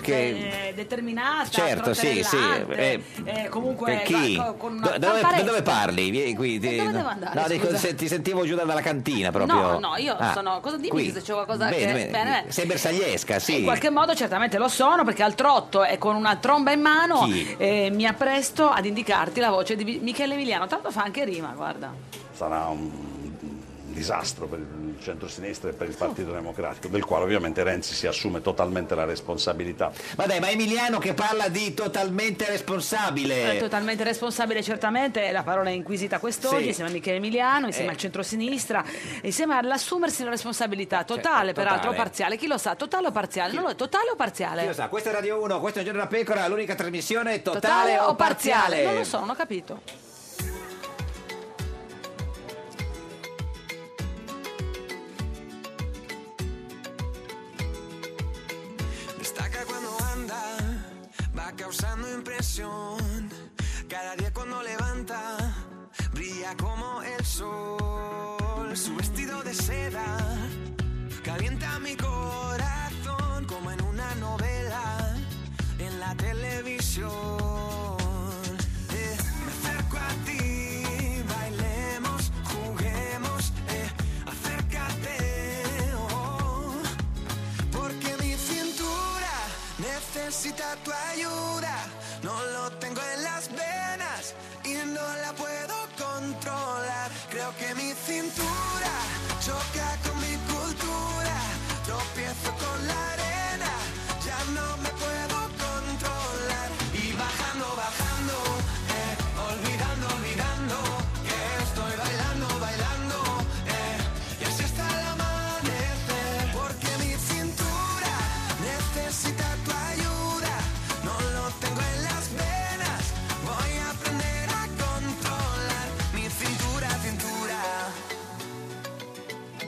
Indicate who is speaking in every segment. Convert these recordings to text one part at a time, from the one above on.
Speaker 1: Che...
Speaker 2: eh, determinata,
Speaker 1: Certo, sì, sì.
Speaker 2: trotterellante, eh, comunque,
Speaker 1: per chi?
Speaker 2: co- con una
Speaker 1: Do- dove,
Speaker 2: tanta
Speaker 1: da dove
Speaker 2: retta.
Speaker 1: parli? Vieni qui. ti-
Speaker 2: dove devo andare,
Speaker 1: no, dico,
Speaker 2: scusa?
Speaker 1: se- ti sentivo giù dalla cantina proprio. Ah,
Speaker 2: No, no, io sono- cosa- dimmi se c'è qualcosa
Speaker 1: Bene,
Speaker 2: che-
Speaker 1: bene.
Speaker 2: bene, bene.
Speaker 1: Sei bersagliesca, sì.
Speaker 2: In qualche modo certamente lo sono perché al trotto e con una tromba in mano
Speaker 1: Chi?
Speaker 2: eh, mi appresto ad indicarti la voce di Vi- Michele Emiliano. Tanto fa anche rima, guarda.
Speaker 3: sarà un un disastro per il centro-sinistra e per il Partito Democratico, del quale ovviamente Renzi si assume totalmente la responsabilità.
Speaker 1: Eh, Ma dai, ma Emiliano che parla di totalmente responsabile.
Speaker 2: È Eh, totalmente responsabile certamente, è la parola inquisita quest'oggi
Speaker 1: Sì.
Speaker 2: insieme a Michele Emiliano, insieme
Speaker 1: Eh.
Speaker 2: al centrosinistra, insieme all'assumersi la responsabilità totale,
Speaker 1: Cioè, totale.
Speaker 2: peraltro o parziale, chi lo sa, totale o parziale? Non lo è, totale o parziale?
Speaker 1: Chi lo sa, questa è Radio 1, questo è un giorno da pecora, l'unica trasmissione totale,
Speaker 2: Totale,
Speaker 1: o parziale.
Speaker 2: Non lo so, non ho capito.
Speaker 4: Destaca cuando anda, va causando impresión. Cada día cuando levanta, brilla como el sol. Su vestido de seda calienta mi corazón como en una novela en la televisión. Eh, me acerco a ti, bailemos, juguemos, eh, acércate. oh. Porque mi cintura necesita tu ayuda. No lo tengo en las venas y no la puedo controlar. Creo que mi cintura choca con mi cultura. Tropiezo con la arena, ya no me puedo controlar. Y bajando, bajando, eh, olvidando, olvidando que estoy bailando, bailando. eh, y así hasta el amanecer, porque mi cintura necesita tu ayuda. No lo tengo en las venas, voy a aprender a controlar mi cintura, cintura.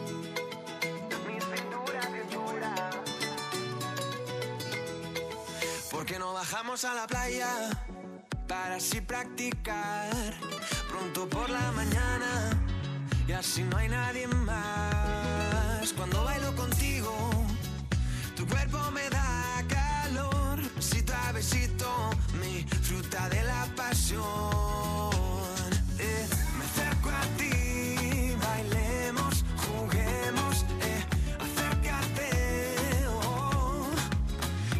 Speaker 4: Mi cintura, cintura. Porque no bajamos a la playa para así practicar pronto por la mañana y así no hay nadie más. Cuando bailo contigo, tu cuerpo me da calor, besito a besito, mi fruta de la pasión. Eh, me acerco a ti, bailemos, juguemos, eh, acércate. oh.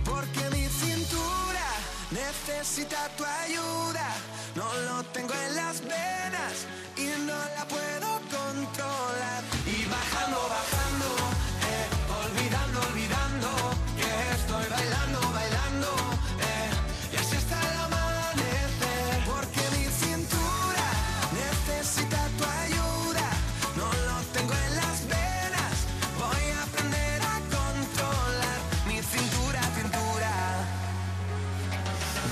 Speaker 4: Porque mi cintura necesita tu ayuda. No lo tengo en las venas y no la puedo controlar. Y bajando, bajando, eh, olvidando, olvidando que estoy bailando, bailando. eh, y así hasta el amanecer. Porque mi cintura necesita tu ayuda. No lo tengo en las venas. Voy a aprender a controlar mi cintura, cintura.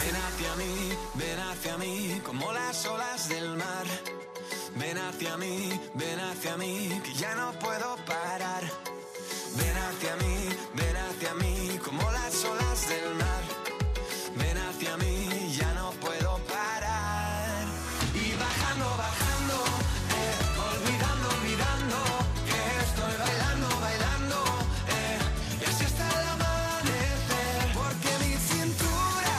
Speaker 4: Ven hacia mí, ven hacia mí, como las olas del mar. Ven hacia mí, ven hacia mí, que ya no puedo parar. Ven hacia mí, ven hacia mí, como las olas del mar. Ven hacia mí, ya no puedo parar. Y bajando, bajando, eh, olvidando, olvidando que estoy bailando, bailando. eh, y así hasta el amanecer, porque mi cintura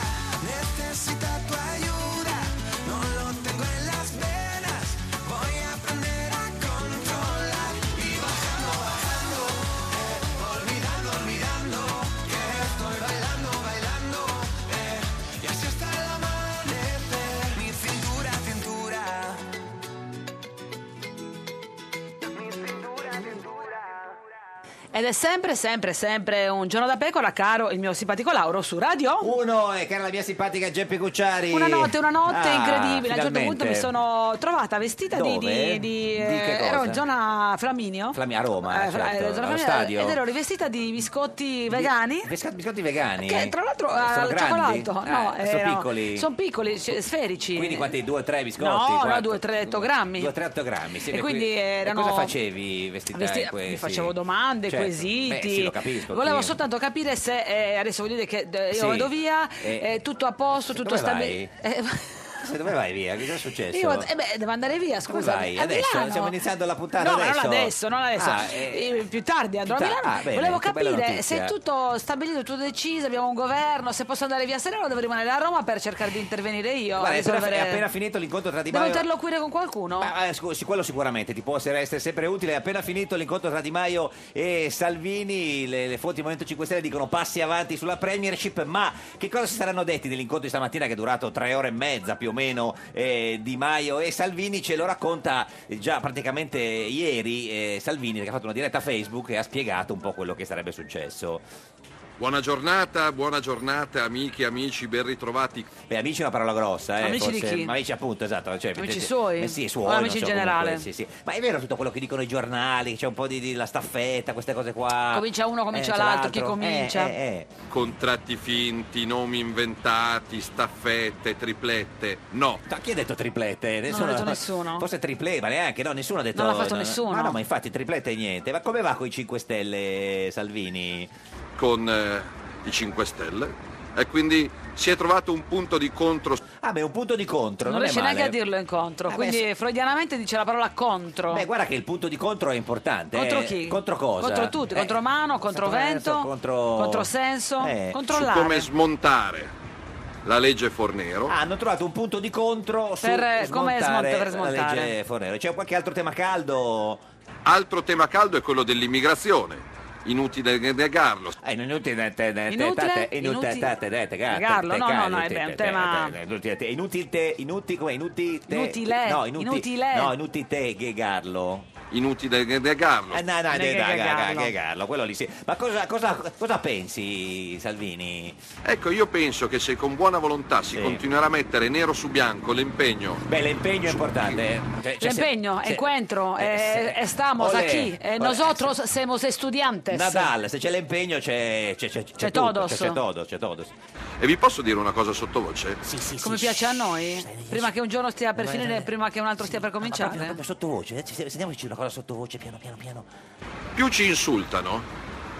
Speaker 4: necesita tu ayuda. No lo tengo en las venas, voy a aprender a controlar. Y bajando, eh, bajando, eh.
Speaker 2: Ed è sempre, sempre, sempre un giorno da pecora, caro il mio simpatico Lauro su Radio
Speaker 1: Uno, e cara la mia simpatica Geppi Cucciari.
Speaker 2: Una notte, una notte
Speaker 1: Ah,
Speaker 2: incredibile. A un certo
Speaker 1: finalmente.
Speaker 2: punto mi sono trovata vestita di.
Speaker 1: Dove?
Speaker 2: di,
Speaker 1: Di
Speaker 2: eh,
Speaker 1: che cosa?
Speaker 2: ero in zona Flaminio.
Speaker 1: Flammi- a Roma,
Speaker 2: Eh,
Speaker 1: certo,
Speaker 2: fra- eh, zona
Speaker 1: allo
Speaker 2: Flaminio,
Speaker 1: stadio.
Speaker 2: Ed ero rivestita di biscotti vegani.
Speaker 1: Biscotti, biscotti vegani?
Speaker 2: Che tra l'altro
Speaker 1: Sono
Speaker 2: al
Speaker 1: grandi?
Speaker 2: cioccolato,
Speaker 1: Ah,
Speaker 2: no,
Speaker 1: sono
Speaker 2: eh, no.
Speaker 1: piccoli.
Speaker 2: Sono piccoli, c- sferici.
Speaker 1: Quindi quanti? Due o tre biscotti?
Speaker 2: No, no,
Speaker 1: Quanto?
Speaker 2: due o tre ettogrammi.
Speaker 1: Due o tre ettogrammi, sì,
Speaker 2: E
Speaker 1: beh,
Speaker 2: quindi
Speaker 1: qui-
Speaker 2: erano-
Speaker 1: E cosa facevi vestita
Speaker 2: Vesti- eh,
Speaker 1: in questi?
Speaker 2: mi facevo domande,
Speaker 1: Certo.
Speaker 2: quesiti.
Speaker 1: Beh, sì, lo capisco.
Speaker 2: Volevo
Speaker 1: chi-
Speaker 2: soltanto capire se eh, adesso voglio dire che eh, io
Speaker 1: Sì.
Speaker 2: vado via,
Speaker 1: Eh,
Speaker 2: eh, tutto a posto, tutto
Speaker 1: dove
Speaker 2: stabile. Eh,
Speaker 1: Se dove vai via? Che cosa è successo?
Speaker 2: Io eh beh, devo andare via,
Speaker 1: Dove
Speaker 2: scusa.
Speaker 1: vai? Adesso? Stiamo iniziando la puntata
Speaker 2: No, ma
Speaker 1: adesso?
Speaker 2: non adesso, non adesso.
Speaker 1: Ah, eh,
Speaker 2: Eh, più tardi andrò
Speaker 1: Più
Speaker 2: a
Speaker 1: tardi.
Speaker 2: Milano.
Speaker 1: Ah, bene,
Speaker 2: Volevo
Speaker 1: che bella
Speaker 2: capire se
Speaker 1: notizia.
Speaker 2: è tutto stabilito, tutto deciso, abbiamo un governo, se posso andare via a Serena o devo rimanere a Roma per cercare di intervenire io. a
Speaker 1: Guarda, è appena,
Speaker 2: risolvere-
Speaker 1: è appena finito l'incontro tra Di
Speaker 2: Devo
Speaker 1: Maio...
Speaker 2: interloquire con qualcuno?
Speaker 1: Ma, eh, scusi, quello sicuramente ti può essere essere sempre utile. È appena finito l'incontro tra Di Maio e Salvini. Le, le fonti del Movimento 5 Stelle dicono passi avanti sulla Premiership. Ma che cosa si saranno detti dell'incontro di stamattina che è durato tre ore e mezza più o meno? eh, di Maio e Salvini ce lo racconta eh, già praticamente ieri. eh, Salvini che ha fatto una diretta Facebook e ha spiegato un po' quello che sarebbe successo.
Speaker 5: Buona giornata, buona giornata amiche, amici, ben ritrovati.
Speaker 1: Beh, amici è una parola grossa, eh,
Speaker 2: Amici di
Speaker 1: forse.
Speaker 2: chi?
Speaker 1: Ma amici appunto, esatto. Cioè,
Speaker 2: Amici
Speaker 1: eh,
Speaker 2: suoi?
Speaker 1: eh, sì, suoi.
Speaker 2: O
Speaker 1: non
Speaker 2: amici in
Speaker 1: comunque,
Speaker 2: generale?
Speaker 1: sì, sì. Ma è vero tutto quello che dicono i giornali, c'è un po' di, di- la staffetta, queste cose qua.
Speaker 2: Comincia uno, comincia
Speaker 1: c'è
Speaker 2: l'altro, chi comincia?
Speaker 1: Eh, eh, eh.
Speaker 5: Contratti finti, nomi inventati, staffette, triplette. No,
Speaker 1: Ma chi ha detto triplette?
Speaker 2: ha detto nessuno.
Speaker 1: Forse triplette, ma neanche, no, nessuno ha detto.
Speaker 2: Non l'ha fatto
Speaker 1: no, no.
Speaker 2: nessuno.
Speaker 1: Ma no, ma infatti triplette niente. Ma come va con i 5 Stelle, Salvini?
Speaker 5: con eh, i 5 Stelle. E quindi si è trovato un punto di contro.
Speaker 1: Ah, beh, un punto di contro.
Speaker 2: non
Speaker 1: Non,
Speaker 2: riesce
Speaker 1: è male.
Speaker 2: neanche a dirlo incontro.
Speaker 1: Eh, beh,
Speaker 2: quindi
Speaker 1: se-
Speaker 2: freudianamente dice la parola contro.
Speaker 1: Beh, guarda che il punto di contro è importante.
Speaker 2: Contro
Speaker 1: eh.
Speaker 2: chi?
Speaker 1: Contro cosa?
Speaker 2: Contro tutti,
Speaker 1: Eh,
Speaker 2: contro mano, contro vento,
Speaker 1: contro-
Speaker 2: contro senso,
Speaker 1: Eh,
Speaker 2: contro
Speaker 5: Su
Speaker 2: l'aria.
Speaker 5: come smontare la legge Fornero.
Speaker 1: Ah, hanno trovato un punto di contro su
Speaker 2: Per, eh, come
Speaker 1: smontare
Speaker 2: smonta- per
Speaker 1: la
Speaker 2: smontare.
Speaker 1: legge Fornero. C'è qualche altro tema caldo?
Speaker 5: Altro tema caldo è quello dell'immigrazione. Inutile negarlo.
Speaker 1: Eh, non è inutile, te- te- te-
Speaker 2: Inutile?
Speaker 1: tate- inutile,
Speaker 2: Inutile?
Speaker 1: tate- te- te- te-
Speaker 2: Negarlo?
Speaker 1: te-
Speaker 2: No,
Speaker 1: te-
Speaker 2: no, no,
Speaker 1: inutile,
Speaker 2: è un
Speaker 1: te-
Speaker 2: tema-
Speaker 1: te- te- inutile, te- inutile, te- inutile, come inutile, te-
Speaker 2: Inutile,
Speaker 1: no, inutile,
Speaker 2: inutile.
Speaker 1: no, inutile te, Ghegarlo.
Speaker 5: Inutile negarlo.
Speaker 1: Eh, no, no,
Speaker 2: Non è
Speaker 1: de-
Speaker 2: che
Speaker 1: da-
Speaker 2: Ghegarlo.
Speaker 1: da- Ghegarlo, quello lì sì. Ma cosa, cosa, cosa pensi, Salvini?
Speaker 5: Ecco, io penso che se con buona volontà si
Speaker 1: Sì.
Speaker 5: continuerà a mettere nero su bianco l'impegno
Speaker 1: Beh, l'impegno è importante. Cioè, cioè, se-
Speaker 2: L'impegno,
Speaker 1: se-
Speaker 2: encuentro,
Speaker 1: eh, se-
Speaker 2: estamos
Speaker 1: Olè,
Speaker 2: aquí, eh,
Speaker 1: olè,
Speaker 2: nosotros somos estudiantes.
Speaker 1: Nadal, se c'è l'impegno c'è c'è, c'è, c'è,
Speaker 2: C'è
Speaker 1: tutto,
Speaker 2: todos.
Speaker 1: C'è, c'è Todos, c'è Todos.
Speaker 5: E vi posso dire una cosa sottovoce?
Speaker 2: Come piace a noi? Prima che un giorno stia per finire, prima che un altro stia per
Speaker 6: Ma proprio,
Speaker 2: cominciare.
Speaker 6: proprio sottovoce, eh? sentiamoci una cosa sottovoce, piano piano piano.
Speaker 5: Più ci insultano,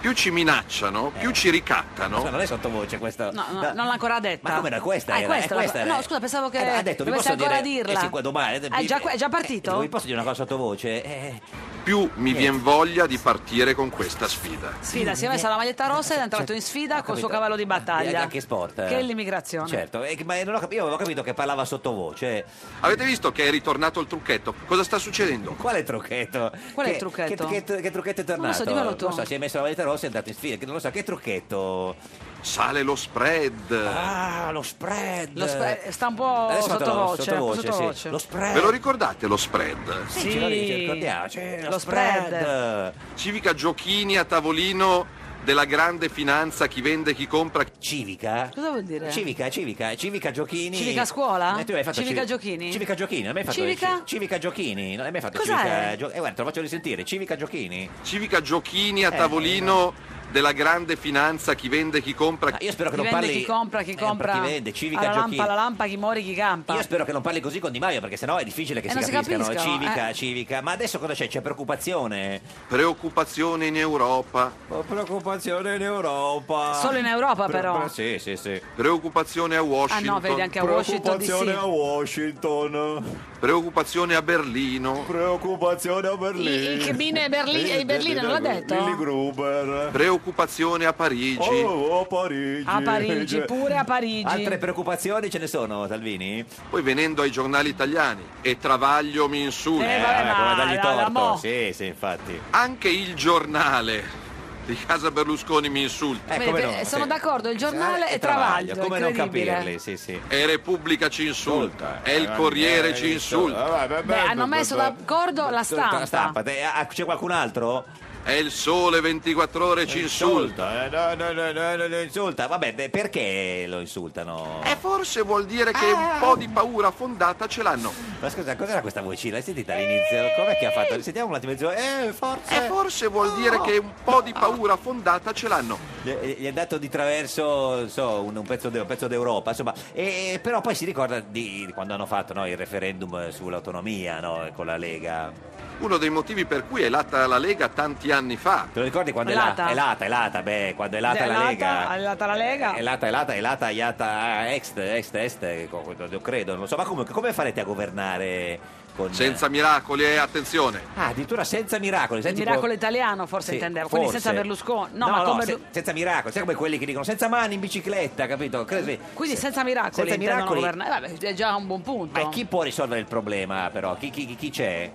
Speaker 5: più ci minacciano, più ci
Speaker 1: No,
Speaker 5: ricattano.
Speaker 1: Eh. non è sottovoce questo.
Speaker 2: No, no, non l'ho ancora detta.
Speaker 1: Ma come era questa?
Speaker 2: Ah, è
Speaker 1: era,
Speaker 2: questa
Speaker 1: è
Speaker 2: la-
Speaker 1: questa era.
Speaker 2: no, scusa, pensavo che
Speaker 1: Eh, ha detto, vi
Speaker 2: dovesse
Speaker 1: posso
Speaker 2: ancora
Speaker 1: dire-
Speaker 2: dirla.
Speaker 1: Eh sì, qua domani. eh,
Speaker 2: Ah, è già- è già partito?
Speaker 1: Eh, vi posso dire una cosa sottovoce? Eh,
Speaker 5: Più mi vien voglia di partire con questa sfida.
Speaker 2: Sfida, si è messa la maglietta rossa ed è entrato in
Speaker 1: ho
Speaker 2: sfida col suo
Speaker 1: capito.
Speaker 2: cavallo di battaglia.
Speaker 1: Eh, Che sport? eh.
Speaker 2: Che è l'immigrazione.
Speaker 1: Certo, eh, ma non ho cap- io avevo capito che parlava sottovoce.
Speaker 5: Avete visto che è ritornato il trucchetto? Cosa sta succedendo?
Speaker 1: Quale trucchetto?
Speaker 2: Qual è il
Speaker 1: Che-
Speaker 2: trucchetto?
Speaker 1: Che, che- che trucchetto è tornato?
Speaker 2: Non lo so, dimmelo tu.
Speaker 1: Non so, si è messo la maglietta rossa e è andato in sfida. che- Non lo so, che trucchetto?
Speaker 5: Sale lo spread.
Speaker 1: Ah, lo spread.
Speaker 2: Lo spe- sta un po'
Speaker 1: Adesso è tornato
Speaker 2: sottovoce,
Speaker 1: sottovoce,
Speaker 2: un po' sottovoce.
Speaker 1: sì. Lo spread.
Speaker 5: Ve lo ricordate lo spread?
Speaker 1: Sì, ce lo dice, ricordiamo, c'è
Speaker 2: Lo spread.
Speaker 5: Civica giochini a tavolino della grande finanza, chi vende, chi compra.
Speaker 1: Civica?
Speaker 2: Cosa vuol dire?
Speaker 1: Civica, civica, civica giochini.
Speaker 2: Civica scuola?
Speaker 1: Eh, tu hai fatto
Speaker 2: Civica
Speaker 1: civi-
Speaker 2: giochini?
Speaker 1: Civica giochini, non hai mai fatto
Speaker 2: Civica?
Speaker 1: ci- civica giochini, non hai mai fatto
Speaker 2: Cos'è?
Speaker 1: civica gio- Eh, guarda, te lo faccio risentire, civica giochini.
Speaker 5: Civica giochini a
Speaker 1: Eh,
Speaker 5: tavolino della grande finanza, chi vende, chi compra.
Speaker 1: Ah, io spero che
Speaker 2: Chi
Speaker 1: non
Speaker 2: vende,
Speaker 1: parli
Speaker 2: chi compra, chi
Speaker 1: Eh,
Speaker 2: compra.
Speaker 1: chi vende, civica
Speaker 2: alla
Speaker 1: giochini.
Speaker 2: lampa, alla lampa, chi muore, chi campa.
Speaker 1: Io spero che non parli così con Di Maio perché sennò è difficile che
Speaker 2: Eh,
Speaker 1: si
Speaker 2: non si
Speaker 1: capiscano.
Speaker 2: capiscano,
Speaker 1: civica,
Speaker 2: eh.
Speaker 1: civica. Ma adesso cosa c'è? C'è preoccupazione?
Speaker 5: Preoccupazione in Europa,
Speaker 1: Ho preoccupazione Oh, in Europa.
Speaker 2: Solo in Europa,
Speaker 1: Pre-
Speaker 2: però.
Speaker 1: pre- Sì, sì, sì.
Speaker 5: preoccupazione a
Speaker 2: Ah
Speaker 5: Washington.
Speaker 2: no, vedi anche a Washington DC.
Speaker 1: Preoccupazione a Washington.
Speaker 5: Preoccupazione a Berlino,
Speaker 1: Preoccupazione a Berlino.
Speaker 2: I- i Chibine e Berli-
Speaker 1: Lilli-
Speaker 2: e Berlino, non l'ha
Speaker 1: Lilli-
Speaker 2: detto?
Speaker 1: Lilli Gruber.
Speaker 5: preoccupazione a Parigi,
Speaker 1: Oh, a Parigi.
Speaker 2: A Parigi,
Speaker 1: Cioè-
Speaker 2: pure a Parigi.
Speaker 1: Altre preoccupazioni ce ne sono, Salvini?
Speaker 5: poi venendo ai giornali italiani e Travaglio mi insulta.
Speaker 2: Eh, vabbè, ma-
Speaker 1: come dargli
Speaker 2: la-
Speaker 1: torto.
Speaker 2: la mo.
Speaker 1: Sì, sì, infatti.
Speaker 5: Anche il giornale di casa Berlusconi mi insulta
Speaker 1: Eh,
Speaker 2: Vedi,
Speaker 1: come
Speaker 2: eh,
Speaker 1: no,
Speaker 2: sono
Speaker 1: sì.
Speaker 2: d'accordo, il giornale
Speaker 1: Eh,
Speaker 2: è Travaglio,
Speaker 1: Come non
Speaker 2: incredibile.
Speaker 1: capirli, sì, sì.
Speaker 5: e Repubblica ci insulta, e il Eh, Corriere ci insulta.
Speaker 2: Beh, hanno messo d'accordo la
Speaker 1: Tutta la
Speaker 2: stampa.
Speaker 5: Eh,
Speaker 1: stampa. Te- ah, C'è qualcun altro?
Speaker 5: È il sole 24 ore, ci insulta.
Speaker 1: Eh, No, no, no, no, no, lo insulta. Vabbè, beh, perché lo insultano?
Speaker 5: E Eh, forse vuol dire
Speaker 2: Eh.
Speaker 5: che un po' di paura fondata ce l'hanno.
Speaker 1: Ma scusa, cos'era questa vocina? L'hai sentita all'inizio? Com'è che ha fatto? Sentiamo un attimo. mezzo. Eh, forse.
Speaker 5: E forse vuol dire che un po' di paura fondata ce l'hanno.
Speaker 1: Gli gli è dato di traverso non so, un, un pezzo de- un pezzo d'Europa, insomma, E- e però poi si ricorda di, di quando hanno fatto no, il referendum sull'autonomia no, con la Lega.
Speaker 5: Uno dei motivi per cui è lata la Lega tanti anni fa.
Speaker 1: Te lo ricordi quando
Speaker 2: Lata?
Speaker 1: è lata? È lata, è lata, beh, quando è lata
Speaker 2: È
Speaker 1: la
Speaker 2: lata,
Speaker 1: Lega.
Speaker 2: Cioè, è lata la Lega.
Speaker 1: È lata, è lata, è lata, iata, est, est, est, co- co- io credo, non so, ma comunque come farete a governare con...
Speaker 5: Senza miracoli, eh, attenzione.
Speaker 1: Ah, addirittura senza miracoli. sai,
Speaker 2: Il
Speaker 1: tipo-
Speaker 2: miracolo italiano forse
Speaker 1: Sì,
Speaker 2: intendevo,
Speaker 1: forse.
Speaker 2: quindi senza Berlusconi. No,
Speaker 1: no,
Speaker 2: ma
Speaker 1: no,
Speaker 2: come...
Speaker 1: se- senza miracoli, sai come quelli che dicono senza mani in bicicletta, capito? Credo-
Speaker 2: Quindi
Speaker 1: se-
Speaker 2: senza miracoli
Speaker 1: senza
Speaker 2: intendono
Speaker 1: miracoli-
Speaker 2: governare. Eh, vabbè, è già un buon punto.
Speaker 1: Ma chi può risolvere il problema però? Chi, chi- chi- chi c'è?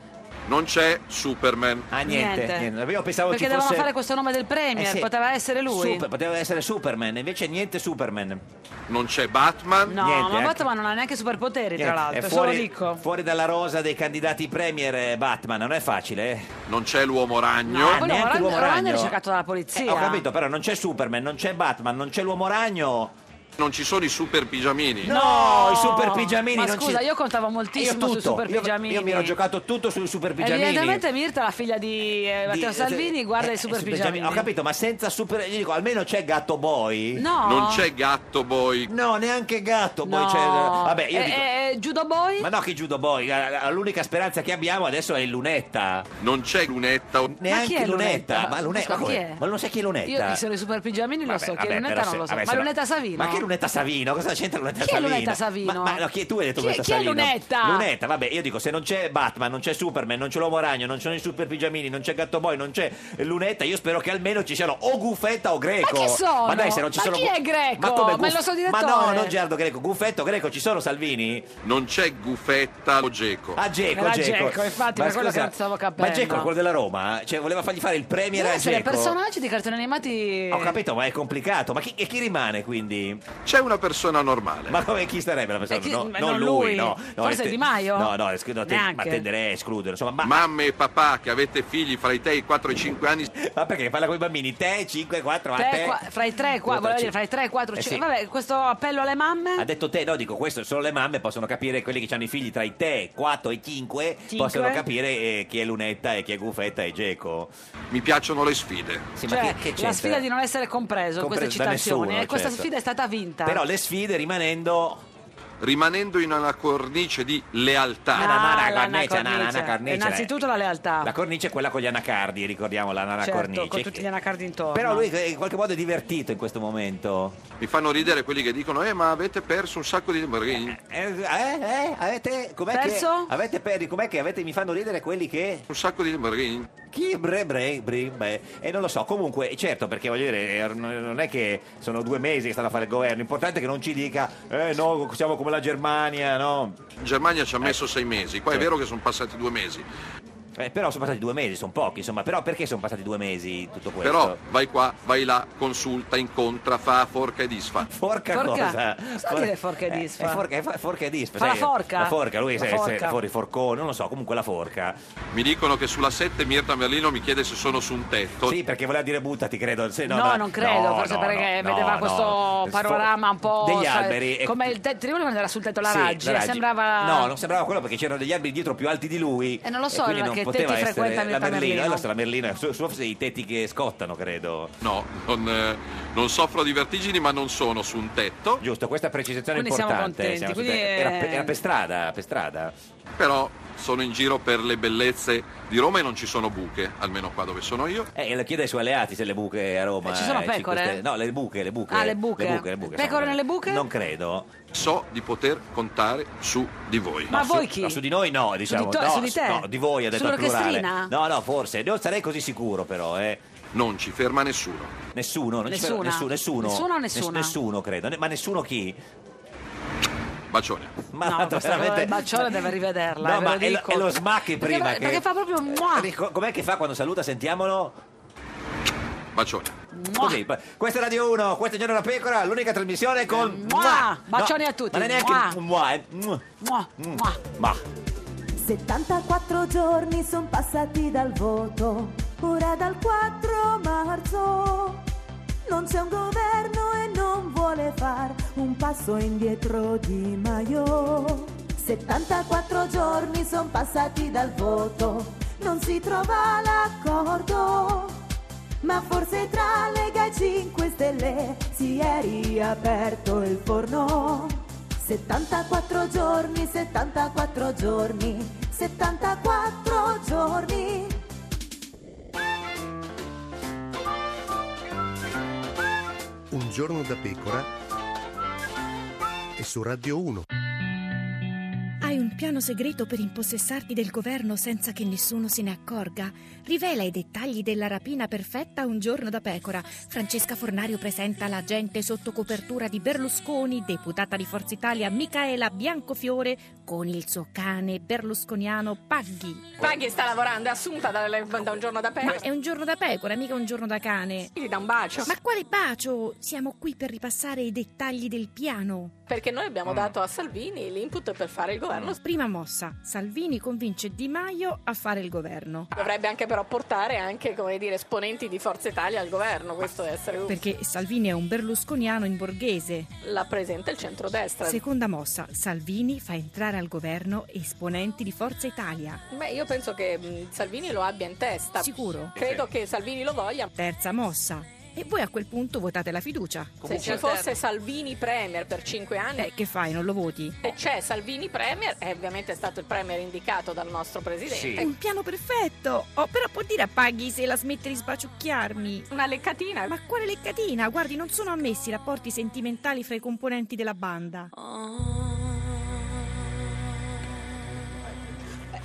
Speaker 5: Non c'è Superman.
Speaker 1: Ah niente,
Speaker 2: Niente.
Speaker 1: niente. Io pensavo
Speaker 2: Perché
Speaker 1: ci
Speaker 2: dovevano
Speaker 1: fosse...
Speaker 2: fare questo nome del
Speaker 1: Eh
Speaker 2: Premier,
Speaker 1: sì.
Speaker 2: poteva essere lui.
Speaker 1: Super- poteva essere Superman, invece niente Superman.
Speaker 5: Non c'è Batman.
Speaker 2: No,
Speaker 1: Niente,
Speaker 2: ma
Speaker 1: ecco.
Speaker 2: Batman non ha neanche superpoteri, tra
Speaker 1: Niente,
Speaker 2: l'altro,
Speaker 1: è
Speaker 2: è
Speaker 1: fuori,
Speaker 2: solo ricco.
Speaker 1: fuori dalla rosa dei candidati premier eh, Batman, non è facile. eh.
Speaker 5: Non c'è l'uomo ragno.
Speaker 2: Ah, quello
Speaker 1: neanche
Speaker 2: Oran-
Speaker 1: l'uomo
Speaker 2: Oran è
Speaker 1: ragno.
Speaker 2: ricercato dalla
Speaker 1: Eh,
Speaker 2: polizia.
Speaker 1: ho capito, però non c'è Superman, non c'è Batman, non c'è l'uomo ragno.
Speaker 5: Non ci sono i super pigiamini.
Speaker 1: No, i super pigiamini
Speaker 2: Ma
Speaker 1: non ci-
Speaker 2: scusa, io contavo
Speaker 1: Io
Speaker 2: moltissimo sui
Speaker 1: tutto,
Speaker 2: super
Speaker 1: io-
Speaker 2: pigiamini.
Speaker 1: Io, mi ero giocato tutto sui super pigiamini. Eh,
Speaker 2: Evidentemente Mirta, la figlia di eh,
Speaker 1: Di-
Speaker 2: Matteo Salvini,
Speaker 1: eh,
Speaker 2: guarda i
Speaker 1: eh,
Speaker 2: super
Speaker 1: Ho capito, ma senza super io dico, almeno c'è Gatto Boy.
Speaker 2: No.
Speaker 5: Non c'è gatto boy.
Speaker 1: No, neanche Gatto Boy
Speaker 2: No.
Speaker 1: c'è. Vabbè, io
Speaker 2: Eh,
Speaker 1: dico
Speaker 2: eh, Judo Boy?
Speaker 1: Ma no che Judo Boy, la- la- l'unica speranza che abbiamo adesso è Lunetta.
Speaker 5: Non c'è lunetta.
Speaker 1: Neanche
Speaker 2: chi è
Speaker 1: Lunetta.
Speaker 2: Lunetta?
Speaker 1: ma Lunetta,
Speaker 2: Ma
Speaker 1: ma,
Speaker 2: chi
Speaker 1: come?
Speaker 2: è?
Speaker 1: ma non sai chi è Lunetta?
Speaker 2: Io di sono i super pigiamini lo
Speaker 1: Vabbè,
Speaker 2: so, chi
Speaker 1: vabbè,
Speaker 2: è Lunetta
Speaker 1: però
Speaker 2: non
Speaker 1: se-
Speaker 2: lo so.
Speaker 1: vabbè,
Speaker 2: Ma
Speaker 1: se no-
Speaker 2: Lunetta Savino?
Speaker 1: Ma che Lunetta Savino? Cosa c'entra Lunetta
Speaker 2: Chi è
Speaker 1: Savino?
Speaker 2: Lunetta Savino?
Speaker 1: Ma, ma no, chi, tu hai detto
Speaker 2: Chi è-
Speaker 1: Lunetta
Speaker 2: chi è
Speaker 1: Savino?
Speaker 2: Lunetta?
Speaker 1: Lunetta, vabbè, io dico, se non c'è Batman, non c'è Superman, non c'è l'Uomo Ragno, non ci sono i Super Pigiamini, non c'è Gatto Boy, non c'è Lunetta, io spero che almeno ci siano o Guffetta o Greco.
Speaker 2: Ma chi sono?
Speaker 1: Ma dai, se non ci
Speaker 2: Ma
Speaker 1: sono
Speaker 2: chi
Speaker 1: Gu-
Speaker 2: è Greco?
Speaker 1: Ma come
Speaker 2: Ma il nostro direttore?
Speaker 1: Ma no, non Gerardo Greco, Guffetto, Greco, ci sono Salvini?
Speaker 5: Non c'è gufetta o geco.
Speaker 1: Ah, Geco,
Speaker 2: Era
Speaker 1: Geco.
Speaker 2: Geco, infatti, per quello che non stavo capendo.
Speaker 1: Ma Geco è quello della Roma? Cioè, voleva fargli fare il premier
Speaker 2: Devono
Speaker 1: a
Speaker 2: essere
Speaker 1: Geco?
Speaker 2: personaggi di cartoni animati.
Speaker 1: Ho capito, ma è complicato. Ma chi, e chi rimane quindi?
Speaker 5: C'è una persona normale.
Speaker 1: Ma come chi sarebbe la persona?
Speaker 2: Eh, chi-
Speaker 1: No,
Speaker 2: ma
Speaker 1: non
Speaker 2: non
Speaker 1: lui,
Speaker 2: lui.
Speaker 1: no. no
Speaker 2: Forse
Speaker 1: este-
Speaker 2: Di Maio?
Speaker 1: No, no, esclu- no, te- ma
Speaker 2: Neanche.
Speaker 1: tenderei a eh, escludere. Insomma, ma,
Speaker 5: Mamme e papà che avete figli fra i 3, i 4 e i 5 anni,
Speaker 1: ma perché parla con i bambini? Te, 5, 4, a
Speaker 2: Tre,
Speaker 1: te.
Speaker 2: qua- fra i 3
Speaker 1: Quattro,
Speaker 2: 4, volevo dire,
Speaker 1: cinque.
Speaker 2: fra i 3 4
Speaker 1: Eh,
Speaker 2: 5.
Speaker 1: sì. Ah,
Speaker 2: Vabbè, questo appello alle mamme.
Speaker 1: Ha detto te, no, dico questo, solo le mamme possono capire, quelli che hanno i figli tra i te, 4 e 5,
Speaker 2: Cinque.
Speaker 1: possono capire eh, chi è Lunetta e chi è Gufetta e Geco.
Speaker 5: mi piacciono le sfide.
Speaker 1: Sì,
Speaker 2: cioè,
Speaker 1: ma che, che c'entra?
Speaker 2: la sfida di non essere compreso in queste
Speaker 1: Compreso da
Speaker 2: citazioni.
Speaker 1: nessuno,
Speaker 2: e questa
Speaker 1: certo.
Speaker 2: sfida è stata vinta.
Speaker 1: Però le sfide rimanendo
Speaker 5: Rimanendo in una cornice di
Speaker 2: Ah,
Speaker 5: lealtà.
Speaker 1: la nana
Speaker 2: la
Speaker 1: cornice, la nana cornice. cioè.
Speaker 2: Innanzitutto la lealtà.
Speaker 1: la cornice è quella con gli anacardi, ricordiamo la nana
Speaker 2: certo,
Speaker 1: cornice.
Speaker 2: con tutti gli anacardi intorno.
Speaker 1: Però lui eh, in qualche modo è divertito in questo momento.
Speaker 5: Mi fanno ridere quelli che dicono, eh ma avete perso un sacco di tempo. Un
Speaker 1: Eh, eh, eh, avete com'è
Speaker 2: Perso?
Speaker 1: che avete perdi, com'è che avete mi fanno ridere quelli che
Speaker 5: sacco di tempo.
Speaker 1: chi bre bre bre beh, e non lo so. Comunque, certo, perché voglio dire, eh, non non è che sono due mesi che stanno a fare il governo, l'importante è che non ci dica "Eh no, siamo come la Germania", no?
Speaker 5: Germania ci ha messo sei mesi, qua è
Speaker 1: Eh. Sì.
Speaker 5: vero che sono passati due mesi,
Speaker 1: Eh, però sono passati due mesi, sono pochi, insomma, però perché sono passati due mesi tutto questo?
Speaker 5: però vai qua, vai là, consulta, incontra, fa, forca e disfa.
Speaker 1: Forca,
Speaker 2: Forca?
Speaker 1: cosa?
Speaker 2: Cosa vuol dire forca e
Speaker 1: Eh,
Speaker 2: disfa?
Speaker 1: eh, forca, fa- forca e disfa.
Speaker 2: Fa
Speaker 1: sai,
Speaker 2: la forca?
Speaker 1: La forca, lui
Speaker 2: La
Speaker 1: se- se-
Speaker 2: forca.
Speaker 1: fuori forcone, non lo so, comunque la forca.
Speaker 5: Mi dicono che sulla 7 Mirta Merlino mi chiede se sono su un tetto.
Speaker 1: Sì, perché voleva dire buttati, credo. se
Speaker 2: No,
Speaker 1: no, ma-
Speaker 2: non credo,
Speaker 1: no,
Speaker 2: forse
Speaker 1: no,
Speaker 2: perché
Speaker 1: no,
Speaker 2: vedeva
Speaker 1: no,
Speaker 2: questo
Speaker 1: no.
Speaker 2: panorama un po'
Speaker 1: Degli
Speaker 2: sai,
Speaker 1: alberi. e-
Speaker 2: come il te- ti ricordi quando era sul tetto la
Speaker 1: Sì,
Speaker 2: Raggi,
Speaker 1: la Raggi.
Speaker 2: sembrava
Speaker 1: No, non sembrava quello perché c'erano degli alberi dietro più alti di lui.
Speaker 2: Eh, non lo so,
Speaker 1: quindi
Speaker 2: allora,
Speaker 1: non
Speaker 2: che tetti
Speaker 1: poteva essere la
Speaker 2: frequenta Mirta
Speaker 1: Merlino.
Speaker 2: Merlino.
Speaker 1: Allora, se la Merlino, su, su, forse i tetti che scottano, credo.
Speaker 5: No, non, eh, non soffro di vertigini ma non sono su un tetto,
Speaker 1: Giusto, questa precisazione è
Speaker 2: Quindi siamo
Speaker 1: importante.
Speaker 2: contenti,
Speaker 1: su
Speaker 2: quindi
Speaker 1: te-
Speaker 2: è-
Speaker 1: era, per, era per strada, per strada.
Speaker 5: però sono in giro per le bellezze di Roma e non ci sono buche, almeno qua dove sono io.
Speaker 1: Eh, e lo chiede ai suoi alleati se le buche a Roma.
Speaker 2: Eh, ci sono
Speaker 1: eh, cinque
Speaker 2: pecore?
Speaker 1: stelle. No, le buche, le buche.
Speaker 2: Ah, le buche.
Speaker 1: Le buche, le buche,
Speaker 2: Pecore
Speaker 1: sono-
Speaker 2: nelle buche?
Speaker 1: Non credo.
Speaker 5: So di poter contare su di voi.
Speaker 2: Ma
Speaker 1: No, su-
Speaker 2: voi chi?
Speaker 1: no, Su, di noi no, diciamo.
Speaker 2: to-
Speaker 1: no,
Speaker 2: su di te?
Speaker 1: no, di voi ha detto al plurale.
Speaker 2: Sull'orchestrina?
Speaker 1: No, no, forse. Non sarei così sicuro però, eh.
Speaker 5: Non ci ferma nessuno.
Speaker 1: Nessuno, non ci
Speaker 2: Nessuna.
Speaker 1: sono- nessuno, nessuno.
Speaker 2: Nessuno o
Speaker 1: Ness-
Speaker 2: nessuna?
Speaker 1: nessuno, credo. Ne- Ma nessuno chi?
Speaker 5: Bacione.
Speaker 1: Ma
Speaker 2: No,
Speaker 1: tanto
Speaker 2: questa cosa del bacione deve rivederla,
Speaker 1: No,
Speaker 2: eh, ve
Speaker 1: ma
Speaker 2: lo
Speaker 1: è lo,
Speaker 2: dico.
Speaker 1: è lo smacchi
Speaker 2: Perché
Speaker 1: prima.
Speaker 2: fa-
Speaker 1: che...
Speaker 2: perché fa proprio mua.
Speaker 1: Eh, co- Com'è che fa quando saluta? Sentiamolo.
Speaker 5: Bacione.
Speaker 2: Mua.
Speaker 1: Così. pa- Questa è Radio 1, questo è Giorno da Pecora, l'unica trasmissione con.
Speaker 2: Mua. Bacioni a tutti.
Speaker 1: Ma non è neanche
Speaker 2: Mua.
Speaker 1: un mua, è mua.
Speaker 2: Mua,
Speaker 1: Mm.
Speaker 2: mua.
Speaker 1: Ma.
Speaker 7: 74 giorni son passati dal voto Ora dal 4 marzo non c'è un governo e non vuole far un passo indietro di Maio. 74 giorni sono passati dal voto, non si trova l'accordo. Ma forse tra Lega e 5 Stelle si è riaperto il forno. 74 giorni, 74 giorni, 74 giorni.
Speaker 8: Un giorno da pecora e su Radio 1.
Speaker 9: Hai un piano segreto per impossessarti del governo senza che nessuno se ne accorga? Rivela i dettagli della rapina perfetta un giorno da pecora. Francesca Fornario presenta la gente sotto copertura di Berlusconi, deputata di Forza Italia Micaela Biancofiore, con il suo cane berlusconiano Paghi.
Speaker 10: Paghi sta lavorando, è assunta da, da un giorno da
Speaker 9: Ma
Speaker 10: pecora.
Speaker 9: è un giorno da pecora, mica un giorno da cane.
Speaker 10: Gli dà un bacio.
Speaker 9: Ma quale bacio? Siamo qui per ripassare i dettagli del piano.
Speaker 10: Perché noi abbiamo dato a Salvini l'input per fare il governo.
Speaker 9: Prima mossa, Salvini convince Di Maio a fare il governo.
Speaker 10: Dovrebbe anche però portare anche, come dire, esponenti di Forza Italia al governo. Questo deve essere un-
Speaker 9: Perché Salvini è un berlusconiano in borghese.
Speaker 10: la presenta il centrodestra.
Speaker 9: Seconda mossa, Salvini fa entrare al governo esponenti di Forza Italia.
Speaker 10: Beh, io penso che mh, Salvini lo abbia in testa.
Speaker 9: Sicuro?
Speaker 10: Credo che Salvini lo voglia.
Speaker 9: Terza mossa, e voi a quel punto votate la fiducia.
Speaker 10: Se ci
Speaker 9: certo.
Speaker 10: fosse Salvini premier per cinque anni,
Speaker 9: Eh, che fai, non lo voti?
Speaker 10: e c'è Salvini premier, è ovviamente è stato il premier indicato dal nostro presidente.
Speaker 9: È un piano perfetto! Oh, però può dire a Paghi se la smette di sbaciucchiarmi.
Speaker 10: Una leccatina.
Speaker 9: Ma quale leccatina? Guardi, non sono ammessi rapporti sentimentali fra i componenti della banda.
Speaker 10: Ah.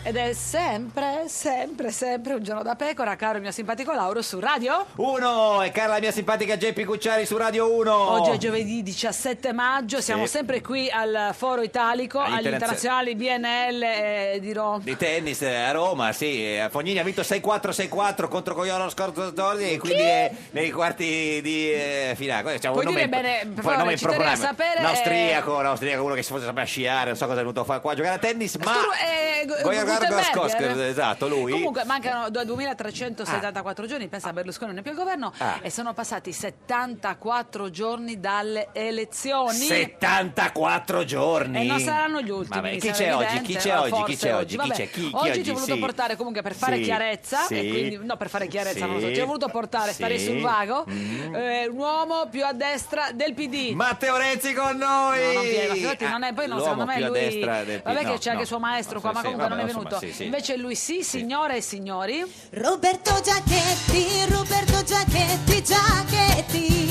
Speaker 2: Ed è sempre, sempre, sempre un giorno da pecora, caro il mio simpatico Lauro su Radio.
Speaker 1: Uno e cara la mia simpatica Geppi Cucciari su Radio 1.
Speaker 2: Oggi è giovedì 17 maggio, siamo
Speaker 1: Oh. Sì.
Speaker 2: sempre qui al Foro Italico, agli
Speaker 1: All'interazio-
Speaker 2: internazionali BNL eh, di Roma.
Speaker 1: Di tennis eh, a Roma, sì, eh, Fognini ha vinto 6-4, 6-4 contro Cogliolo lo scorso giorno e quindi è nei quarti di eh, finale. Cosa- Diciamo,
Speaker 2: Puoi
Speaker 1: un nome
Speaker 2: dire bene,
Speaker 1: impro- poi
Speaker 2: per favore,
Speaker 1: nome
Speaker 2: ci terrei a
Speaker 1: improbabile.
Speaker 2: sapere,
Speaker 1: Un
Speaker 2: eh,
Speaker 1: austriaco, un austriaco, uno che si fosse sapeva sciare, non so cosa è venuto a fare qua a giocare a tennis, ma...
Speaker 2: Stur- eh, Gu-
Speaker 1: Voglio guardare
Speaker 2: Gutenberg. eh?
Speaker 1: Glasgow, esatto, lui.
Speaker 2: Comunque mancano due- 2374 giorni, pensa a Berlusconi non è più al governo
Speaker 1: Ah.
Speaker 2: e sono passati 74 giorni dalle elezioni.
Speaker 1: 74 giorni.
Speaker 2: E Eh, non saranno gli ultimi.
Speaker 1: Vabbè, chi
Speaker 2: sarà
Speaker 1: c'è oggi?
Speaker 2: evidente,
Speaker 1: Chi c'è
Speaker 2: ma
Speaker 1: oggi? Chi
Speaker 2: forse
Speaker 1: c'è oggi? Chi
Speaker 2: Vabbè,
Speaker 1: c'è? Chi, chi
Speaker 2: oggi ti ho voluto
Speaker 1: Sì.
Speaker 2: portare comunque per fare
Speaker 1: Sì,
Speaker 2: chiarezza
Speaker 1: sì,
Speaker 2: e quindi no per fare chiarezza,
Speaker 1: sì,
Speaker 2: non lo so, ti ho voluto portare stare
Speaker 1: sì.
Speaker 2: sul vago
Speaker 1: Mm.
Speaker 2: eh, un uomo più a destra del PD.
Speaker 1: Matteo Renzi con noi.
Speaker 2: No, non viene, ma figurati,
Speaker 1: Ah,
Speaker 2: non è, poi non,
Speaker 1: l'uomo
Speaker 2: secondo me
Speaker 1: più a
Speaker 2: lui
Speaker 1: destra del-
Speaker 2: vabbè
Speaker 1: no,
Speaker 2: che c'è anche
Speaker 1: no.
Speaker 2: il suo maestro
Speaker 1: No,
Speaker 2: qua,
Speaker 1: sì,
Speaker 2: ma
Speaker 1: sì,
Speaker 2: comunque
Speaker 1: Eh, vabbè,
Speaker 2: non è venuto.
Speaker 1: insomma, sì, sì.
Speaker 2: Invece lui sì, signore e signori.
Speaker 7: Roberto Giacchetti, Roberto Giacchetti, Giacchetti.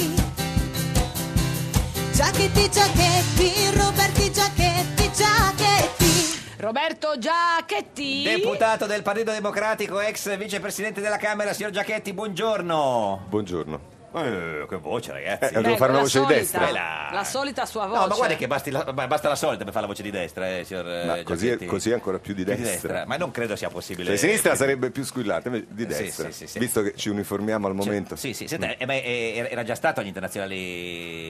Speaker 7: Giacchetti, Giacchetti, Roberti Giacchetti, Giacchetti.
Speaker 2: Roberto Giacchetti.
Speaker 1: Deputato del Partito Democratico, ex vicepresidente della Camera, signor Giacchetti, buongiorno.
Speaker 11: Buongiorno.
Speaker 1: Eh, che voce, ragazzi.
Speaker 11: Eh, devo fare una
Speaker 2: Ecco, la
Speaker 11: voce di
Speaker 2: solita,
Speaker 11: destra.
Speaker 2: La... solita sua voce.
Speaker 1: No, ma guarda che basti la- ma basta la solita per fare la voce di destra, eh, signor eh,
Speaker 11: Ma così,
Speaker 1: Giacchetti.
Speaker 11: così è ancora più di
Speaker 1: Più
Speaker 11: destra.
Speaker 1: di destra, ma non credo sia possibile.
Speaker 11: Cioè, sinistra sarebbe più squillata, invece di
Speaker 1: Sì,
Speaker 11: destra.
Speaker 1: sì, sì, sì.
Speaker 11: Visto che ci uniformiamo al momento.
Speaker 1: Sì, sì, senta, eh, beh, eh, era- era già stato agli internazionali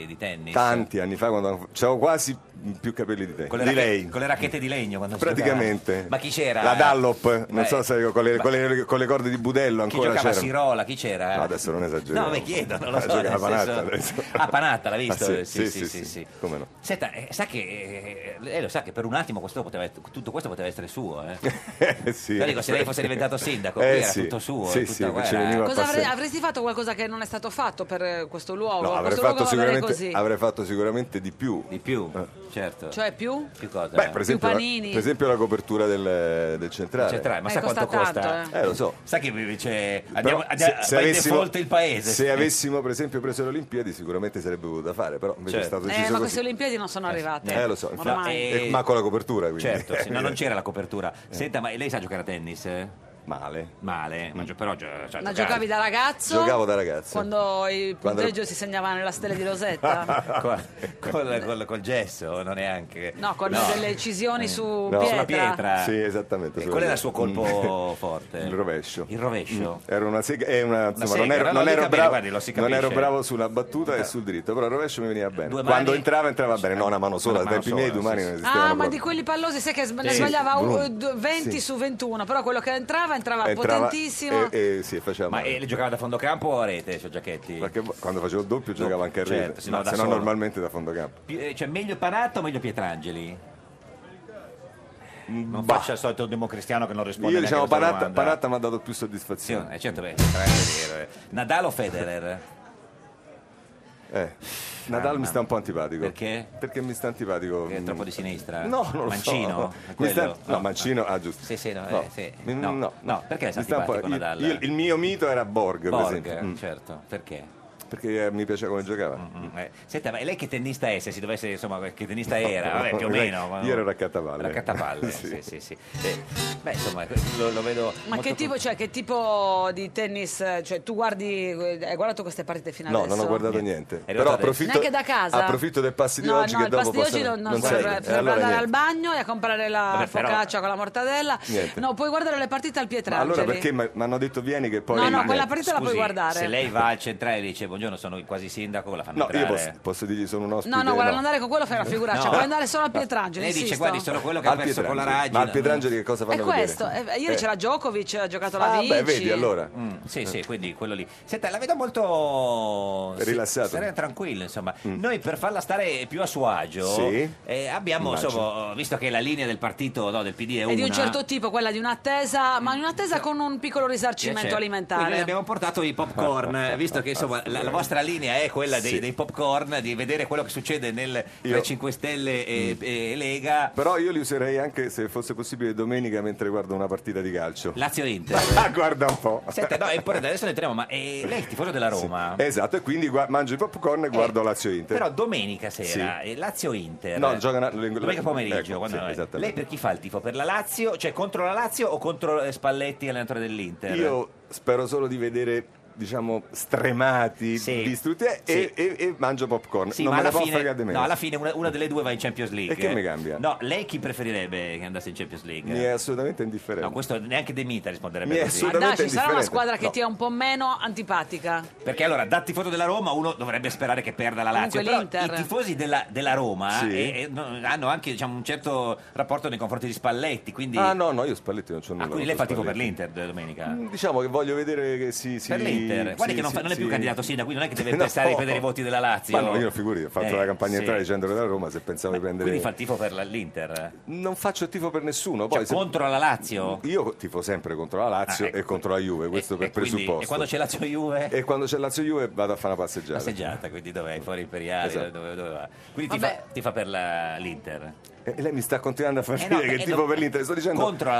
Speaker 1: di tennis.
Speaker 11: Tanti anni fa, quando avevo quasi più capelli di, te,
Speaker 1: Con le,
Speaker 11: di
Speaker 1: racche-
Speaker 11: lei.
Speaker 1: con le racchette di legno quando si
Speaker 11: Praticamente.
Speaker 1: giocava. Ma chi c'era?
Speaker 11: La Dallop, non
Speaker 1: Beh,
Speaker 11: so se con le,
Speaker 1: ma
Speaker 11: con le- con le corde di Budello
Speaker 1: Chi
Speaker 11: ancora
Speaker 1: giocava
Speaker 11: c'era.
Speaker 1: a Sirola? Chi c'era?
Speaker 11: No, adesso non esageriamo.
Speaker 1: No, mi chiedo, non lo
Speaker 11: Ah,
Speaker 1: so.
Speaker 11: giocava
Speaker 1: nel
Speaker 11: Panatta
Speaker 1: senso-
Speaker 11: adesso.
Speaker 1: Ah, Panatta, l'hai visto?
Speaker 11: Ah, sì,
Speaker 1: sì,
Speaker 11: sì, sì, sì. Come no?
Speaker 1: Senta, eh, sa che eh, lei lo sa che per un attimo questo poteva- tutto questo poteva essere suo, eh?
Speaker 11: Eh, sì.
Speaker 1: Io dico, se lei fosse diventato sindaco,
Speaker 11: Eh,
Speaker 1: qui era
Speaker 11: sì.
Speaker 1: tutto suo,
Speaker 11: Sì,
Speaker 1: tutta
Speaker 11: sì,
Speaker 1: guerra.
Speaker 11: ci veniva a
Speaker 2: Cosa avrei-
Speaker 11: passeggiare.
Speaker 2: avresti fatto qualcosa che non è stato fatto per eh, questo luogo?
Speaker 11: No, avrei
Speaker 2: questo
Speaker 11: fatto,
Speaker 2: luogo va bene
Speaker 11: sicuramente,
Speaker 2: così.
Speaker 11: avrei fatto sicuramente di più. Eh.
Speaker 1: Di più, certo.
Speaker 2: Cioè più?
Speaker 1: Più cosa?
Speaker 11: Beh, per esempio, la,
Speaker 2: panini.
Speaker 11: per esempio la copertura del, del centrale.
Speaker 1: Centrale, ma
Speaker 2: Eh,
Speaker 1: sa
Speaker 2: costa
Speaker 1: quanto costa?
Speaker 2: tanto,
Speaker 11: Eh, lo so.
Speaker 1: Sa che cioè,
Speaker 11: Eh,
Speaker 1: c'è andiamo,
Speaker 11: Però
Speaker 1: andiamo, by default il paese.
Speaker 11: se avessimo, per esempio, preso le Olimpiadi, sicuramente sarebbe potuta fare, però invece
Speaker 1: Certo.
Speaker 11: è stato
Speaker 2: Eh,
Speaker 11: deciso
Speaker 2: ma
Speaker 11: così.
Speaker 2: queste Olimpiadi non sono arrivate.
Speaker 11: Eh, lo so, infatti.
Speaker 2: Ormai.
Speaker 11: Eh, ma con la copertura, quindi. Eh.
Speaker 1: Certo, sì, ma non c'era la copertura. Senta, ma lei sa giocare a tennis? Male. Male, ma gio- però gio- sa
Speaker 2: Ma
Speaker 1: giocare.
Speaker 2: giocavi da ragazzo?
Speaker 11: eh, Giocavo da ragazzo.
Speaker 2: Quando il
Speaker 11: Quando-
Speaker 2: punteggio si segnava nella stella di Rosetta?
Speaker 1: Col, col- col- col gesso, non neanche.
Speaker 2: No, con delle incisioni su
Speaker 11: Eh. No.
Speaker 2: pietra.
Speaker 1: Sulla pietra.
Speaker 11: Sì, esattamente.
Speaker 1: E
Speaker 11: sulla
Speaker 1: qual
Speaker 11: pietra.
Speaker 1: era il suo colpo forte?
Speaker 11: Il rovescio. Mm.
Speaker 1: Il rovescio?
Speaker 11: Era una sega, è una- insomma,
Speaker 1: sega,
Speaker 11: non ero,
Speaker 1: no,
Speaker 11: non ero
Speaker 1: lo dica bene,
Speaker 11: bravo,
Speaker 1: guardi, lo si
Speaker 11: non ero
Speaker 1: capisce.
Speaker 11: bravo sulla battuta e sul dritto, però il rovescio mi veniva bene.
Speaker 1: Due
Speaker 11: Quando
Speaker 1: mani- Cioè,
Speaker 11: entrava, entrava bene, no, una mano sola. Ai
Speaker 1: Una mano
Speaker 11: tempi miei
Speaker 1: sola,
Speaker 11: due mani
Speaker 1: sì,
Speaker 11: non
Speaker 1: sì.
Speaker 11: esistevano
Speaker 2: Ah, ma
Speaker 11: proprio.
Speaker 2: di quelli pallosi, sai che sb- ne
Speaker 11: Sì,
Speaker 2: sbagliava
Speaker 11: brutto.
Speaker 2: uh, d- 20
Speaker 11: Sì.
Speaker 2: su 21, però quello che entrava entrava, entrava
Speaker 11: Entrava
Speaker 2: Ah,
Speaker 11: eh,
Speaker 2: potentissimo.
Speaker 11: E, e, sì, faceva
Speaker 1: Ma
Speaker 11: male.
Speaker 1: eh, giocava da fondo campo o a rete, cioè Giacchetti?
Speaker 11: Perché quando facevo il doppio giocava anche a rete,
Speaker 1: certo, se no
Speaker 11: ma
Speaker 1: da
Speaker 11: se no
Speaker 1: solo.
Speaker 11: normalmente da fondo campo.
Speaker 1: Pi- eh, Cioè, meglio Panatta o meglio Pietrangeli? Non
Speaker 11: Mm, Bah.
Speaker 1: faccia il solito democristiano che non risponde
Speaker 11: Io
Speaker 1: neanche
Speaker 11: diciamo
Speaker 1: alla sua
Speaker 11: Panatta,
Speaker 1: domanda.
Speaker 11: Panatta mi ha dato più soddisfazione.
Speaker 1: Eh, certo, beh, Pietrangeli, eh. Nadal o Federer?
Speaker 11: Eh, Nadal mi sta un po' antipatico.
Speaker 1: Ah, Perché?
Speaker 11: Perché mi sta antipatico. mm.
Speaker 1: Perché è troppo di sinistra?
Speaker 11: No, non lo
Speaker 1: Mancino?
Speaker 11: so.
Speaker 1: È
Speaker 11: Mi sta-
Speaker 1: quello?
Speaker 11: No, Mancino, ah giusto.
Speaker 1: Sì, sì, no, eh, sì.
Speaker 11: Mi-
Speaker 1: No,
Speaker 11: no,
Speaker 1: no, perché è
Speaker 11: Mi sta un po'-
Speaker 1: antipatico
Speaker 11: io-
Speaker 1: Nadal?
Speaker 11: io- il mio mito era Borg,
Speaker 1: Borg,
Speaker 11: per esempio. Mm.
Speaker 1: certo. Perché?
Speaker 11: Perché eh, mi piaceva come giocava.
Speaker 1: Eh, Senta, ma lei che tennista è, se si dovesse, insomma, che tennista era? Vabbè, più o meno. ma-
Speaker 11: Io ero raccattavalle.
Speaker 1: Raccattavalle, sì, sì, sì. Eh, beh, insomma, lo, lo vedo...
Speaker 2: Ma
Speaker 1: molto
Speaker 2: che tipo, cioè, che tipo di tennis? eh, Cioè, tu guardi, hai guardato queste partite fino
Speaker 11: No,
Speaker 2: adesso?
Speaker 11: non ho guardato niente.
Speaker 1: È
Speaker 11: Però
Speaker 1: arrivato
Speaker 11: approfitto,
Speaker 2: Neanche da casa?
Speaker 11: approfitto del passi di
Speaker 2: no,
Speaker 11: oggi
Speaker 2: no,
Speaker 11: che
Speaker 2: il
Speaker 11: dopo
Speaker 2: pass di
Speaker 11: posso-
Speaker 2: oggi non, non
Speaker 11: serve.
Speaker 2: serve,
Speaker 11: Eh,
Speaker 2: serve
Speaker 11: allora
Speaker 2: andare
Speaker 11: niente.
Speaker 2: al bagno e a comprare la
Speaker 11: Vabbè, però-
Speaker 2: focaccia con la mortadella.
Speaker 11: Niente.
Speaker 2: No, puoi guardare le partite al
Speaker 11: Ma
Speaker 2: Pietrangeli.
Speaker 11: allora perché mi hanno detto vieni che poi...
Speaker 2: No, no, quella partita la puoi
Speaker 1: Scusi,
Speaker 2: guardare.
Speaker 1: Se lei va al centrale e dice buongiorno, sono quasi sindaco, la fanno
Speaker 11: No, io
Speaker 1: entrare.
Speaker 11: posso, posso dirgli sono un ospite.
Speaker 2: No, no, guarda, non andare con quello fai una figuraccia,
Speaker 11: No.
Speaker 2: puoi andare solo al
Speaker 11: No.
Speaker 2: Pietrangeli.
Speaker 1: Lei dice,
Speaker 2: insisto.
Speaker 1: guardi, sono quello che
Speaker 11: Al
Speaker 1: ha perso con la
Speaker 11: Pietrangeli.
Speaker 1: Raggi.
Speaker 11: Ma al Pietrangeli che cosa
Speaker 2: È
Speaker 11: fanno vedere?
Speaker 2: questo, eh, ieri
Speaker 11: Eh.
Speaker 2: c'era Djokovic, ha giocato la
Speaker 11: Ah,
Speaker 2: Vinci.
Speaker 11: beh, vedi, allora. Eh.
Speaker 1: Mm, sì, sì, quindi quello lì. Senta, la vedo molto
Speaker 11: È rilassato.
Speaker 1: Sarei tranquillo, insomma. Noi per farla stare più a suo agio,
Speaker 11: Mm. Sì.
Speaker 1: eh, abbiamo,
Speaker 11: Immagino.
Speaker 1: insomma, visto che la linea del partito no, del PD è una eh,
Speaker 2: È di un certo tipo, quella di un'attesa, ma un'attesa con un piccolo risarcimento
Speaker 1: Piacere. certo. Quindi noi
Speaker 2: alimentare.
Speaker 1: abbiamo portato i popcorn, eh, visto che insomma la, la vostra linea è quella dei,
Speaker 11: Sì.
Speaker 1: dei popcorn, di vedere quello che succede nel tra
Speaker 11: Io- Mm.
Speaker 1: 5 Stelle e, e Lega.
Speaker 11: Però io li userei anche se fosse possibile domenica mentre guardo una partita di calcio.
Speaker 1: Lazio-Inter.
Speaker 11: Ah, guarda un po'.
Speaker 1: Senta, no, è importante, adesso ne entriamo, ma eh, lei è tifoso della Roma? Eh,
Speaker 11: Esatto, e quindi gua- mangio il popcorn e guardo Lazio Inter.
Speaker 1: Però domenica sera,
Speaker 11: Sì.
Speaker 1: eh, Lazio-Inter.
Speaker 11: No, giocano
Speaker 1: Domenica pomeriggio,
Speaker 11: Ecco,
Speaker 1: quando-
Speaker 11: sì,
Speaker 1: eh,
Speaker 11: esattamente.
Speaker 1: lei per chi fa il tifo? Per la Lazio, cioè contro la Lazio o contro eh, Spalletti, allenatore dell'Inter?
Speaker 11: Io spero solo di vedere diciamo stremati, distrutti eh,
Speaker 1: Sì.
Speaker 11: e, e- e mangio popcorn.
Speaker 1: Sì,
Speaker 11: non
Speaker 1: ma
Speaker 11: me ne
Speaker 1: alla
Speaker 11: può
Speaker 1: fine,
Speaker 11: fregare di meno.
Speaker 1: no, alla fine una, una delle due va in Champions League.
Speaker 11: E che
Speaker 1: eh.
Speaker 11: mi cambia?
Speaker 1: No, lei chi preferirebbe che andasse in Champions League?
Speaker 11: Mi è assolutamente indifferente.
Speaker 1: No, questo neanche De Mita risponderebbe
Speaker 11: Mi è
Speaker 1: così.
Speaker 2: Ma dai, ci sarà una
Speaker 1: indifferente.
Speaker 2: squadra che
Speaker 1: No.
Speaker 2: ti è un po' meno antipatica.
Speaker 1: Perché allora, da tifoso della Roma, uno dovrebbe sperare che perda la Lazio.
Speaker 2: Comunque
Speaker 1: Però
Speaker 2: l'Inter-
Speaker 1: i tifosi della, della Roma
Speaker 11: Sì.
Speaker 1: eh, eh, no, hanno anche diciamo, un certo rapporto nei confronti di Spalletti. Quindi...
Speaker 11: Ah no, no, io Spalletti non c'ho nulla.
Speaker 1: Ah, quindi lei fa
Speaker 11: contro
Speaker 1: il tifo per
Speaker 11: Spalletti.
Speaker 1: l'Inter eh, domenica?
Speaker 11: Mm, Diciamo che voglio vedere che si... si
Speaker 1: per l'Inter? Guarda
Speaker 11: sì,
Speaker 1: che non, fa-
Speaker 11: sì,
Speaker 1: non è più
Speaker 11: sì.
Speaker 1: candidato sindaco, quindi non è che deve
Speaker 11: No.
Speaker 1: pensare di prendere i voti della Lazio.
Speaker 11: Ma no, io figuri, ho fatto
Speaker 1: Eh,
Speaker 11: la campagna
Speaker 1: sì. Eh,
Speaker 11: entrare dicendo della Roma se pensavo di prendere...
Speaker 1: Quindi fa il tifo per la- l'Inter?
Speaker 11: Non faccio tifo per nessuno.
Speaker 1: Cioè,
Speaker 11: Poi se-
Speaker 1: contro la Lazio?
Speaker 11: Io tifo sempre contro la Lazio
Speaker 1: Ah, ecco.
Speaker 11: e contro la Juve, questo per
Speaker 1: E quindi-
Speaker 11: presupposto.
Speaker 1: E quando c'è Lazio Juve?
Speaker 11: E quando c'è Lazio Juve vado a fare una passeggiata.
Speaker 1: Passeggiata, quindi dov'è? Fuori Imperiale,
Speaker 11: Esatto.
Speaker 1: dove, dove va? Quindi ti fa, ti fa per la- l'Inter.
Speaker 11: E e lei mi sta continuando a far
Speaker 1: Eh no,
Speaker 11: dire che
Speaker 1: eh,
Speaker 11: tifo
Speaker 1: no,
Speaker 11: per l'Inter. Sto dicendo
Speaker 1: contro la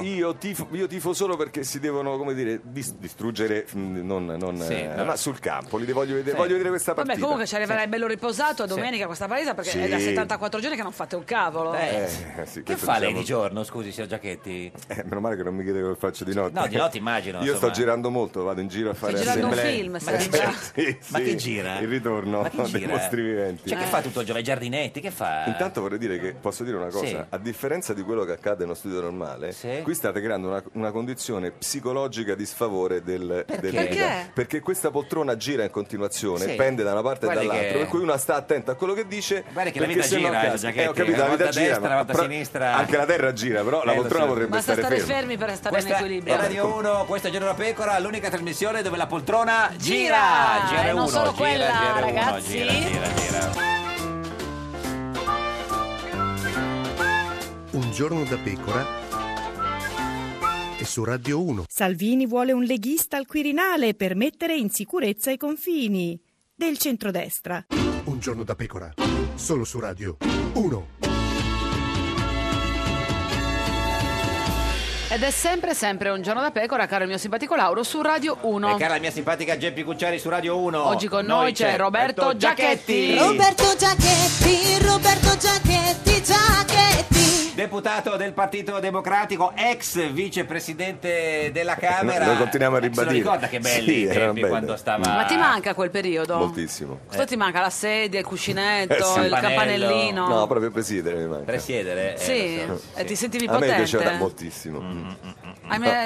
Speaker 11: Io, io tifo, io tifo solo perché si devono, come dire, dis- distruggere, mm, non, non,
Speaker 1: Sì,
Speaker 11: eh,
Speaker 1: no.
Speaker 11: ma sul campo. Li voglio vedere,
Speaker 1: Sì.
Speaker 11: voglio vedere questa partita.
Speaker 2: Vabbè, comunque ci arriverai bello riposato a
Speaker 11: Sì.
Speaker 2: domenica questa partita perché è da
Speaker 11: Sì.
Speaker 2: 74 giorni che non fate un cavolo.
Speaker 11: Eh, sì,
Speaker 1: che
Speaker 11: questo
Speaker 1: fa lei
Speaker 11: diciamo-
Speaker 1: di giorno, scusi, signor Giacchetti?
Speaker 11: Eh, meno male che non mi chiede come faccio di notte.
Speaker 1: No, di notte immagino,
Speaker 11: Io
Speaker 1: insomma.
Speaker 11: sto girando molto, vado in giro a fare
Speaker 2: girando un
Speaker 11: assemblee.
Speaker 2: film,
Speaker 1: Ma che
Speaker 11: Eh,
Speaker 1: gira?
Speaker 11: sì,
Speaker 1: Ma
Speaker 11: sì,
Speaker 1: che gira?
Speaker 11: Il ritorno
Speaker 1: Ma che
Speaker 11: dei
Speaker 1: gira?
Speaker 11: mostri viventi.
Speaker 2: Eh.
Speaker 1: Cioè, che fa tutto il giorno? I giardinetti? Che fa?
Speaker 11: Intanto vorrei dire che posso dire una cosa,
Speaker 1: Eh. Sì.
Speaker 11: a differenza di quello che accade in uno studio normale, qui state creando una, una condizione psicologica di sfavore del, del
Speaker 2: Perché?
Speaker 11: Perché questa poltrona gira in continuazione,
Speaker 1: Sì.
Speaker 11: pende da una parte
Speaker 1: Guardi
Speaker 11: e dall'altra,
Speaker 1: che-
Speaker 11: per cui una sta attenta a quello che dice.
Speaker 1: Guarda che la
Speaker 11: perché
Speaker 1: vita
Speaker 11: se no
Speaker 1: gira,
Speaker 11: casca.
Speaker 1: Giacchetti,
Speaker 11: Eh, ho capito,
Speaker 1: una
Speaker 11: la vita
Speaker 1: volta a
Speaker 11: gira,
Speaker 1: destra,
Speaker 11: ma
Speaker 1: una volta a
Speaker 11: però
Speaker 1: sinistra.
Speaker 11: anche la terra gira, però la
Speaker 1: Eh, lo
Speaker 11: poltrona
Speaker 1: so.
Speaker 11: potrebbe
Speaker 2: Basta
Speaker 11: stare
Speaker 2: stare
Speaker 11: ferma.
Speaker 2: fermi per stare
Speaker 1: Questa
Speaker 2: in equilibrio.
Speaker 1: è Radio 1, questa è Giorno da Pecora, l'unica trasmissione dove la poltrona
Speaker 2: Gira!
Speaker 1: gira.
Speaker 2: E
Speaker 1: GR1,
Speaker 2: non solo
Speaker 1: gira,
Speaker 2: quella,
Speaker 1: GR1,
Speaker 2: ragazzi.
Speaker 1: gira, gira, gira.
Speaker 8: Un giorno da pecora e su Radio 1.
Speaker 9: Salvini vuole un leghista al Quirinale per mettere in sicurezza i confini del centrodestra.
Speaker 8: Un giorno da pecora, solo su Radio 1.
Speaker 2: Ed è sempre, sempre un giorno da pecora, caro il mio simpatico Lauro, su Radio 1.
Speaker 1: E cara la mia simpatica Geppi Cucciari su Radio 1.
Speaker 2: Oggi con noi c'è Roberto Giachetti.
Speaker 12: Roberto Giacchetti, Roberto Giacchetti, Giacchetti.
Speaker 1: Deputato del Partito Democratico, ex vicepresidente della
Speaker 11: Eh, No,
Speaker 1: Camera.
Speaker 11: Noi continuiamo a
Speaker 1: Se lo
Speaker 11: ribadire.
Speaker 1: ricorda che belli
Speaker 11: Sì,
Speaker 1: i
Speaker 11: erano
Speaker 1: tempi
Speaker 11: belli.
Speaker 1: quando stava...
Speaker 2: Ma ti manca quel periodo?
Speaker 11: Moltissimo.
Speaker 2: Questo ti manca la sedia, il cuscinetto,
Speaker 11: Eh, sì.
Speaker 2: Eh, il campanellino.
Speaker 11: No, proprio presiedere mi manca.
Speaker 1: Presiedere? eh,
Speaker 2: Sì, e ti sentivi
Speaker 11: A me
Speaker 2: potente.
Speaker 11: piaceva
Speaker 1: Mm,
Speaker 11: moltissimo.
Speaker 2: Ah, ma-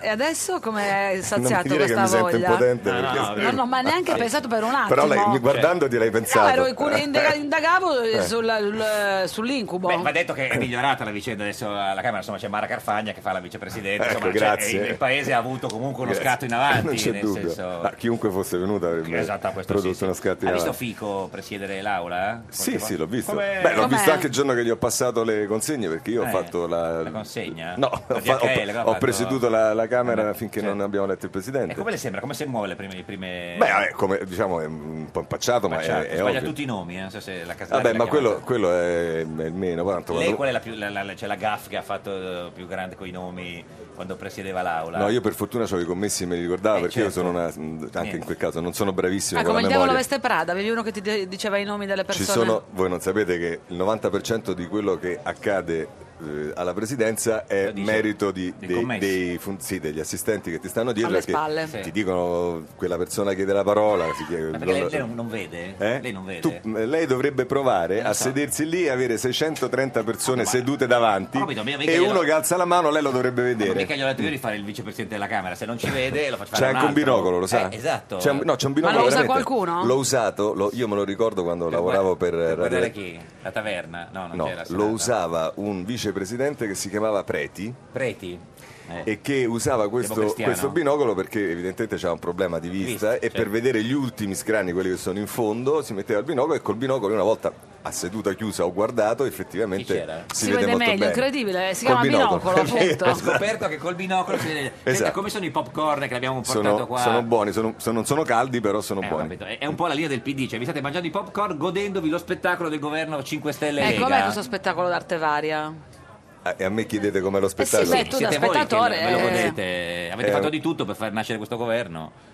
Speaker 2: E adesso come è
Speaker 11: Non mi
Speaker 2: saziato
Speaker 11: dire che
Speaker 2: questa
Speaker 11: mi sento
Speaker 2: voglia?
Speaker 11: impotente,
Speaker 2: No,
Speaker 11: perché-
Speaker 2: no, no, no, ma neanche pensato per un attimo.
Speaker 11: Però lei, guardandoti l'hai
Speaker 2: No,
Speaker 11: pensato.
Speaker 2: ero curi- indaga- indagavo eh,
Speaker 11: Eh.
Speaker 2: sul- l- sull'incubo.
Speaker 1: Va detto che migliorata la vicenda adesso alla Camera, insomma c'è Mara Carfagna che fa la vicepresidente,
Speaker 11: Ecco,
Speaker 1: insomma, cioè,
Speaker 11: grazie.
Speaker 1: il, il paese ha avuto comunque uno
Speaker 11: Grazie.
Speaker 1: scatto in avanti,
Speaker 11: non c'è
Speaker 1: nel
Speaker 11: dubbio.
Speaker 1: senso
Speaker 11: Ma chiunque fosse venuto avrebbe
Speaker 1: Esatto, questo
Speaker 11: prodotto
Speaker 1: sì, sì.
Speaker 11: uno scatto in
Speaker 1: Ha visto
Speaker 11: avanti.
Speaker 1: Fico presiedere l'aula? eh?
Speaker 11: Sì, sì, l'ho visto.
Speaker 1: Com'è?
Speaker 11: Beh, l'ho
Speaker 1: Com'è?
Speaker 11: visto anche il giorno che gli ho passato le consegne perché io ho
Speaker 1: Eh,
Speaker 11: fatto la.
Speaker 1: la consegna?
Speaker 11: No, ho,
Speaker 1: La
Speaker 11: fa- ho-
Speaker 1: DHL, cosa ha
Speaker 11: ho
Speaker 1: fatto? cioè-
Speaker 11: presieduto la, la Camera finché non abbiamo letto il presidente.
Speaker 1: E come le sembra? Come si muove le prime... le prime-
Speaker 11: Beh, vabbè, come diciamo, è un po' impacciato, ma
Speaker 1: Facciate.
Speaker 11: è- è,
Speaker 1: Sbaglia
Speaker 11: ovvio.
Speaker 1: tutti i nomi, eh, non so se la casa
Speaker 11: Vabbè, ma quello, quello è, è il meno. Tanto
Speaker 1: Lei
Speaker 11: Esatto, quando-
Speaker 1: qual è la, più, la, la, cioè la gaffe che ha fatto eh, più grande con i nomi quando presiedeva l'aula?
Speaker 11: No, io per fortuna avevo i commessi e me li ricordavo perché io
Speaker 1: certo.
Speaker 11: sono una, mm, anche
Speaker 1: Niente.
Speaker 11: in quel caso non sono bravissimo
Speaker 2: Ah,
Speaker 11: con
Speaker 2: come
Speaker 11: la
Speaker 2: il diavolo
Speaker 11: memoria.
Speaker 2: veste Prada, avevi uno che ti de- diceva i nomi delle
Speaker 11: Ci
Speaker 2: persone.
Speaker 11: sono, voi non sapete che il 90% di quello che accade eh, alla presidenza è merito di- dei,
Speaker 2: commessi.
Speaker 11: dei fun- sì, degli assistenti che ti stanno dietro
Speaker 2: Alle
Speaker 11: perché
Speaker 2: spalle. Sì.
Speaker 11: ti dicono quella persona chiede la parola. Si chiede,
Speaker 1: Ma perché lei, lei non, non vede?
Speaker 11: Eh?
Speaker 1: Lei non vede?
Speaker 11: Tu- lei dovrebbe provare a sedersi lì e avere 630 persone sedute davanti
Speaker 1: Ho Ah, capito, mia amica
Speaker 11: e
Speaker 1: glielo-
Speaker 11: uno che alza la mano lei lo dovrebbe
Speaker 1: Ma
Speaker 11: vedere.
Speaker 1: mica gli ho detto io di fare il vicepresidente della Camera, se non ci vede lo faccio fare
Speaker 11: eh. C'è
Speaker 1: a un
Speaker 11: anche un
Speaker 1: altro.
Speaker 11: binocolo, lo sa?
Speaker 1: Eh, esatto.
Speaker 11: C'è un- no, c'è un
Speaker 2: Ma
Speaker 11: binocolo.
Speaker 2: lo usa
Speaker 11: veramente.
Speaker 2: qualcuno?
Speaker 11: L'ho usato, lo- io me lo ricordo quando lavoravo per,
Speaker 1: Per guardare
Speaker 11: Radio-
Speaker 1: chi? La taverna? No, non
Speaker 11: No,
Speaker 1: c'era.
Speaker 11: lo usava un vicepresidente che si chiamava Preti.
Speaker 1: Preti? Eh.
Speaker 11: E che usava questo,
Speaker 1: Democristiano?
Speaker 11: questo binocolo perché evidentemente c'era un problema di vista e per
Speaker 1: certo.
Speaker 11: vedere gli ultimi scrani, quelli che sono in fondo, si metteva il binocolo e col binocolo una volta a seduta chiusa ho guardato effettivamente si,
Speaker 2: Si, vede,
Speaker 11: molto
Speaker 2: meglio,
Speaker 11: bene.
Speaker 2: incredibile. Si
Speaker 11: Col
Speaker 2: chiama binocolo,
Speaker 11: binocolo, è
Speaker 2: appunto.
Speaker 11: vero.
Speaker 1: Ho scoperto che col binocolo si vede. Senta,
Speaker 11: Esatto.
Speaker 1: come sono i popcorn che abbiamo portato
Speaker 11: Sono,
Speaker 1: qua?
Speaker 11: sono buoni, sono- sono- non sono caldi però sono
Speaker 1: Eh, ho
Speaker 11: buoni.
Speaker 1: capito. È è un po' la linea del PD, cioè vi state mangiando i popcorn godendovi lo spettacolo del governo 5 Stelle e
Speaker 2: Eh, com'è
Speaker 1: Lega.
Speaker 2: questo spettacolo d'arte varia?
Speaker 11: Ah, E a me chiedete com'è lo
Speaker 2: Eh sì,
Speaker 11: spettacolo?
Speaker 2: beh, tu da
Speaker 1: Siete voi che
Speaker 2: spettatore,
Speaker 1: ve lo
Speaker 2: eh.
Speaker 1: godete. Avete
Speaker 11: Eh.
Speaker 1: fatto di tutto per far nascere questo governo.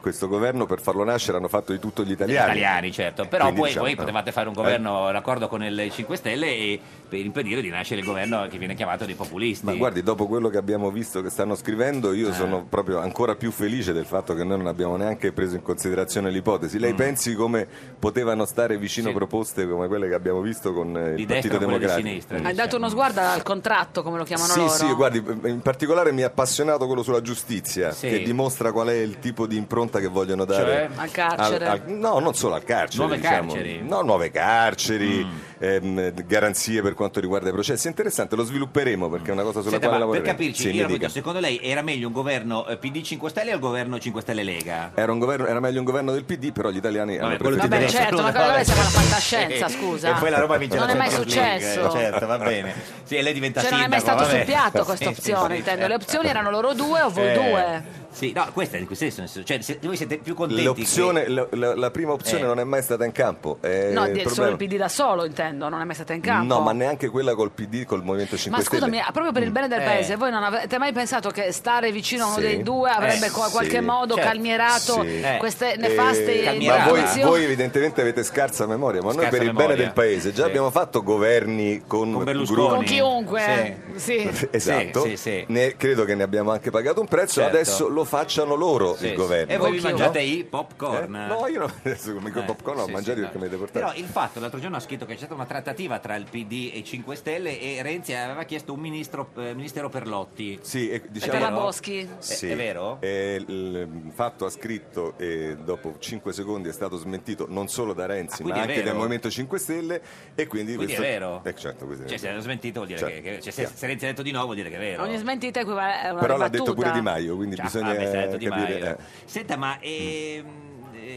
Speaker 11: Questo governo per farlo nascere hanno fatto di tutto gli italiani.
Speaker 1: Italiani, certo. Però Eh.
Speaker 11: Quindi,
Speaker 1: poi,
Speaker 11: diciamo,
Speaker 1: voi
Speaker 11: no.
Speaker 1: potevate fare un governo d'accordo con il 5 Stelle e per impedire di nascere il governo che viene chiamato dei populisti.
Speaker 11: Ma guardi, dopo quello che abbiamo visto che stanno scrivendo,
Speaker 1: Eh.
Speaker 11: io sono proprio ancora più felice del fatto che noi non abbiamo neanche preso in considerazione l'ipotesi.
Speaker 1: Mm.
Speaker 11: Lei pensi come potevano stare vicino proposte come quelle che abbiamo visto con eh, il
Speaker 1: destra
Speaker 11: Partito
Speaker 1: o quelle di
Speaker 11: Democratico?
Speaker 2: Hai dato uno sguardo al contratto, come lo chiamano
Speaker 11: Sì,
Speaker 2: loro?
Speaker 11: sì, guardi, in particolare mi ha appassionato quello sulla giustizia, che dimostra qual è il tipo di impronta che vogliono dare
Speaker 2: Al carcere.
Speaker 11: al- al- no, non solo al carcere.
Speaker 1: Cioè, Nuove
Speaker 11: diciamo.
Speaker 1: carceri? Mm.
Speaker 11: No, nuove carceri, ehm, garanzie per quanto riguarda i processi. È interessante, lo svilupperemo perché è una cosa sulla
Speaker 1: Senta,
Speaker 11: quale
Speaker 1: ma per
Speaker 11: lavoreremo.
Speaker 1: capirci,
Speaker 11: Sì,
Speaker 1: io
Speaker 11: mi
Speaker 1: la voglio-
Speaker 11: dica.
Speaker 1: secondo lei era meglio un governo eh, PD 5 Stelle o il governo 5 Stelle Lega?
Speaker 11: Era, un governo- era meglio un governo del PD, però gli italiani hanno
Speaker 1: quello
Speaker 11: preferito-
Speaker 2: Vabbè, certo, ma quella siamo alla fantascienza,
Speaker 1: Eh,
Speaker 2: scusa.
Speaker 1: E poi la Roma vince
Speaker 2: Non
Speaker 1: la
Speaker 2: è mai
Speaker 1: Champions League,
Speaker 2: successo.
Speaker 1: eh, certo, va bene. Sì, e lei diventa
Speaker 2: Cioè, non è mai
Speaker 1: sindaco,
Speaker 2: stato sul
Speaker 1: vabbè.
Speaker 2: piatto questa
Speaker 1: Sì, sì,
Speaker 2: opzione,
Speaker 1: sì,
Speaker 2: intendo.
Speaker 1: certo.
Speaker 2: Le opzioni erano loro due o voi
Speaker 1: Eh,
Speaker 2: due?
Speaker 1: Sì, no, questa è in questo senso. Cioè, se- voi siete più contenti
Speaker 11: L'opzione-
Speaker 1: che-
Speaker 11: la, la- la prima opzione
Speaker 1: Eh.
Speaker 11: non è mai stata in campo. è
Speaker 2: No,
Speaker 11: eh, il
Speaker 2: di- solo
Speaker 11: problema.
Speaker 2: il PD da solo, intendo, non è mai stata in campo.
Speaker 11: No, ma neanche quella col PD, col Movimento 5
Speaker 2: Ma
Speaker 11: Stelle.
Speaker 2: scusami, proprio per il bene del
Speaker 11: Mm.
Speaker 2: paese,
Speaker 11: Eh.
Speaker 2: voi non avete mai pensato che stare vicino a uno
Speaker 11: Sì.
Speaker 2: dei due avrebbe
Speaker 11: Eh,
Speaker 2: co- in qualche
Speaker 11: sì.
Speaker 2: modo
Speaker 11: Certo.
Speaker 2: calmierato
Speaker 11: Sì.
Speaker 2: queste
Speaker 11: Eh,
Speaker 2: nefaste
Speaker 11: ma voi,
Speaker 2: intenzioni?
Speaker 11: voi evidentemente avete scarsa memoria, ma
Speaker 1: Scarsa
Speaker 11: noi per il
Speaker 1: memoria.
Speaker 11: bene del paese già
Speaker 1: Sì.
Speaker 11: abbiamo fatto governi con,
Speaker 1: con Berlusconi.
Speaker 2: Con chiunque, eh. sì.
Speaker 11: Esatto,
Speaker 1: Sì, sì, sì.
Speaker 11: Ne- credo che ne abbiamo anche pagato un prezzo,
Speaker 1: Certo.
Speaker 11: adesso lo facciano loro
Speaker 1: Sì,
Speaker 11: il
Speaker 1: sì.
Speaker 11: governo.
Speaker 1: E voi vi
Speaker 11: Occhio,
Speaker 1: mangiate
Speaker 11: no?
Speaker 1: i popcorn.
Speaker 11: Eh? No, io non- adesso con i popcorn ho
Speaker 1: Eh, sì,
Speaker 11: mangiato
Speaker 1: sì,
Speaker 11: perché mi avete portato.
Speaker 1: Però il fatto, l'altro giorno ha scritto che c'è stata una trattativa tra il PD e i 5 Stelle e Renzi aveva chiesto un ministro, eh, ministero per Lotti.
Speaker 11: Sì, e diciamo-
Speaker 2: per la Boschi?
Speaker 11: Sì.
Speaker 1: Eh, È, vero?
Speaker 11: E il mm, fatto ha scritto e dopo 5 secondi è stato smentito non solo da Renzi ma
Speaker 1: Ah, quindi è
Speaker 11: anche
Speaker 1: vero?
Speaker 11: dal Movimento 5 Stelle e quindi,
Speaker 1: Quindi
Speaker 11: questo
Speaker 1: è vero?
Speaker 11: Eh, certo, questo è
Speaker 1: Cioè, se
Speaker 11: vero.
Speaker 1: l'hanno smentito vuol dire
Speaker 11: Certo,
Speaker 1: che, che- cioè, se,
Speaker 11: chiaro.
Speaker 1: se Renzi ha detto di no vuol dire che è vero.
Speaker 2: Ogni smentita equivale a una
Speaker 11: Però l'ha
Speaker 2: ribattuta.
Speaker 11: detto pure Di Maio, quindi
Speaker 1: Cioè,
Speaker 11: bisogna
Speaker 1: vabbè, se l'ha detto Di
Speaker 11: capire.
Speaker 1: Maio.
Speaker 11: eh.
Speaker 1: Senta, ma ehm,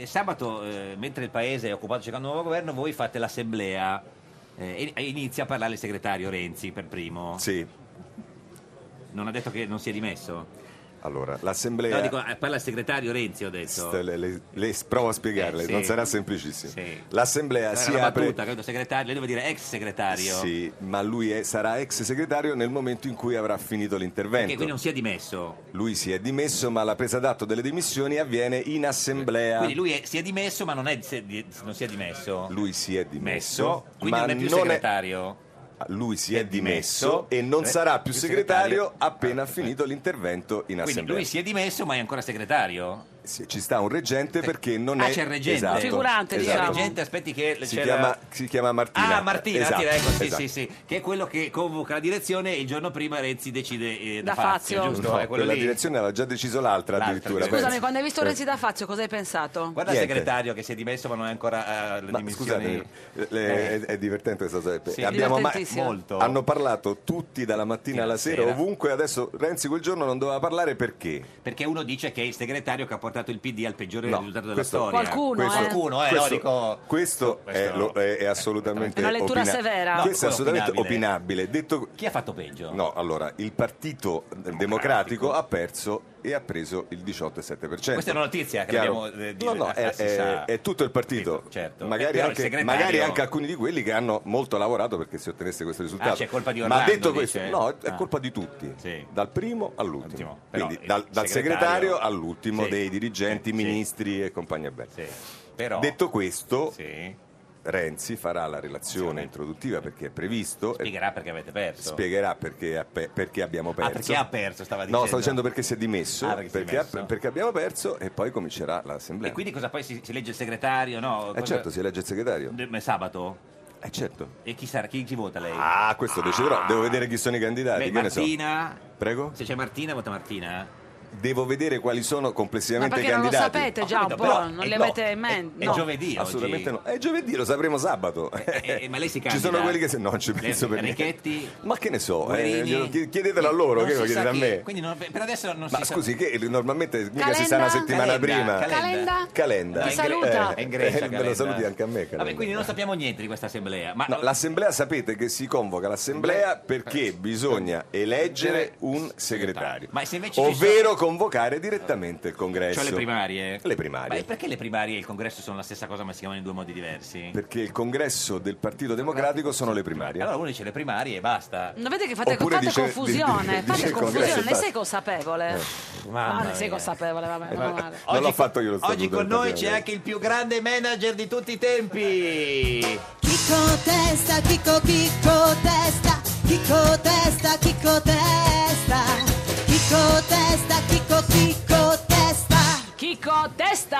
Speaker 1: eh, sabato, eh, mentre il paese è occupato cercando un nuovo governo, voi fate l'assemblea eh, e e inizia a parlare il segretario Renzi per primo.
Speaker 11: Sì.
Speaker 1: Non ha detto che non si è dimesso?
Speaker 11: Allora,
Speaker 1: No,
Speaker 11: l'assemblea...
Speaker 1: dico, eh, parla il segretario Renzi, ho detto.
Speaker 11: le, le- le- provo a spiegarle,
Speaker 1: Eh, sì.
Speaker 11: non sarà semplicissimo. L'assemblea
Speaker 1: Era
Speaker 11: si
Speaker 1: una
Speaker 11: apre...
Speaker 1: battuta, credo, segretario, lei deve dire ex segretario.
Speaker 11: Sì, ma lui è- sarà ex segretario nel momento in cui avrà finito
Speaker 1: Perché
Speaker 11: l'intervento.
Speaker 1: qui non si è dimesso.
Speaker 11: Lui si è dimesso, ma la presa d'atto delle dimissioni avviene in assemblea.
Speaker 1: Quindi lui è- si è dimesso, ma non, è, se- di- non si è dimesso.
Speaker 11: Lui si è dimesso,
Speaker 1: Quindi
Speaker 11: ma Ah,
Speaker 1: non è più segretario.
Speaker 11: Lui si è dimesso
Speaker 1: dimesso
Speaker 11: e non
Speaker 1: eh,
Speaker 11: sarà più
Speaker 1: più
Speaker 11: segretario appena finito l'intervento in
Speaker 1: eh. Quindi
Speaker 11: assemblea.
Speaker 1: lui si è dimesso, ma è ancora segretario.
Speaker 11: sì, ci sta un reggente perché non
Speaker 1: Ah,
Speaker 11: è
Speaker 1: c'è il reggente.
Speaker 11: Esatto,
Speaker 1: Figurante,
Speaker 11: esatto.
Speaker 1: diciamo. Il reggente, aspetti che
Speaker 11: si
Speaker 1: c'è
Speaker 11: chiama,
Speaker 1: la-
Speaker 11: si chiama Martina.
Speaker 1: Ah, Martina,
Speaker 11: Esatto,
Speaker 1: Martina, ecco, sì,
Speaker 11: esatto.
Speaker 1: sì, sì, che è quello che convoca la direzione e il giorno prima Renzi decide eh, da,
Speaker 2: Da
Speaker 1: Fazio,
Speaker 2: Fazio.
Speaker 1: giusto?
Speaker 11: No,
Speaker 1: è quello
Speaker 11: quella
Speaker 1: lì.
Speaker 11: direzione aveva già deciso l'altra, addirittura.
Speaker 2: Scusami,
Speaker 11: penso.
Speaker 2: quando hai visto
Speaker 11: Eh.
Speaker 2: Renzi da Fazio, cosa hai pensato?
Speaker 1: Guarda
Speaker 11: Niente.
Speaker 1: il segretario che si è dimesso ma non è ancora eh, alle
Speaker 11: Ma
Speaker 1: dimissioni.
Speaker 11: scusate, le-
Speaker 1: Eh.
Speaker 11: è, è divertente questa serie.
Speaker 1: Sì,
Speaker 11: Abbiamo ma-
Speaker 1: divertentissimo. Molto.
Speaker 11: Hanno parlato tutti dalla mattina alla sera,
Speaker 1: sera.
Speaker 11: ovunque. Adesso Renzi quel giorno non doveva parlare perché?
Speaker 1: Perché uno dice che è il segretario che ha portato il PD al peggiore
Speaker 11: No,
Speaker 1: risultato della
Speaker 11: questo-
Speaker 1: storia.
Speaker 2: Qualcuno,
Speaker 1: questo,
Speaker 2: eh.
Speaker 1: qualcuno, eh,
Speaker 11: questo, certo.
Speaker 1: no, dico...
Speaker 11: questo è, lo- è- è assolutamente
Speaker 2: È una lettura
Speaker 11: Eh, opina-
Speaker 2: severa. No,
Speaker 11: questo è
Speaker 1: quello è
Speaker 11: assolutamente opinabile. Detto,
Speaker 1: Chi ha fatto peggio?
Speaker 11: no, allora, il partito democratico, ha perso e ha preso il 18,7%.
Speaker 1: Questa è una notizia che
Speaker 11: Chiaro?
Speaker 1: dobbiamo, eh,
Speaker 11: No,
Speaker 1: dire,
Speaker 11: no,
Speaker 1: ah,
Speaker 11: è,
Speaker 1: si
Speaker 11: è-
Speaker 1: sa.
Speaker 11: è tutto il partito.
Speaker 1: certo. Eh,
Speaker 11: Magari,
Speaker 1: però il
Speaker 11: anche,
Speaker 1: segretario-
Speaker 11: magari anche alcuni di quelli che hanno molto lavorato perché si ottenesse questo risultato.
Speaker 1: Ah, c'è colpa di
Speaker 11: Ma
Speaker 1: Orlando,
Speaker 11: detto questo,
Speaker 1: dice?
Speaker 11: no, è
Speaker 1: Ah.
Speaker 11: colpa di tutti, dal primo all'ultimo.
Speaker 1: Però
Speaker 11: Quindi
Speaker 1: il
Speaker 11: dal, dal
Speaker 1: segretario-
Speaker 11: segretario all'ultimo
Speaker 1: Sì.
Speaker 11: dei dirigenti, ministri e compagnia bella.
Speaker 1: Però-
Speaker 11: Detto questo, Renzi farà la relazione introduttiva perché è previsto.
Speaker 1: Spiegherà perché avete perso.
Speaker 11: Spiegherà perché, ha pe- perché abbiamo perso.
Speaker 1: Ah, perché ha perso, stava dicendo.
Speaker 11: No, sto dicendo perché si è dimesso,
Speaker 1: Ah, perché
Speaker 11: perché,
Speaker 1: si è
Speaker 11: ha-
Speaker 1: dimesso.
Speaker 11: perché abbiamo perso e poi comincerà l'assemblea.
Speaker 1: E quindi cosa poi si, si legge il segretario, no?
Speaker 11: Eh
Speaker 1: Cosa-
Speaker 11: certo, si elegge il segretario.
Speaker 1: Ma è sabato?
Speaker 11: Eh certo.
Speaker 1: E chi, sarà, chi, chi vota lei?
Speaker 11: Ah, questo deciderò. Devo vedere chi sono i candidati.
Speaker 1: Beh,
Speaker 11: che ne so.
Speaker 1: Martina...
Speaker 11: Prego?
Speaker 1: Se c'è Martina, vota Martina?
Speaker 11: Devo vedere quali sono
Speaker 2: Ma
Speaker 11: complessivamente i
Speaker 2: perché non lo
Speaker 11: candidati. eh,
Speaker 2: sapete già un po', non li avete in mente? No.
Speaker 11: Assolutamente no. È giovedì, lo sapremo sabato.
Speaker 1: ma lei si
Speaker 11: Eh, Ci
Speaker 1: Eh, candida?
Speaker 11: sono quelli che se no, non ci penso per
Speaker 1: Richetti?
Speaker 11: niente. Ma che ne so, eh,
Speaker 1: Guerini?
Speaker 11: glielo chied- chiedetelo a loro,
Speaker 1: Non
Speaker 11: che lo
Speaker 1: si sa
Speaker 11: chiedete a
Speaker 1: chi-
Speaker 11: me.
Speaker 1: Quindi non- per adesso non
Speaker 11: Ma
Speaker 1: si sa-
Speaker 11: scusi, che normalmente mica si
Speaker 1: Calenda?
Speaker 11: sa una settimana
Speaker 1: Calenda,
Speaker 11: prima.
Speaker 1: Calenda?
Speaker 11: Calenda.
Speaker 1: Ti
Speaker 11: Eh,
Speaker 1: saluta.
Speaker 11: eh,
Speaker 1: È in Grecia,
Speaker 11: eh, Me
Speaker 1: Calenda.
Speaker 11: lo saluti anche a me, Eh, Calenda.
Speaker 1: Vabbè, quindi non sappiamo niente di questa assemblea. Ma
Speaker 11: No, l'assemblea sapete che si convoca l'assemblea perché bisogna eleggere un segretario,
Speaker 1: Ma se invece ci
Speaker 11: ovvero convocare direttamente il congresso.
Speaker 1: Cioè le primarie?
Speaker 11: Le primarie.
Speaker 1: Ma perché le primarie e il congresso sono la stessa cosa ma si chiamano in due modi diversi?
Speaker 11: Perché il congresso del
Speaker 1: Cioè,
Speaker 11: Partito Democratico sono le primarie.
Speaker 1: Allora uno dice le primarie e basta.
Speaker 2: Non vede che fate,
Speaker 11: Oppure
Speaker 2: fate
Speaker 11: dice-
Speaker 2: confusione,
Speaker 11: dice-
Speaker 2: fate
Speaker 11: dice il
Speaker 2: confusione,
Speaker 11: congresso,
Speaker 2: ne sei
Speaker 11: basta.
Speaker 2: consapevole.
Speaker 11: Eh.
Speaker 1: Mamma
Speaker 2: Ah, ne sei
Speaker 1: mia.
Speaker 2: consapevole, vabbè, meno male.
Speaker 11: Non l'ho fatto io lo eh. statuto
Speaker 1: Oggi
Speaker 11: del
Speaker 1: con noi
Speaker 11: Partito
Speaker 1: c'è anche il più grande manager di tutti i tempi.
Speaker 12: Chicco testa, chicco, chicco testa, chicco testa, chicco testa, chicco testa, chicco, chicco testa.
Speaker 2: Chicco testa?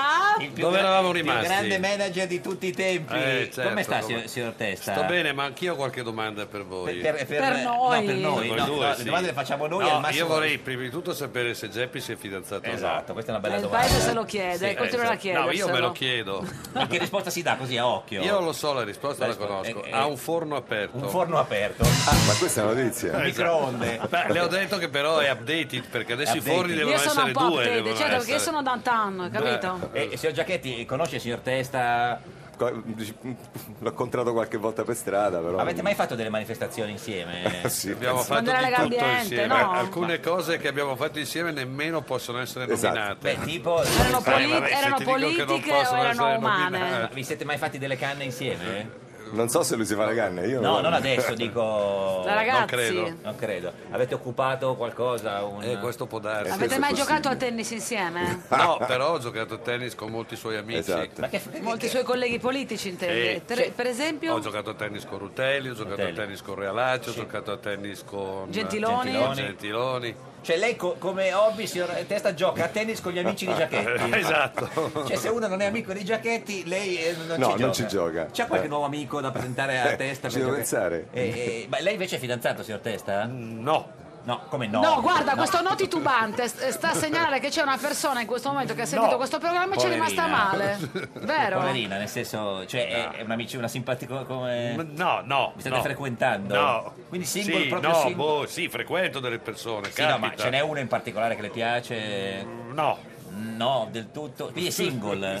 Speaker 13: Dove eravamo
Speaker 1: Il
Speaker 13: rimasti?
Speaker 1: grande manager di tutti i tempi.
Speaker 13: Eh, certo,
Speaker 1: come sta,
Speaker 13: come-
Speaker 1: signor, signor Testa?
Speaker 13: Sto bene, ma anch'io ho qualche domanda per voi.
Speaker 1: Per- per- Per noi. no, per noi,
Speaker 13: Voi
Speaker 1: no,
Speaker 13: due,
Speaker 1: no,
Speaker 13: sì.
Speaker 1: le domande le facciamo noi,
Speaker 13: No,
Speaker 1: al massimo-
Speaker 13: Io vorrei prima di tutto sapere se Geppi si è fidanzato o no.
Speaker 1: Esatto, questa è una
Speaker 2: bella Il domanda. paese se lo chiede,
Speaker 13: e
Speaker 2: continuerà a
Speaker 13: esatto. No, io me
Speaker 2: chiederselo.
Speaker 13: lo chiedo.
Speaker 1: Ma che risposta si dà così a occhio?
Speaker 13: Io lo so la risposta,
Speaker 1: La
Speaker 13: la,
Speaker 1: risposta-
Speaker 13: conosco.
Speaker 1: eh, eh.
Speaker 13: ha un forno aperto.
Speaker 1: Un forno aperto.
Speaker 11: ma questa è una notizia.
Speaker 13: Eh,
Speaker 1: Microonde.
Speaker 13: esatto. Beh, le ho detto che però è updated perché adesso
Speaker 1: Updated.
Speaker 13: i forni devono
Speaker 2: Io sono un
Speaker 13: essere
Speaker 2: po'
Speaker 13: due.
Speaker 2: updated,
Speaker 13: devono
Speaker 2: certo, perché
Speaker 13: essere.
Speaker 2: io
Speaker 13: eh,
Speaker 2: sono downtown, capito?
Speaker 1: E, e Eh, signor Giacchetti conosce il signor Testa?
Speaker 11: Co- L'ho incontrato qualche volta per strada, però.
Speaker 1: Avete mai fatto delle manifestazioni insieme?
Speaker 11: Sì.
Speaker 13: Abbiamo fatto
Speaker 2: Bandera
Speaker 13: di tutto
Speaker 2: Legambiente,
Speaker 13: insieme.
Speaker 2: no?
Speaker 13: eh, Alcune cose che abbiamo fatto insieme nemmeno possono essere
Speaker 1: Esatto.
Speaker 13: nominate. Eh,
Speaker 1: Beh, tipo
Speaker 2: Erano poli- erano politiche o erano umane?
Speaker 1: Ma Vi siete mai fatti delle canne insieme?
Speaker 11: Non so se lui si fa la canna. Io
Speaker 1: No, non adesso, dico...
Speaker 2: Da ragazzi?
Speaker 1: Non credo. Non credo. Avete occupato qualcosa? Un... Eh,
Speaker 13: questo può darsi.
Speaker 2: Avete mai giocato a tennis insieme?
Speaker 13: No, però ho giocato a tennis con molti suoi amici.
Speaker 11: Ma
Speaker 1: che
Speaker 2: Molti suoi colleghi politici intende.
Speaker 13: Sì.
Speaker 2: Tre- Per
Speaker 13: Ho
Speaker 2: esempio,
Speaker 13: giocato a tennis con Rutelli, ho giocato a tennis con Realaccio, ho giocato a tennis con
Speaker 2: Gentiloni.
Speaker 13: Gentiloni. Gentiloni.
Speaker 1: Cioè lei co- come hobby, signor Testa, gioca a tennis con gli amici di Giacchetti?
Speaker 13: esatto.
Speaker 1: Cioè se uno non è amico di Giacchetti, lei eh, non
Speaker 11: No,
Speaker 1: ci gioca.
Speaker 11: non ci gioca.
Speaker 1: C'è qualche
Speaker 11: Eh.
Speaker 1: nuovo amico da presentare a
Speaker 11: Eh,
Speaker 1: Testa?
Speaker 11: ci devo pensare.
Speaker 1: Eh, eh, ma lei invece è fidanzato, signor Testa?
Speaker 13: No.
Speaker 1: No, come no?
Speaker 2: no, guarda,
Speaker 1: No.
Speaker 2: questo no titubante st- sta a segnalare che c'è una persona in questo momento che ha sentito
Speaker 1: No.
Speaker 2: questo programma e ci è
Speaker 1: Poverina.
Speaker 2: rimasta male. Vero?
Speaker 1: Poverina, nel senso, cioè è- è un'amici, una simpatica come...
Speaker 13: Ah. No, no.
Speaker 1: Mi state
Speaker 13: no.
Speaker 1: frequentando?
Speaker 13: No.
Speaker 1: Quindi single,
Speaker 13: sì,
Speaker 1: proprio
Speaker 13: no,
Speaker 1: single?
Speaker 13: boh, sì, frequento delle persone.
Speaker 1: Sì, no, ma
Speaker 13: capita. Mm,
Speaker 1: ce n'è uno in particolare che le piace?
Speaker 13: No.
Speaker 1: No, del tutto. Quindi è single?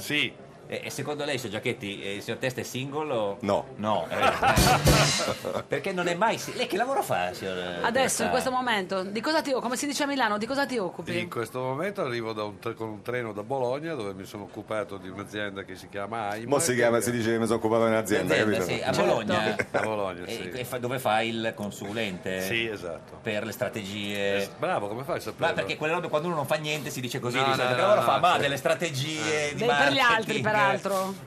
Speaker 13: sì.
Speaker 1: E e secondo lei, signor Giacchetti, eh, il signor Testa è single o...
Speaker 11: No.
Speaker 1: No. eh. Perché non è mai... si- Lei che lavoro fa, signor
Speaker 11: Eh,
Speaker 2: Adesso,
Speaker 13: Testa.
Speaker 2: in questo momento, di cosa ti come si dice a Milano, di cosa ti
Speaker 13: In
Speaker 2: occupi?
Speaker 13: questo momento arrivo da un tre- con un treno da Bologna dove mi sono occupato di un'azienda che si chiama AIMA.
Speaker 11: Mo si chiama, si dice che mi sono occupato di un'azienda, capito?
Speaker 1: sì, a Bologna.
Speaker 13: Certo. A Bologna,
Speaker 1: E-
Speaker 13: sì.
Speaker 1: e fa- dove fa il consulente?
Speaker 13: Sì, esatto.
Speaker 1: Per le strategie...
Speaker 13: Bravo, come fai a sapere?
Speaker 1: Ma perché quelle robe quando uno non fa niente si dice così,
Speaker 13: No,
Speaker 1: di
Speaker 13: no,
Speaker 1: solito,
Speaker 13: no,
Speaker 1: che loro
Speaker 13: no,
Speaker 1: fa ma
Speaker 13: sì. Eh.
Speaker 1: delle strategie di
Speaker 2: Beh, per gli altri,
Speaker 1: marketing".
Speaker 2: peraltro.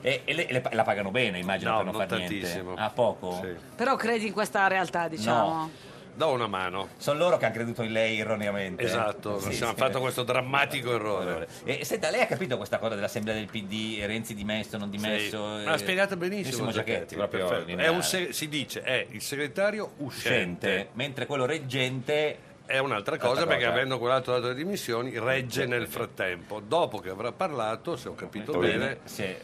Speaker 1: E, e le- le pa- la pagano bene, immagino,
Speaker 13: No,
Speaker 1: per non,
Speaker 13: non
Speaker 1: far niente.
Speaker 13: tantissimo.
Speaker 1: A poco?
Speaker 2: Però credi in questa realtà, diciamo.
Speaker 1: No.
Speaker 13: Do una mano.
Speaker 1: Sono loro che hanno creduto in lei erroneamente.
Speaker 13: Esatto,
Speaker 1: Sì,
Speaker 13: non
Speaker 1: sì.
Speaker 13: siamo fatto questo drammatico errore.
Speaker 1: E senta, lei ha capito questa cosa dell'assemblea del PD, Renzi dimesso, non dimesso?
Speaker 13: Sì.
Speaker 1: eh,
Speaker 13: Ma ha spiegato benissimo.
Speaker 1: Massimo Giachetti, proprio
Speaker 13: perfetto. È
Speaker 1: lineare.
Speaker 13: un se- si dice è il segretario uscente,
Speaker 1: Uscente, mentre quello reggente
Speaker 13: è un'altra cosa
Speaker 1: Altra
Speaker 13: perché
Speaker 1: cosa.
Speaker 13: avendo quell'altro dato le dimissioni regge nel frattempo. Dopo che avrà parlato, se ho capito bene, eh,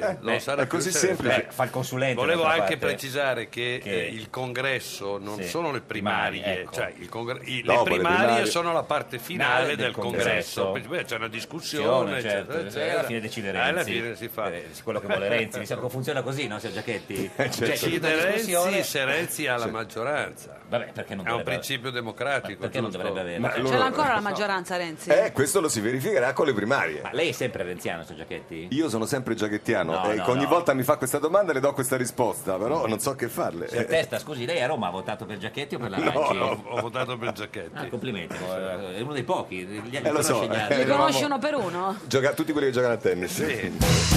Speaker 11: eh,
Speaker 13: non
Speaker 11: eh,
Speaker 13: sarà
Speaker 11: è
Speaker 13: più
Speaker 11: così
Speaker 13: segretario.
Speaker 11: semplice. Beh, fa il consulente,
Speaker 13: Volevo
Speaker 11: d'altra
Speaker 13: anche
Speaker 11: parte,
Speaker 13: precisare che,
Speaker 11: che-
Speaker 13: eh, il congresso non
Speaker 11: Sì,
Speaker 13: sono le primarie,
Speaker 11: primarie, ecco.
Speaker 13: cioè il congre- i- le
Speaker 11: Dopo le
Speaker 13: primarie
Speaker 11: primarie.
Speaker 13: sono la parte finale
Speaker 11: Finale
Speaker 13: del,
Speaker 11: del
Speaker 13: congresso.
Speaker 11: congresso.
Speaker 13: Beh, C'è una discussione,
Speaker 1: Certo,
Speaker 13: eccetera,
Speaker 1: certo.
Speaker 13: eccetera.
Speaker 1: alla fine decide Renzi.
Speaker 13: Eh, Alla fine si fa.
Speaker 1: Eh, quello che vuole Renzi, mi sa che funziona così, no, signor Giachetti? Cioè,
Speaker 13: Decide
Speaker 1: tutta la discussione-
Speaker 13: certo. Renzi se Renzi ha la maggioranza.
Speaker 1: Vabbè, perché non
Speaker 13: è un
Speaker 1: dovrebbe-
Speaker 13: principio democratico. Cioè,
Speaker 1: perché non dovrebbe avere? Ma
Speaker 2: Ce l'ha ancora la maggioranza Renzi?
Speaker 11: Eh, questo lo si verificherà con le primarie.
Speaker 1: Ma Ah, lei è sempre renziano, signor Giachetti?
Speaker 11: Io sono sempre giacchettiano
Speaker 1: No,
Speaker 11: e
Speaker 1: no,
Speaker 11: ogni
Speaker 1: no.
Speaker 11: volta mi fa questa domanda e le do questa risposta, però non so che farle.
Speaker 1: Signor Testa, scusi, lei a Roma ha votato per Giachetti o per la
Speaker 11: Eh, No,
Speaker 1: Raggi?
Speaker 11: ho-
Speaker 13: votato per Giachetti.
Speaker 1: Ah, complimenti, eh, è uno dei pochi. Li,
Speaker 11: Eh, lo so,
Speaker 1: conosce gli altri.
Speaker 11: eh,
Speaker 2: Li conosci uno per uno?
Speaker 11: Gioca- tutti quelli che giocano a tennis.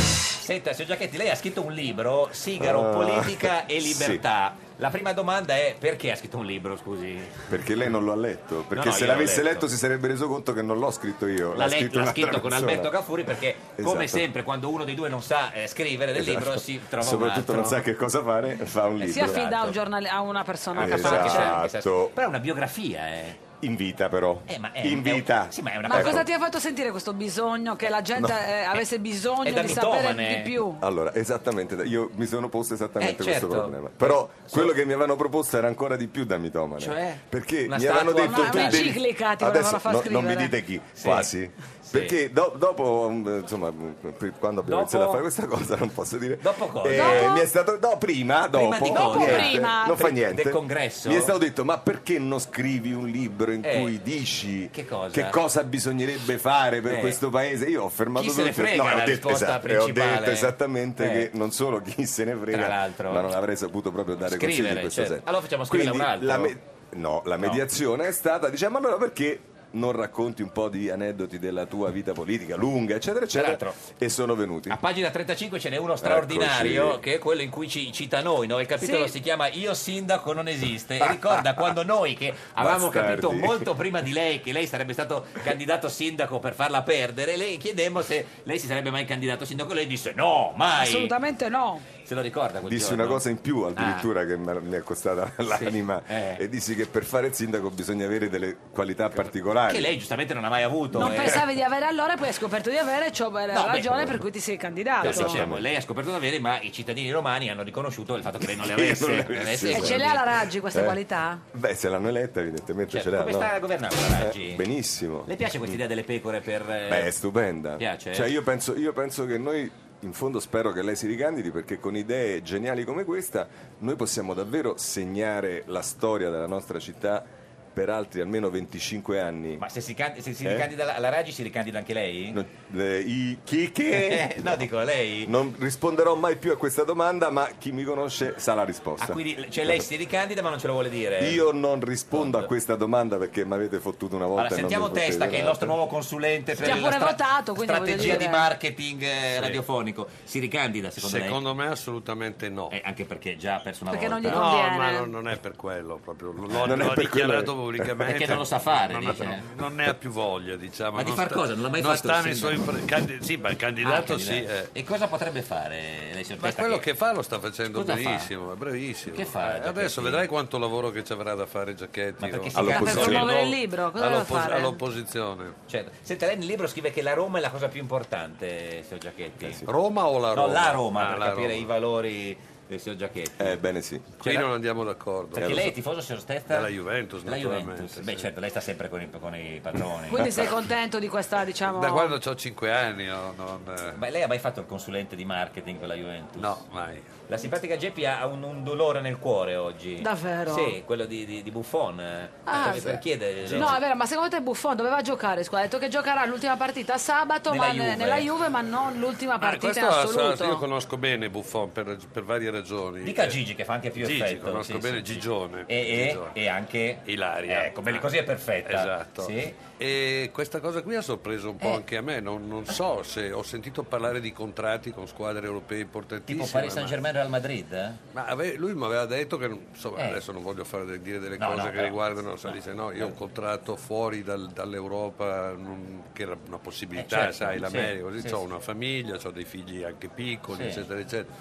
Speaker 1: Senta, signor Giachetti, lei ha scritto un libro, Sigaro,
Speaker 11: Ah,
Speaker 1: Politica e
Speaker 11: sì.
Speaker 1: Libertà. La prima domanda è perché ha scritto un libro, scusi?
Speaker 11: Perché lei non lo ha letto, perché
Speaker 1: no,
Speaker 11: se
Speaker 1: io
Speaker 11: l'avesse
Speaker 1: l'ho
Speaker 11: letto.
Speaker 1: letto
Speaker 11: si sarebbe reso conto che non l'ho scritto io.
Speaker 1: L'ha, let- l'ha
Speaker 11: un'altra
Speaker 1: scritto con
Speaker 11: persona.
Speaker 1: Alberto Cafuri perché, come
Speaker 11: Esatto.
Speaker 1: sempre, quando uno dei due non sa eh, scrivere del
Speaker 11: Esatto.
Speaker 1: libro si trova
Speaker 11: Soprattutto
Speaker 1: un altro.
Speaker 11: non sa che cosa fare, fa un libro.
Speaker 2: Si affida a, un giornale- a una persona
Speaker 11: Esatto.
Speaker 2: capace.
Speaker 11: Esatto.
Speaker 1: Però è una biografia, eh.
Speaker 11: In vita però.
Speaker 1: Eh, ma è-
Speaker 11: In vita.
Speaker 1: Sì, ma è una
Speaker 2: Ma
Speaker 11: Ecco.
Speaker 2: cosa ti ha fatto sentire questo bisogno che la gente
Speaker 11: No.
Speaker 2: eh, avesse
Speaker 11: È
Speaker 2: bisogno
Speaker 11: da
Speaker 2: di sapere
Speaker 11: mitomane.
Speaker 2: di più?
Speaker 11: Allora, esattamente, io mi sono posto esattamente
Speaker 2: Eh,
Speaker 11: questo
Speaker 2: certo.
Speaker 11: problema. Però quello che mi avevano proposto era ancora di più da mitomane.
Speaker 2: Cioè?
Speaker 11: Perché
Speaker 2: Una
Speaker 11: mi avevano
Speaker 2: statua?
Speaker 11: detto
Speaker 2: Ma una
Speaker 11: tu devi-
Speaker 2: ciclica ti volevano
Speaker 11: Adesso
Speaker 2: far
Speaker 11: no- non mi
Speaker 2: scrivere.
Speaker 11: dite chi, quasi. Perché do- dopo, um, insomma, per- quando abbiamo
Speaker 1: Dopo-
Speaker 11: iniziato a fare questa cosa non posso dire. Dopo
Speaker 1: cosa?
Speaker 2: Dopo?
Speaker 11: Mi è stato no, prima, dopo.
Speaker 1: Prima di cosa? Dopo
Speaker 11: niente,
Speaker 1: prima.
Speaker 11: Non fa
Speaker 1: Pre-
Speaker 11: niente.
Speaker 1: del congresso?
Speaker 11: Mi è stato detto "Ma perché non scrivi un libro in
Speaker 1: Eh,
Speaker 11: cui dici che
Speaker 1: cosa?
Speaker 11: bisognerebbe fare per
Speaker 1: Eh.
Speaker 11: questo paese?" Io ho fermato
Speaker 1: Chi se ne
Speaker 11: tutto. no,
Speaker 1: frega la
Speaker 11: ho detto,
Speaker 1: risposta
Speaker 11: esatto, e
Speaker 1: principale.
Speaker 11: ho detto esattamente
Speaker 1: Eh.
Speaker 11: che non solo chi se ne frega,
Speaker 1: Tra l'altro.
Speaker 11: ma non avrei saputo proprio dare consigli in
Speaker 1: Scrivere,
Speaker 11: questo
Speaker 1: certo.
Speaker 11: senso.
Speaker 1: Allora facciamo scrivere
Speaker 11: Quindi
Speaker 1: a un altro.
Speaker 11: la me- No, la mediazione è stata, diciamo, allora perché non racconti un po' di aneddoti della tua vita politica lunga, eccetera, eccetera, e sono venuti.
Speaker 1: Pagina 35 ce n'è uno straordinario
Speaker 11: Eccoci.
Speaker 1: che è quello in cui ci cita noi. no? Il capitolo
Speaker 11: Sì.
Speaker 1: si chiama Io sindaco non esiste e ricorda quando noi che avevamo
Speaker 11: Bastardi.
Speaker 1: capito molto prima di lei che lei sarebbe stato candidato sindaco per farla perdere, lei chiedemmo se lei si sarebbe mai candidato sindaco. Lei disse no, mai.
Speaker 2: Assolutamente no.
Speaker 1: Se lo ricorda quel
Speaker 11: Dissi
Speaker 1: giorno?
Speaker 11: una cosa in più addirittura che me- mi è costata l'anima
Speaker 1: Ah. eh.
Speaker 11: e dissi che per fare il sindaco bisogna avere delle qualità particolari.
Speaker 1: che lei giustamente non ha mai avuto.
Speaker 2: Non
Speaker 1: eh.
Speaker 2: pensavi di avere allora e poi hai scoperto di avere e c'ho la
Speaker 1: No, beh,
Speaker 2: ragione per cui ti sei candidato.
Speaker 1: Lo diciamo, lei ha scoperto di avere, ma i cittadini romani hanno riconosciuto il fatto che lei non le
Speaker 11: Che
Speaker 1: Eh, avesse.
Speaker 11: non le avesse,
Speaker 1: Adesso-
Speaker 2: E ce l'ha la Raggi questa
Speaker 11: Eh.
Speaker 2: qualità?
Speaker 11: Beh, se l'hanno eletta evidentemente
Speaker 1: Certo,
Speaker 11: ce l'ha.
Speaker 1: come
Speaker 11: no?
Speaker 1: sta governando la Raggi?
Speaker 11: Eh, benissimo.
Speaker 1: Le piace questa idea delle pecore per... eh,
Speaker 11: Beh, è stupenda.
Speaker 1: Piace? eh?
Speaker 11: Cioè, io penso, io penso che noi, in fondo, spero che lei si ricandidi perché con idee geniali come questa noi possiamo davvero segnare la storia della nostra città per altri almeno 25 anni.
Speaker 1: Ma se si, can- se si
Speaker 11: Eh?
Speaker 1: ricandida la, la Raggi si ricandida anche lei?
Speaker 11: No, le- eh, i- chi che...
Speaker 1: Eh, no, dico lei.
Speaker 11: Non risponderò mai più a questa domanda, ma chi mi conosce sa la risposta.
Speaker 1: Ah, quindi cioè, lei si ricandida ma non ce lo vuole dire?
Speaker 11: Io non rispondo a questa domanda perché mi avete fottuto una volta.
Speaker 1: Allora,
Speaker 11: e non
Speaker 1: sentiamo
Speaker 11: mi fottete
Speaker 1: Testa, che è il
Speaker 11: un'altra.
Speaker 1: nostro nuovo consulente per
Speaker 2: Ti ha
Speaker 1: la
Speaker 2: pure
Speaker 1: stra-
Speaker 2: votato, quindi voglio
Speaker 1: strategia
Speaker 2: dire-
Speaker 1: di marketing eh, radiofonico. Si ricandida, secondo,
Speaker 13: Secondo
Speaker 1: me assolutamente no. Eh, anche perché già ha perso una
Speaker 2: Perché non
Speaker 1: volta.
Speaker 2: gli conviene.
Speaker 13: No, ma non, non è per quello proprio. L'ho,
Speaker 1: Non è
Speaker 13: l'ho
Speaker 1: per
Speaker 13: dichiarato
Speaker 1: quello.
Speaker 13: pubblicamente.
Speaker 1: Perché non lo sa fare,
Speaker 13: Non,
Speaker 1: dice.
Speaker 13: non- non ne ha più voglia, diciamo.
Speaker 1: Ma di far cosa? Non l'ha mai fatto il
Speaker 13: sta nei suoi
Speaker 1: sindaco?
Speaker 13: pre- candi- Sì, ma il candidato
Speaker 1: Ah,
Speaker 13: sì.
Speaker 1: candidato.
Speaker 13: eh.
Speaker 1: E cosa potrebbe fare lei, signor
Speaker 13: Ma
Speaker 1: Testa,
Speaker 13: quello
Speaker 1: che-
Speaker 13: che fa lo sta facendo
Speaker 1: Cosa fa?
Speaker 13: benissimo, è bravissimo.
Speaker 1: Che fa,
Speaker 13: Eh,
Speaker 1: Giacchetti?
Speaker 13: adesso vedrai quanto lavoro che ci avrà da fare Giacchetti.
Speaker 1: perché
Speaker 13: no?
Speaker 1: si All'opposizione. canta-
Speaker 2: Per promuovere il
Speaker 13: No,
Speaker 2: libro, cosa
Speaker 13: all'oppos-
Speaker 2: doveva fare?
Speaker 13: All'opposizione.
Speaker 1: Certo. Senta, lei nel libro scrive che la Roma è la cosa più importante, signor Giacchetti.
Speaker 13: Eh Roma o la
Speaker 1: No,
Speaker 13: Roma?
Speaker 1: la Roma,
Speaker 13: Ah,
Speaker 1: per
Speaker 13: la
Speaker 1: capire
Speaker 13: Roma.
Speaker 1: i valori del signor Giacchetti.
Speaker 11: Eh, bene sì.
Speaker 13: Qui non andiamo d'accordo.
Speaker 1: Perché lei è tifoso signor Testa?
Speaker 13: Della Juventus,
Speaker 1: La Juventus.
Speaker 13: naturalmente,
Speaker 1: Beh, certo, lei sta sempre con i, con i padroni.
Speaker 2: Quindi sei contento di questa, diciamo...
Speaker 13: Eh. Da quando ho 5 anni no, non... eh.
Speaker 1: Ma lei ha mai fatto il consulente di marketing con la Juventus?
Speaker 13: No, mai.
Speaker 1: La simpatica Geppi ha un, un dolore nel cuore oggi.
Speaker 2: Davvero?
Speaker 1: Sì, quello di, di- di Buffon. eh.
Speaker 2: Ah,
Speaker 1: per,
Speaker 2: sì.
Speaker 1: per chiedere...
Speaker 2: No, è vero, ma secondo te Buffon doveva giocare? Scusa, ha detto che giocherà l'ultima partita sabato
Speaker 13: Nella
Speaker 2: ma
Speaker 13: Juve.
Speaker 2: nella Juve, ma non l'ultima
Speaker 13: Ah,
Speaker 2: partita in
Speaker 13: questo so- io
Speaker 2: assoluto.
Speaker 13: conosco bene Buffon per, per varie ragioni.
Speaker 1: Dica a
Speaker 13: Eh,
Speaker 1: Gigi che fa anche più
Speaker 13: Gigi,
Speaker 1: effetto,
Speaker 13: conosco
Speaker 1: sì,
Speaker 13: bene
Speaker 1: sì, sì.
Speaker 13: Gigione.
Speaker 1: E- e- e anche
Speaker 13: Ilaria.
Speaker 1: Ecco, bene, così è perfetta.
Speaker 13: Esatto.
Speaker 1: Sì.
Speaker 13: E questa cosa qui ha sorpreso un po'
Speaker 1: Eh.
Speaker 13: anche a me. Non, non so se ho sentito parlare di contratti con squadre europee importantissime.
Speaker 1: Tipo Paris
Speaker 13: ma-
Speaker 1: Saint-Germain
Speaker 6: Real Madrid? eh?
Speaker 13: Ma ave- lui mi aveva detto che, insomma,
Speaker 6: Eh.
Speaker 13: adesso non voglio fare de- dire delle
Speaker 6: No,
Speaker 13: cose
Speaker 6: no,
Speaker 13: che
Speaker 6: però-
Speaker 13: riguardano, sai, dice no, io ho un contratto fuori dal- dall'Europa, non- che era una possibilità,
Speaker 14: Eh, certo,
Speaker 13: sai, l'America,
Speaker 14: sì,
Speaker 13: così,
Speaker 14: sì,
Speaker 13: ho
Speaker 14: sì.
Speaker 13: una famiglia, ho dei figli anche piccoli,
Speaker 6: Sì.
Speaker 13: eccetera, eccetera.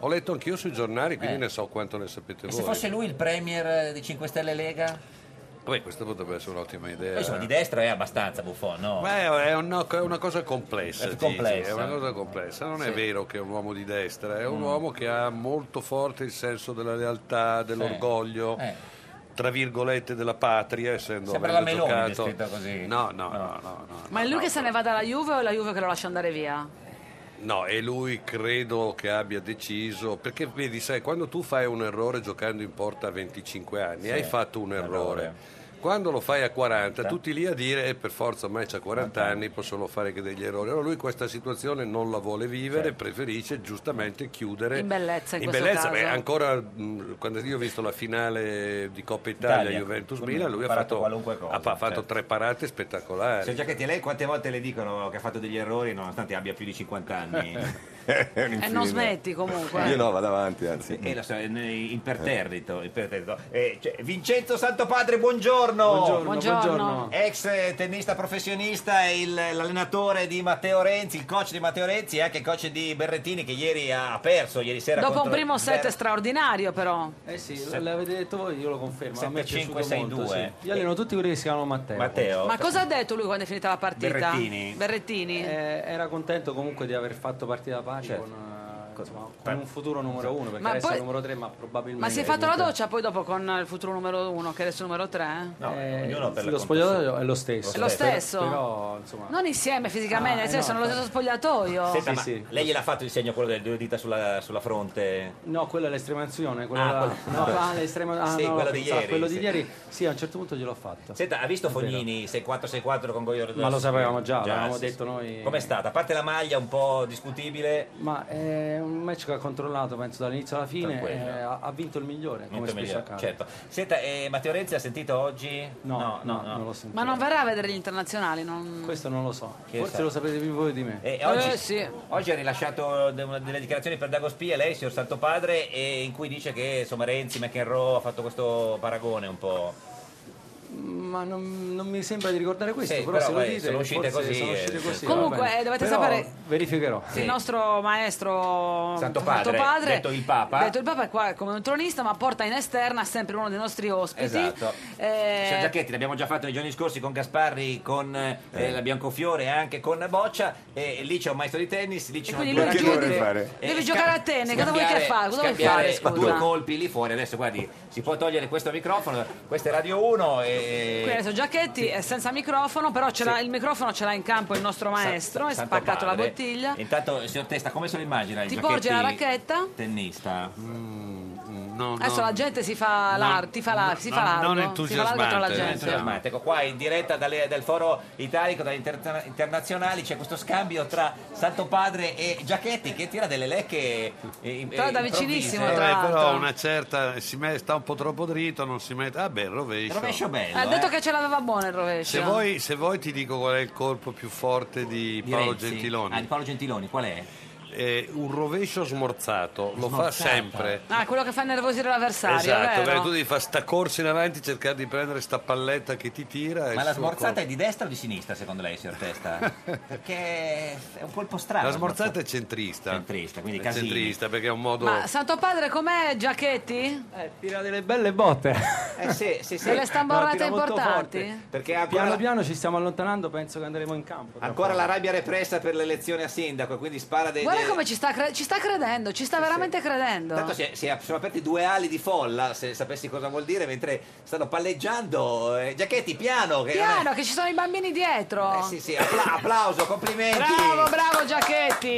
Speaker 13: Ho letto anch'io sui giornali, quindi
Speaker 6: Eh.
Speaker 13: ne so quanto ne sapete
Speaker 6: E
Speaker 13: voi.
Speaker 6: se fosse lui il premier eh, di 5 Stelle Lega?
Speaker 13: Vabbè, questa potrebbe essere un'ottima idea.
Speaker 6: Poi insomma di destra è abbastanza buffon, no?
Speaker 13: Beh, è, un- è una cosa complessa,
Speaker 6: È
Speaker 13: Gigi,
Speaker 6: complessa.
Speaker 13: è una cosa complessa. Non
Speaker 6: Sì.
Speaker 13: è vero che è un uomo di destra, è un
Speaker 6: Mm.
Speaker 13: uomo che ha molto forte il senso della lealtà, dell'orgoglio.
Speaker 6: Eh.
Speaker 13: Tra virgolette della patria, essendo
Speaker 6: Sembra la
Speaker 13: avendo
Speaker 6: Meloni
Speaker 13: giocato-
Speaker 6: descritta così.
Speaker 13: No, no, no, no, no.
Speaker 2: Ma è lui che se ne va dalla Juve o è la Juve che lo lascia andare via?
Speaker 13: No, e lui credo che abbia deciso, perché vedi, sai, quando tu fai un errore giocando in porta a 25 anni,
Speaker 14: Sì,
Speaker 13: hai fatto un errore. Quando lo fai a 40, tutti lì a dire, eh, per forza ormai c'ha 40 anni, può solo fare che degli errori. Allora lui questa situazione non la vuole vivere, preferisce giustamente chiudere.
Speaker 2: In bellezza in,
Speaker 13: In
Speaker 2: questo
Speaker 13: bellezza,
Speaker 2: caso.
Speaker 13: beh, ancora mh, quando io ho visto la finale di Coppa Italia,
Speaker 1: Italia.
Speaker 13: Juventus
Speaker 1: Quindi
Speaker 13: Milan, lui ha
Speaker 1: ha parato
Speaker 13: fatto,
Speaker 1: qualunque cosa,
Speaker 13: ha pa- fatto
Speaker 1: certo.
Speaker 13: tre parate spettacolari.
Speaker 1: Cioè, Giacchetti, a lei quante volte le dicono che ha fatto degli errori nonostante abbia più di 50 anni?
Speaker 2: E non smetti comunque.
Speaker 11: Io no, vado avanti, anzi.
Speaker 1: Eh, lo so, è imperterrito, imperterrito. Eh, cioè, Vincenzo Santopadre, buongiorno.
Speaker 2: Buongiorno, Buongiorno. buongiorno.
Speaker 1: Ex eh, tennista professionista, il- l'allenatore di Matteo Renzi, il coach di Matteo Renzi e anche il coach di Berrettini che ieri ha perso, ieri sera
Speaker 2: Dopo un
Speaker 1: contro
Speaker 2: primo set
Speaker 1: Zver-
Speaker 2: straordinario però.
Speaker 15: Eh sì, l'avete detto voi, io lo confermo. a me è piaciuto
Speaker 1: 7562.
Speaker 15: molto, sì. Io alleno tutti quelli che si chiamano Matteo.
Speaker 1: Matteo.
Speaker 2: Ma cosa ha detto lui quando è finita la partita?
Speaker 15: Berrettini.
Speaker 2: Berrettini?
Speaker 15: Eh, era contento comunque di aver fatto partita pari con, eh, insomma, con Esatto. un futuro numero uno, perché
Speaker 2: Ma
Speaker 15: adesso
Speaker 2: poi-
Speaker 15: è numero tre, ma probabilmente...
Speaker 2: Ma si è fatto la doccia poi dopo con il futuro numero uno, che è adesso il numero tre?
Speaker 15: Eh,
Speaker 1: ognuno per la
Speaker 15: lo
Speaker 1: conta
Speaker 15: spogliatoio è lo stesso.
Speaker 2: È lo stesso?
Speaker 15: Però, insomma...
Speaker 2: Non insieme fisicamente,
Speaker 15: Ah,
Speaker 2: nel senso,
Speaker 15: eh
Speaker 2: sono
Speaker 15: no,
Speaker 2: nello stesso spogliatoio.
Speaker 1: Senta, ma lei gliel'ha fatto il segno quello delle due dita sulla, sulla fronte?
Speaker 15: No, quella è l'estremazione,
Speaker 1: Ah,
Speaker 15: quella...
Speaker 1: quella-
Speaker 15: no, ah, l'estrema- ah,
Speaker 1: Sì,
Speaker 15: no,
Speaker 1: quello di
Speaker 15: pensavo a
Speaker 1: ieri,
Speaker 15: quello di
Speaker 1: sì.
Speaker 15: ieri, sì, a un certo punto gliel'ho fatto.
Speaker 1: Senta, ha visto
Speaker 15: È vero.
Speaker 1: Fognini 6464 con Goiolo
Speaker 15: Ma lo sapevamo già, l'avevamo
Speaker 1: sì,
Speaker 15: detto
Speaker 1: sì.
Speaker 15: noi.
Speaker 1: Com'è stata? A parte la maglia un po' discutibile,
Speaker 15: Ma è un match che ha controllato, penso, dall'inizio alla fine.
Speaker 1: Tranquillo.
Speaker 15: eh, ha ha vinto il migliore, come
Speaker 1: Niente
Speaker 15: spesso
Speaker 1: meglio,
Speaker 15: accade.
Speaker 1: certo. Senta, eh, Matteo Renzi ha sentito oggi?
Speaker 15: No, no, non l'ho sentito.
Speaker 2: Ma non verrà a vedere gli internazionali? Non...
Speaker 15: Questo non lo so.
Speaker 1: Che
Speaker 15: Forse
Speaker 1: sa?
Speaker 15: lo sapete più voi di me.
Speaker 1: E oggi,
Speaker 2: Eh, sì.
Speaker 1: oggi ha rilasciato de- una- delle dichiarazioni per Dago Spia, lei, signor Santo Padre, e in cui dice che insomma, Renzi, McEnroe ha fatto questo paragone un po'.
Speaker 15: Ma non, non mi sembra di ricordare questo,
Speaker 1: Sì,
Speaker 15: però,
Speaker 1: però,
Speaker 15: se lo
Speaker 1: beh,
Speaker 15: dite,
Speaker 1: sono uscite
Speaker 15: forse
Speaker 1: così,
Speaker 15: sono
Speaker 1: eh,
Speaker 15: uscite
Speaker 1: sì,
Speaker 15: così,
Speaker 1: sì.
Speaker 15: va
Speaker 2: Comunque,
Speaker 15: bene.
Speaker 2: eh, dovete
Speaker 15: Però
Speaker 2: sapere-
Speaker 15: Verificherò.
Speaker 2: Il nostro maestro
Speaker 15: Santo Padre, detto il Papa.
Speaker 2: detto il Papa è qua come un tronista, ma porta in esterna sempre uno dei nostri ospiti.
Speaker 1: Esatto.
Speaker 2: Eh,
Speaker 1: Signor Giacchetti, l'abbiamo già fatto nei giorni scorsi con Gasparri, con eh, la Biancofiore e anche con Boccia. E, lì c'è un maestro di tennis, lì ci sono
Speaker 2: quindi
Speaker 1: due
Speaker 2: lui
Speaker 1: ragazzi-
Speaker 2: chiude- Che deve
Speaker 1: eh,
Speaker 2: Devi
Speaker 1: sca-
Speaker 2: giocare a tennis, cosa vuoi che
Speaker 1: scambiare-
Speaker 2: fa? Cosa vuoi
Speaker 1: scambiare
Speaker 2: fare, scusa?
Speaker 1: due colpi lì fuori. Adesso guardi, si può togliere questo microfono, questo è Radio 1 e...
Speaker 2: Qui adesso Giacchetti è senza microfono, però ce l'ha- il microfono ce l'ha in campo il nostro maestro, è
Speaker 1: Santo
Speaker 2: spaccato la
Speaker 1: padre.
Speaker 2: bottiglia.
Speaker 1: Intanto, signor Testa, come se lo immagina il
Speaker 2: Ti
Speaker 1: Giacchetti
Speaker 2: porge la racchetta?
Speaker 1: Tennista.
Speaker 2: Adesso la gente si fa l'arte, si fa, la- Ah, si fa largo, si fa largo tra la gente.
Speaker 1: entusiasmante. Ecco, qua in diretta dalle- dal foro italico, dalle interna- internazionali, c'è questo scambio tra Santo Padre e Giacchetti che tira delle lecche eh,
Speaker 2: Però da
Speaker 1: eh,
Speaker 2: vicinissimo,
Speaker 1: improvvise.
Speaker 2: tra l'altro.
Speaker 13: però una certa si met- sta un po' troppo dritto, non si mette. Ah, beh, il rovescio.
Speaker 1: Rovescio bello, eh.
Speaker 2: Ha detto che ce l'aveva buona il rovescio.
Speaker 13: Se vuoi, se vuoi ti dico qual è il colpo più forte di
Speaker 1: Di
Speaker 13: Paolo
Speaker 1: Renzi?
Speaker 13: Gentiloni. Eh,
Speaker 1: Ah, di Paolo Gentiloni, qual è?
Speaker 13: un rovescio smorzato, lo fa
Speaker 1: Smorzata.
Speaker 13: sempre.
Speaker 2: Ah, quello che fa innervosire l'avversario,
Speaker 13: esatto, perché
Speaker 2: vero?
Speaker 13: tu devi fare sta corsa in avanti, cercare di prendere sta palletta che ti tira. e
Speaker 1: Ma
Speaker 13: il
Speaker 1: la
Speaker 13: suo
Speaker 1: smorzata
Speaker 13: colpo.
Speaker 1: è di destra o di sinistra secondo lei, signor Testa? Perché è un colpo strano.
Speaker 13: La smorzata è centrista.
Speaker 1: Centrista, quindi
Speaker 13: È
Speaker 1: Casini.
Speaker 13: centrista, perché è un modo.
Speaker 2: Ma Santo Padre com'è Giacchetti?
Speaker 15: Eh, tira delle belle botte.
Speaker 1: Eh sì, sì,
Speaker 2: Delle stamborrate
Speaker 15: tira molto
Speaker 2: importanti?
Speaker 15: forte.
Speaker 1: Perché
Speaker 15: Piano
Speaker 1: ancora,
Speaker 15: piano ci stiamo allontanando, penso che andremo in campo. tra
Speaker 1: ancora
Speaker 15: poco.
Speaker 1: la rabbia repressa per l'elezione a sindaco, quindi spara dei...
Speaker 2: Guarda
Speaker 1: dei-
Speaker 2: come ci sta, cre- ci sta credendo, ci sta veramente
Speaker 1: Tanto
Speaker 2: credendo.
Speaker 1: si, è- si è- sono aperti due ali di folla, se sapessi cosa vuol dire, mentre stanno palleggiando. eh, Giacchetti, piano! Che non è-
Speaker 2: Piano, che ci sono i bambini dietro.
Speaker 1: Sì, sì, appla- applauso, complimenti!
Speaker 2: Bravo, bravo Giacchetti.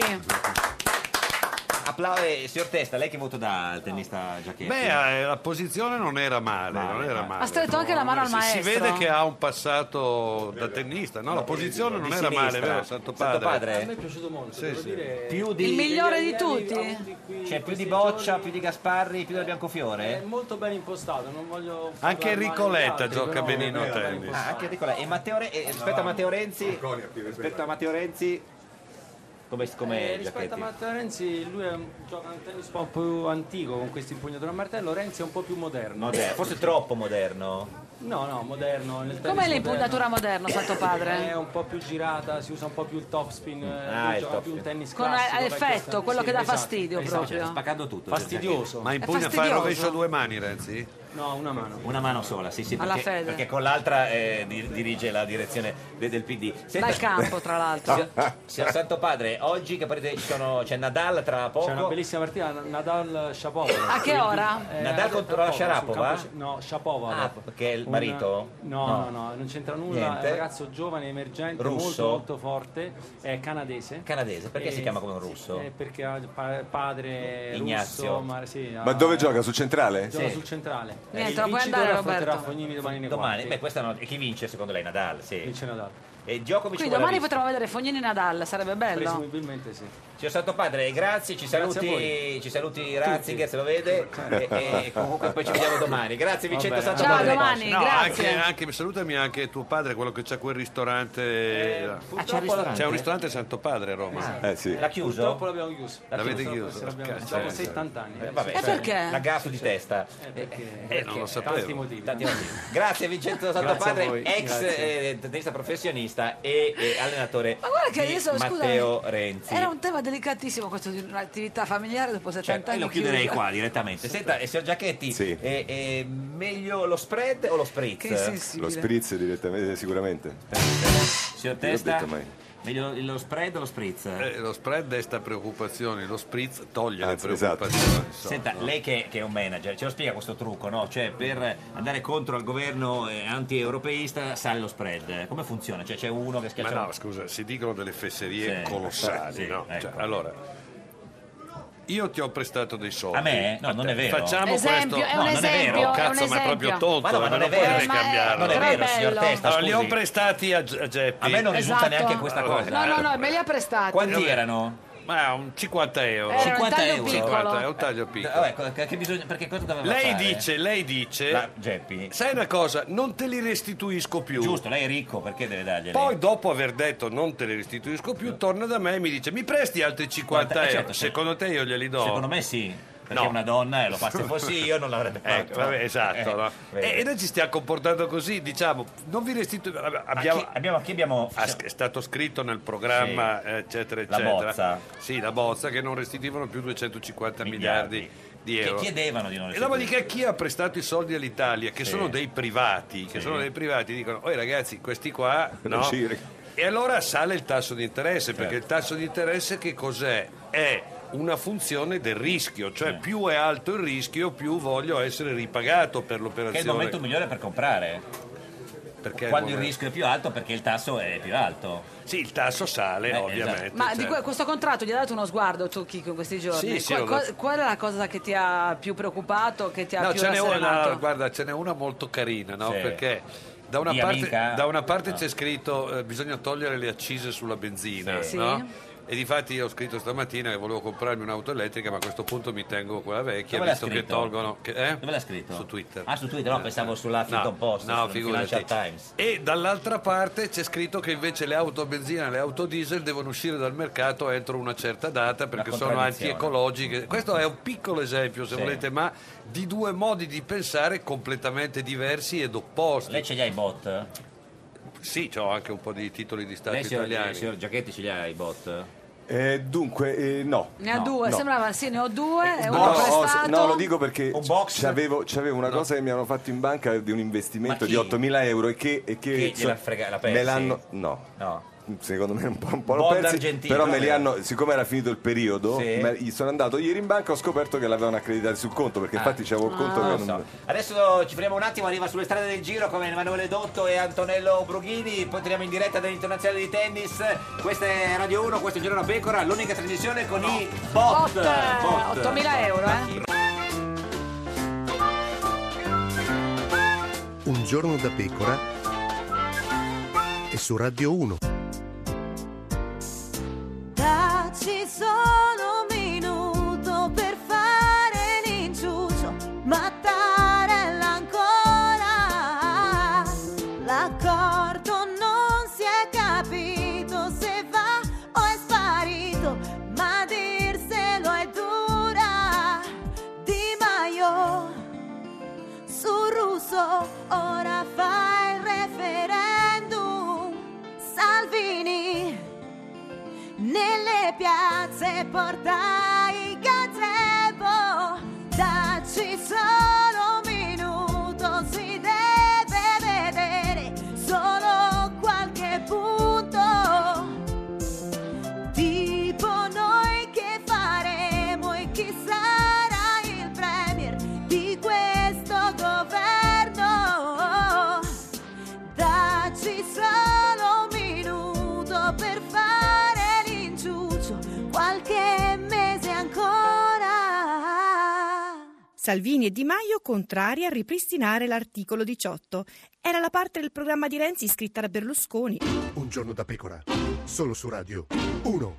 Speaker 1: Applauso, eh, signor Testa, lei che voto dà al tennista Giacchetti?
Speaker 13: Beh, eh, la posizione non era male, non
Speaker 1: eh.
Speaker 13: era male.
Speaker 2: Ha stretto anche la mano al
Speaker 13: si,
Speaker 2: maestro.
Speaker 13: Si vede che ha un passato da tennista, no? La posizione
Speaker 1: di
Speaker 13: non era
Speaker 1: sinistra.
Speaker 13: male, vero? Santo padre.
Speaker 1: Santo Padre.
Speaker 15: A me è piaciuto molto,
Speaker 13: Sì,
Speaker 15: devo
Speaker 13: sì.
Speaker 15: dire...
Speaker 1: Più di-
Speaker 2: Il migliore di
Speaker 15: Degli
Speaker 2: tutti.
Speaker 1: C'è più di Boccia, più di Gasparri, più del Biancofiore?
Speaker 15: È molto ben impostato, non voglio...
Speaker 13: Anche
Speaker 15: parlare male
Speaker 13: Enrico
Speaker 15: degli
Speaker 13: Letta
Speaker 15: altri,
Speaker 13: gioca
Speaker 15: però-
Speaker 13: benino a
Speaker 15: Eh, ben
Speaker 13: tennis.
Speaker 15: impostato.
Speaker 1: Ah, anche Nicola. E Matteo Re- e rispetto a Matteo Renzi, rispetto a Matteo Renzi,
Speaker 16: Come, come
Speaker 15: Eh, rispetto a
Speaker 16: Giacchetti?
Speaker 15: Matteo Renzi, lui è un- gioca un tennis un po' più antico con questa impugnatura a martello. Renzi è un po' più moderno.
Speaker 1: Moderno, cioè, forse troppo moderno.
Speaker 15: No, no, moderno. Nel tennis
Speaker 2: Com'è
Speaker 15: moderno.
Speaker 2: l'impugnatura moderno, santo
Speaker 15: È
Speaker 2: padre?
Speaker 15: un po' più girata, si usa un po' più il topspin, eh,
Speaker 1: Ah,
Speaker 15: lui
Speaker 1: il
Speaker 15: gioca più un
Speaker 1: topspin. Cioè,
Speaker 15: tennis
Speaker 2: Con
Speaker 15: classico.
Speaker 2: a- a
Speaker 15: vecchio
Speaker 2: effetto,
Speaker 15: stampo.
Speaker 2: quello
Speaker 15: Sì,
Speaker 2: che dà
Speaker 15: esatto,
Speaker 2: fastidio
Speaker 15: esatto.
Speaker 2: proprio.
Speaker 1: spaccando tutto.
Speaker 15: Fastidioso.
Speaker 13: Ma
Speaker 2: È
Speaker 13: impugna a fare
Speaker 2: fastidioso.
Speaker 13: rovescio due mani, Renzi?
Speaker 15: No, una mano.
Speaker 1: Una mano sola, sì, sì,
Speaker 2: Alla
Speaker 1: perché,
Speaker 2: fede.
Speaker 1: perché con l'altra eh, dir- dirige la direzione de- del PD. Senta-
Speaker 2: Dal campo, tra l'altro.
Speaker 1: Signor- Signor Santo Padre, oggi che partite ci sono- c'è Nadal tra poco.
Speaker 15: C'è una bellissima partita, Nadal eh, Sciapova.
Speaker 2: A che ora?
Speaker 1: Nadal contro la Sharapova?
Speaker 15: No, Sciapova.
Speaker 1: Ah, perché è il marito? No.
Speaker 15: No, no, no, non c'entra nulla. È
Speaker 1: Niente.
Speaker 15: un ragazzo giovane, emergente,
Speaker 1: Russo?
Speaker 15: molto molto forte. È canadese.
Speaker 1: Canadese, perché si chiama come un russo?
Speaker 15: Eh, perché ha pa- padre
Speaker 1: Ignazio.
Speaker 15: russo, ma, sì, ha-
Speaker 11: Ma dove gioca? Sul centrale?
Speaker 15: Gioca
Speaker 1: Sì.
Speaker 15: sul centrale.
Speaker 2: Niente,
Speaker 15: Eh, Il
Speaker 2: lo puoi
Speaker 15: vincitore
Speaker 2: andare,
Speaker 15: affronterà
Speaker 2: Roberto.
Speaker 15: Fognini domani nei
Speaker 1: Domani,
Speaker 15: quarti.
Speaker 1: beh, questa no- e chi vince secondo lei? Nadal, sì. Vince
Speaker 15: Nadal.
Speaker 1: E Djokovic
Speaker 2: Qui
Speaker 1: vuole
Speaker 2: domani
Speaker 1: vincere.
Speaker 2: potremmo vedere Fognini Nadal, sarebbe bello.
Speaker 15: Presumibilmente sì.
Speaker 1: Signor Santo Padre, grazie, ci
Speaker 15: Grazie a
Speaker 1: saluti,
Speaker 15: voi. Certo.
Speaker 1: ci saluti Ratzinger se lo vede e, e comunque poi ci vediamo domani. Grazie
Speaker 13: Va
Speaker 1: Vincenzo
Speaker 13: bene.
Speaker 1: Santo
Speaker 2: Ciao,
Speaker 1: Padre.
Speaker 2: domani,
Speaker 13: No,
Speaker 2: grazie.
Speaker 13: anche, anche- salutami anche tuo padre, quello che c'ha quel ristorante.
Speaker 1: Eh,
Speaker 13: là.
Speaker 2: Ah, c'è un ristorante?
Speaker 13: C'è un ristorante Santo Padre a Roma.
Speaker 11: Eh sì.
Speaker 1: Ah, L'ha chiuso?
Speaker 15: Purtroppo l'abbiamo chiuso.
Speaker 13: Ah. L'avete
Speaker 15: Purtroppo
Speaker 13: chiuso?
Speaker 15: l'abbiamo
Speaker 13: Cazzo,
Speaker 15: Dopo
Speaker 13: eh.
Speaker 15: 70 anni.
Speaker 1: Eh, vabbè,
Speaker 15: Sì.
Speaker 1: cioè, La gaffa di testa.
Speaker 15: Eh, non lo sapevo.
Speaker 1: tanti motivi. Tanti motivi. Grazie Vincenzo Santo
Speaker 15: Grazie a
Speaker 1: Padre,
Speaker 15: voi,
Speaker 1: ex
Speaker 15: grazie.
Speaker 1: eh, tennista professionista e, e allenatore
Speaker 2: Ma guarda che
Speaker 1: di
Speaker 2: io sono- scusa,
Speaker 1: Matteo Renzi.
Speaker 2: Era un tema delicatissimo questo di un'attività familiare dopo 70
Speaker 1: Cioè,
Speaker 2: anni.
Speaker 1: io lo chiuderei
Speaker 2: chiusa.
Speaker 1: qua direttamente. Senta, eh, signor Giacchetti, è, è meglio lo spread o lo spritz?
Speaker 11: Lo spritz direttamente, sicuramente.
Speaker 1: Signor
Speaker 11: Non l'ho
Speaker 1: Testa,
Speaker 11: detto mai.
Speaker 1: meglio lo spread o lo spritz?
Speaker 13: Eh, lo spread desta preoccupazioni, lo spritz toglie
Speaker 11: Anzi,
Speaker 13: le
Speaker 11: esatto.
Speaker 13: preoccupazioni. insomma,
Speaker 1: Senta,
Speaker 13: no?
Speaker 1: lei che, che è un manager, ce lo spiega questo trucco, no? Cioè, per andare contro al governo eh, anti-europeista sale lo spread. Come funziona? Cioè, c'è uno che
Speaker 13: Ma
Speaker 1: schiaccia...
Speaker 13: no, scusa, si dicono delle fesserie
Speaker 1: Sì.
Speaker 13: colossali,
Speaker 1: Sì,
Speaker 13: no?
Speaker 1: ecco.
Speaker 13: Cioè, allora, io ti ho prestato dei soldi.
Speaker 1: A me? No, non è vero.
Speaker 13: Facciamo
Speaker 2: Esempio,
Speaker 13: questo.
Speaker 2: è
Speaker 13: no,
Speaker 2: un
Speaker 13: non è
Speaker 2: esempio,
Speaker 13: vero.
Speaker 2: è un
Speaker 13: Cazzo, ma è
Speaker 2: esempio.
Speaker 13: proprio tonto.
Speaker 1: Ma no, ma
Speaker 13: non,
Speaker 1: non è
Speaker 13: potete
Speaker 1: vero. Ma è-
Speaker 13: cambiarlo.
Speaker 1: non è Però è vero, signor bello. Testa,
Speaker 13: Allora, li ho
Speaker 1: scusi.
Speaker 13: prestati a, a Geppi.
Speaker 1: A me non risulta Esatto. neanche questa cosa.
Speaker 2: No, no, no, me li ha prestati.
Speaker 13: Vabbè.
Speaker 1: erano?
Speaker 13: Ma un 50 euro.
Speaker 2: Era un 50 taglio euro. piccolo.
Speaker 13: 50, è un taglio piccolo.
Speaker 1: Eh, Vabbè, co- che bisogna... Perché cosa doveva
Speaker 13: Lei
Speaker 1: fare? Eh,
Speaker 13: dice, lei dice, sai una cosa, non te li restituisco più.
Speaker 1: Giusto, lei è ricco, perché deve darglieli?
Speaker 13: Poi dopo aver detto non te li restituisco più, torna da me e mi dice mi presti altri 50
Speaker 1: Guarda, eh,
Speaker 13: euro.
Speaker 1: certo, se-
Speaker 13: Secondo te io glieli do?
Speaker 1: Secondo me sì, perché
Speaker 13: No.
Speaker 1: una donna eh, lo fa. Se fossi io non l'avrei fatto.
Speaker 13: Ecco, vabbè, esatto.
Speaker 1: Eh,
Speaker 13: no?
Speaker 1: vedi.
Speaker 13: E, e noi ci stiamo comportando così, diciamo, non vi restituisco. Abbiamo,
Speaker 1: abbiamo, chi abbiamo cioè,
Speaker 13: Ah, sc- è stato scritto nel programma, eh, eccetera,
Speaker 1: La
Speaker 13: eccetera.
Speaker 1: bozza.
Speaker 13: Sì, la bozza che non restituivano più 250 miliardi,
Speaker 1: Miliardi.
Speaker 13: di
Speaker 1: Che
Speaker 13: euro.
Speaker 1: chiedevano di non
Speaker 13: E
Speaker 1: restituire.
Speaker 13: dopodiché chi ha prestato i soldi all'Italia, che
Speaker 1: Sì.
Speaker 13: sono dei privati, che
Speaker 1: Sì.
Speaker 13: sono dei privati, dicono, oi ragazzi, questi qua,
Speaker 11: Non
Speaker 13: no?"
Speaker 11: ci ri-
Speaker 13: E allora sale il tasso di interesse, perché
Speaker 1: Certo.
Speaker 13: il tasso di interesse che cos'è? È una funzione del rischio, cioè più è alto il rischio, più voglio essere ripagato per l'operazione.
Speaker 1: Che è il momento migliore per comprare.
Speaker 13: Perché è
Speaker 1: Quando il
Speaker 13: momento-
Speaker 1: rischio è più alto perché il tasso è più alto. Eh, esatto.
Speaker 13: Sì, il tasso sale,
Speaker 1: ovviamente.
Speaker 2: Ma di que- questo contratto gli ha dato uno sguardo tu, Chico, in questi giorni?
Speaker 13: Sì, sì,
Speaker 2: Qua-
Speaker 13: l'ho
Speaker 2: qua-
Speaker 13: dato.
Speaker 2: qual è la cosa che ti ha più preoccupato, che ti ha
Speaker 13: No,
Speaker 2: più
Speaker 13: ce n'è una,
Speaker 2: rasserenato?
Speaker 13: guarda, ce n'è una molto carina, no?
Speaker 1: Sì.
Speaker 13: Perché da una
Speaker 1: Di
Speaker 13: parte,
Speaker 1: amica?
Speaker 13: da una parte
Speaker 1: No.
Speaker 13: c'è scritto eh, bisogna togliere le accise sulla benzina,
Speaker 1: Sì.
Speaker 13: no?
Speaker 1: Sì.
Speaker 13: E difatti io ho scritto stamattina che volevo comprarmi un'auto elettrica, ma a questo punto mi tengo quella vecchia,
Speaker 1: Dove l'ha
Speaker 13: visto che
Speaker 1: scritto?
Speaker 13: tolgono. Che, eh?
Speaker 1: Dove l'ha scritto?
Speaker 13: Su Twitter.
Speaker 1: Ah, su Twitter, no, pensavo sull'Huffington
Speaker 13: Eh, No,
Speaker 1: Post,
Speaker 13: no,
Speaker 1: sul
Speaker 13: figurati.
Speaker 1: Financial Times.
Speaker 13: E dall'altra parte c'è scritto che invece le auto a benzina e le auto diesel devono uscire dal mercato entro una certa data perché sono
Speaker 1: contraddizione.
Speaker 13: antiecologiche. Questo è un piccolo esempio, se
Speaker 1: Sì.
Speaker 13: volete, ma di due modi di pensare completamente diversi ed opposti.
Speaker 1: Lei ce li ha i bot?
Speaker 13: Sì, ho anche un po' di titoli di Stato
Speaker 1: Lei, signor,
Speaker 13: italiani.
Speaker 1: signor Giacchetti, ce li ha i bot?
Speaker 11: Eh, dunque, eh, no.
Speaker 2: Ne ha
Speaker 11: No,
Speaker 2: due,
Speaker 11: no.
Speaker 2: sembrava sì, ne ho due, e
Speaker 11: No,
Speaker 2: uno ho
Speaker 11: no,
Speaker 2: prestato.
Speaker 11: no, lo dico perché c'avevo, c'avevo una cosa che mi hanno fatto in banca di un investimento di 8.000 euro e che, e che
Speaker 1: Chi gliel'ha frega- l'ha persi?
Speaker 11: me l'hanno no. Secondo me un po', un po' l'ho
Speaker 1: Bond
Speaker 11: persi,
Speaker 1: argentino,
Speaker 11: però me li
Speaker 1: vero?
Speaker 11: hanno, siccome era finito il periodo,
Speaker 1: Sì.
Speaker 11: me- gli sono andato ieri in banca ho scoperto che l'avevano accreditato sul conto, perché infatti c'avevo il conto che
Speaker 1: Ah, lo
Speaker 11: non...
Speaker 1: so. Adesso ci fermiamo un attimo, arriva sulle strade del giro come Emanuele Dotto e Antonello Brughini, poi torniamo in diretta dall'internazionale di tennis. Questa è Radio 1, questo è Giorno da Pecora, l'unica trasmissione con i bot.
Speaker 2: Bot, eh, 8.000 euro, eh?
Speaker 8: Un giorno da pecora e su Radio 1.
Speaker 12: Dacci solo un minuto per fare l'inciucio, Mattarella ancora. L'accordo non si è capito se va o è sparito. che porta il gazebo Dacci solo un minuto Si deve vedere solo qualche punto Tipo noi che faremo e chi sarà il premier di questo governo Dacci solo un minuto per fare l'inciuccio, qualche mese ancora.
Speaker 9: Salvini e Di Maio contrari a ripristinare l'articolo 18. Era la parte del programma di Renzi scritta da Berlusconi.
Speaker 8: Un giorno da pecora, solo su Radio 1.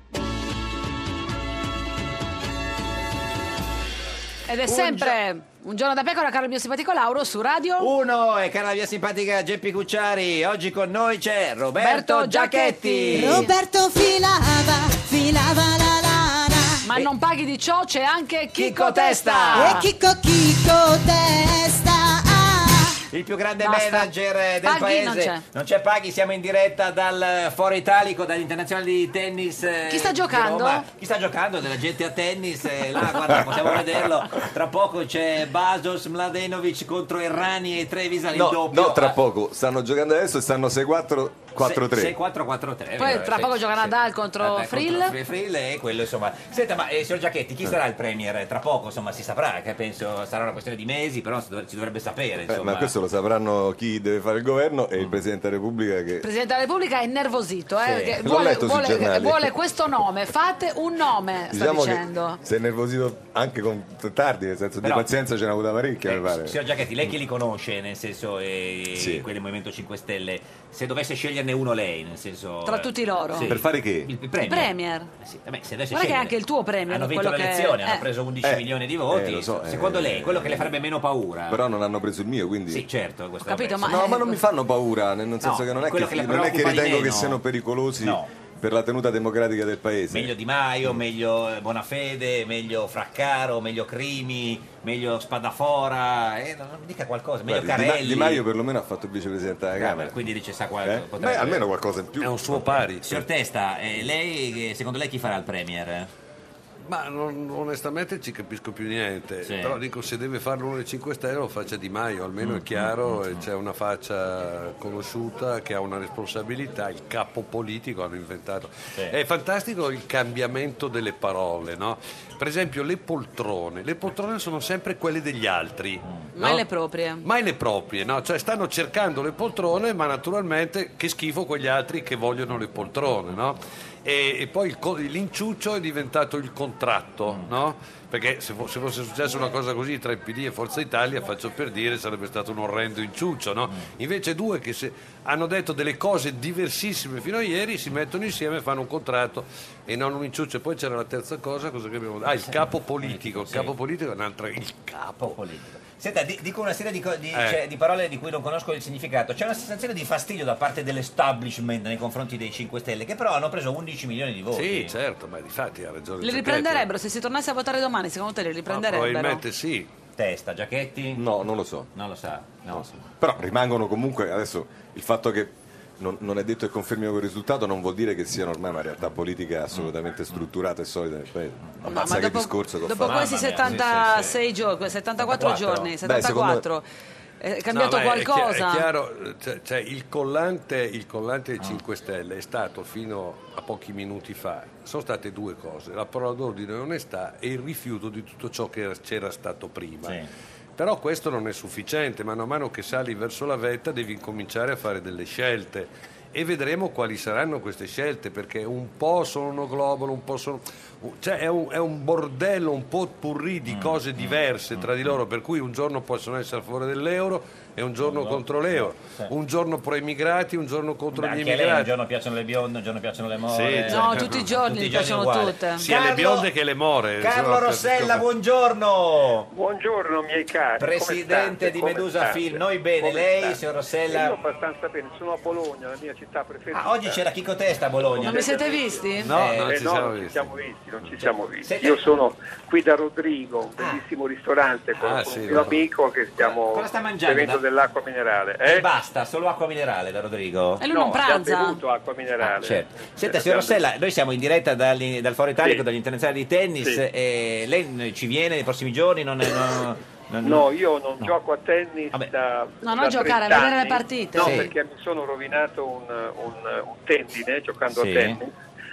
Speaker 2: Ed è sempre un giorno da pecora, caro il mio simpatico Lauro, su Radio
Speaker 1: Uno e cara la mia simpatica Geppi Cucciari, oggi con noi c'è Roberto,
Speaker 2: Roberto
Speaker 1: Giachetti.
Speaker 12: Roberto filava, filava la lana.
Speaker 2: Ma non paghi di ciò, c'è anche Chicco,
Speaker 1: Chicco
Speaker 12: E
Speaker 1: Testa.
Speaker 12: Chicco Chicco Testa.
Speaker 1: Il più grande
Speaker 12: Basta.
Speaker 1: manager del
Speaker 12: Paghi
Speaker 1: paese.
Speaker 12: non c'è.
Speaker 1: Paghi, siamo in diretta dal Foro Italico, dall'internazionale di tennis. eh,
Speaker 2: Chi sta
Speaker 1: di
Speaker 2: giocando?
Speaker 1: Roma. Chi sta giocando? Della gente a tennis. eh, là, guarda, possiamo vederlo. Tra poco c'è Basos Mladenovic contro Errani e Trevisan il
Speaker 11: No,
Speaker 1: doppio. eh. Ah,
Speaker 11: no, tra poco. Stanno giocando adesso e stanno 6-4, 4-3.
Speaker 1: 6-4-4-3.
Speaker 2: Poi tra poco giocherà Nadal contro
Speaker 1: Vabbè,
Speaker 2: Frill.
Speaker 1: Eh, contro Fri- Frill e quello insomma senta ma eh, signor Giacchetti chi sarà il premier tra poco insomma si saprà che penso sarà una questione di mesi però si, dov- si dovrebbe sapere
Speaker 11: Eh,
Speaker 1: insomma Mm.
Speaker 11: ma questo lo sapranno chi deve fare il governo e il Presidente della Repubblica che...
Speaker 2: Il Presidente della Repubblica è innervosito, eh,
Speaker 11: Sì.
Speaker 2: perché
Speaker 11: L'ho
Speaker 2: vuole,
Speaker 11: letto sui
Speaker 2: vuole-
Speaker 11: giornali.
Speaker 2: vuole questo nome, fate un nome, sta
Speaker 11: Diciamo
Speaker 2: dicendo.
Speaker 11: che si è nervosito anche con tardi, nel senso
Speaker 1: Però- Eh,
Speaker 11: di pazienza ce n'ha avuta parecchia, mi pare.
Speaker 1: signor Giacchetti lei che li conosce nel senso eh,
Speaker 11: Sì.
Speaker 1: quelli del Movimento 5 Stelle se dovesse sceglierne uno lei nel senso
Speaker 2: Tra
Speaker 1: eh,
Speaker 2: tutti loro.
Speaker 1: sì.
Speaker 11: Per fare che?
Speaker 1: il, il
Speaker 2: Il
Speaker 1: premier
Speaker 2: Premier.
Speaker 1: Sì, vabbè, se adesso
Speaker 2: Guarda che
Speaker 1: scegliere-
Speaker 2: anche il tuo Premier,
Speaker 1: hanno vinto
Speaker 2: quello
Speaker 1: le
Speaker 2: che-
Speaker 1: elezioni hanno
Speaker 2: eh.
Speaker 1: preso 11
Speaker 11: Eh,
Speaker 1: milioni di
Speaker 11: eh,
Speaker 1: voti
Speaker 11: lo so,
Speaker 1: secondo
Speaker 11: eh,
Speaker 1: lei quello che le farebbe meno paura
Speaker 11: Però non hanno preso il mio, quindi...
Speaker 1: Sì, certo, questo
Speaker 2: Ho capito,
Speaker 11: no,
Speaker 2: vabbè. ma-
Speaker 11: ma, non mi fanno paura, nel nel senso
Speaker 1: No,
Speaker 11: che non è
Speaker 1: quello
Speaker 11: che,
Speaker 1: che le
Speaker 11: non è che
Speaker 1: preoccupa di
Speaker 11: ritengo che
Speaker 1: meno.
Speaker 11: siano pericolosi
Speaker 1: No.
Speaker 11: per la tenuta democratica del paese.
Speaker 1: Meglio Di Maio, meglio eh, Bonafede, meglio Fraccaro, meglio Crimi, meglio Spadafora, eh, non non mi dica qualcosa, meglio
Speaker 11: Guardi, Di Ma-
Speaker 1: Carelli. Eh, Ah,
Speaker 11: Di Maio perlomeno ha fatto il vicepresidente della Camera.
Speaker 1: Quindi dice sa qualcosa.
Speaker 11: Eh? Beh, almeno qualcosa in più. È un suo pari.
Speaker 1: Signor Testa, eh, lei, eh, secondo lei chi farà il Premier?
Speaker 13: Ma non- onestamente ci capisco più niente.
Speaker 1: Sì.
Speaker 13: Però dico, se deve farlo uno dei 5 Stelle lo faccia Di Maio, almeno è chiaro, e c'è una faccia conosciuta che ha una responsabilità, il capo politico hanno inventato. È fantastico il cambiamento delle parole, no? Per esempio le poltrone, le poltrone sono sempre quelle degli altri.
Speaker 2: Ma
Speaker 13: no?
Speaker 2: le proprie.
Speaker 13: mai le proprie, no? Cioè stanno cercando le poltrone, ma naturalmente che schifo quegli altri che vogliono le poltrone, no? E, e poi il co- l'inciuccio è diventato il contratto, no? Perché se, fo- se fosse successa una cosa così tra il PD e Forza Italia, faccio per dire, sarebbe stato un orrendo inciuccio, no? Invece due che se- hanno detto delle cose diversissime fino a ieri, si mettono insieme e fanno un contratto e non un inciuccio. E poi c'era la terza cosa, cosa che abbiamo Ah, il capo politico. Il capo politico è un'altra... Il capo
Speaker 1: politico. Senta, di- dico una serie di, co- di-
Speaker 13: Eh.
Speaker 1: cioè, di parole di cui non conosco il significato. C'è una sensazione di fastidio da parte dell'establishment nei confronti dei 5 Stelle, che però hanno preso 11 milioni di voti.
Speaker 13: Sì, certo, ma difatti ha ragione.
Speaker 2: Li riprenderebbero, se si tornasse a votare domani, secondo te li riprenderebbero?
Speaker 13: Probabilmente sì.
Speaker 1: Testa, Giacchetti?
Speaker 11: No, non lo so.
Speaker 1: Non lo sa. No.
Speaker 11: Però rimangono comunque, adesso il fatto che non, non è detto e confermino quel risultato non vuol dire che siano ormai una realtà politica
Speaker 1: Mm.
Speaker 11: assolutamente strutturata e solida nel paese. Ammazza che discorso che ho
Speaker 2: Dopo
Speaker 11: fatto.
Speaker 2: questi 76 giorni, 74 giorni,
Speaker 11: Beh,
Speaker 2: 74, è cambiato
Speaker 13: No, ma è chi-
Speaker 2: qualcosa?
Speaker 13: È chiaro, cioè, cioè, il, collante, il collante dei 5 Stelle è stato fino a pochi minuti fa, sono state due cose, la parola d'ordine e onestà e il rifiuto di tutto ciò che era- c'era stato prima. Però questo non è sufficiente, man mano che sali verso la vetta devi cominciare a fare delle scelte e vedremo quali saranno queste scelte perché un po' sono global, un po' sono... cioè è un, è un bordello, un potpourri
Speaker 1: Mm,
Speaker 13: di cose diverse tra di loro, per cui un giorno possono essere a favore dell'euro e un giorno contro l'euro,
Speaker 1: Esatto. Sì.
Speaker 13: un giorno pro immigrati, un giorno contro
Speaker 1: Beh,
Speaker 13: gli
Speaker 1: anche a lei un
Speaker 13: immigrati.
Speaker 1: giorno piacciono le bionde, un giorno piacciono le more.
Speaker 13: Sì, No, certo. tutti i giorni
Speaker 1: Tutti
Speaker 13: gli piacciono
Speaker 1: uguali.
Speaker 13: tutte. Sia le bionde che le more, esatto,
Speaker 1: Carlo
Speaker 13: insomma,
Speaker 1: Rossella,
Speaker 13: insomma.
Speaker 1: buongiorno.
Speaker 14: Buongiorno miei cari. come
Speaker 1: Presidente
Speaker 14: state?
Speaker 1: di
Speaker 14: Come
Speaker 1: Medusa
Speaker 14: state?
Speaker 1: Film, noi bene,
Speaker 14: Come
Speaker 1: lei,
Speaker 14: state?
Speaker 1: signor Rossella?
Speaker 14: Io abbastanza bene, sono a Bologna, la mia città preferita.
Speaker 1: Ah, oggi c'era Chico Testa a Bologna.
Speaker 2: Non vi siete visti?
Speaker 14: Eh, no, non ci siamo visti. visti, non ci
Speaker 1: Cioè,
Speaker 14: siamo visti. Io sono qui da Rodrigo, un bellissimo ristorante con
Speaker 1: Ah,
Speaker 14: con
Speaker 1: sì,
Speaker 14: un
Speaker 1: lo
Speaker 14: mio
Speaker 1: so.
Speaker 14: amico che stiamo
Speaker 1: Cosa sta mangiando?
Speaker 14: bevendo
Speaker 1: Da-
Speaker 14: dell'acqua minerale. Eh?
Speaker 1: E basta, solo acqua minerale da Rodrigo.
Speaker 14: E lui No, non abbiamo pranza? bevuto acqua minerale.
Speaker 1: Ah, certo. Senta,
Speaker 14: Eh,
Speaker 1: signor
Speaker 14: abbiamo-
Speaker 1: Rossella, noi siamo in diretta dagli- dal Foro Italico,
Speaker 14: Sì.
Speaker 1: dagli internazionali di tennis.
Speaker 14: Sì.
Speaker 1: e lei ci viene nei prossimi giorni? Non, non- non-
Speaker 14: No, io non gioco a tennis da.
Speaker 2: No, non
Speaker 14: da
Speaker 2: giocare, a
Speaker 14: 30
Speaker 2: vedere le
Speaker 14: anni.
Speaker 2: partite.
Speaker 14: No,
Speaker 2: Sì.
Speaker 14: perché mi sono rovinato un, un- un tendine giocando
Speaker 1: Sì.
Speaker 14: a tennis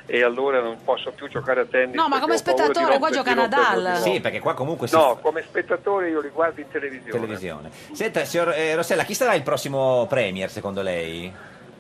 Speaker 14: e allora non posso più giocare a tennis.
Speaker 2: No, ma
Speaker 14: perché
Speaker 2: come
Speaker 14: ho paura di
Speaker 2: spettatore, qua
Speaker 14: rompermi
Speaker 2: gioca
Speaker 14: l'osso del
Speaker 2: Nadal.
Speaker 14: ginocchio.
Speaker 1: Sì, perché qua comunque si
Speaker 14: No, come spettatore io li guardo in televisione.
Speaker 1: televisione. Senta, signor eh, Rossella, chi sarà il prossimo Premier secondo lei?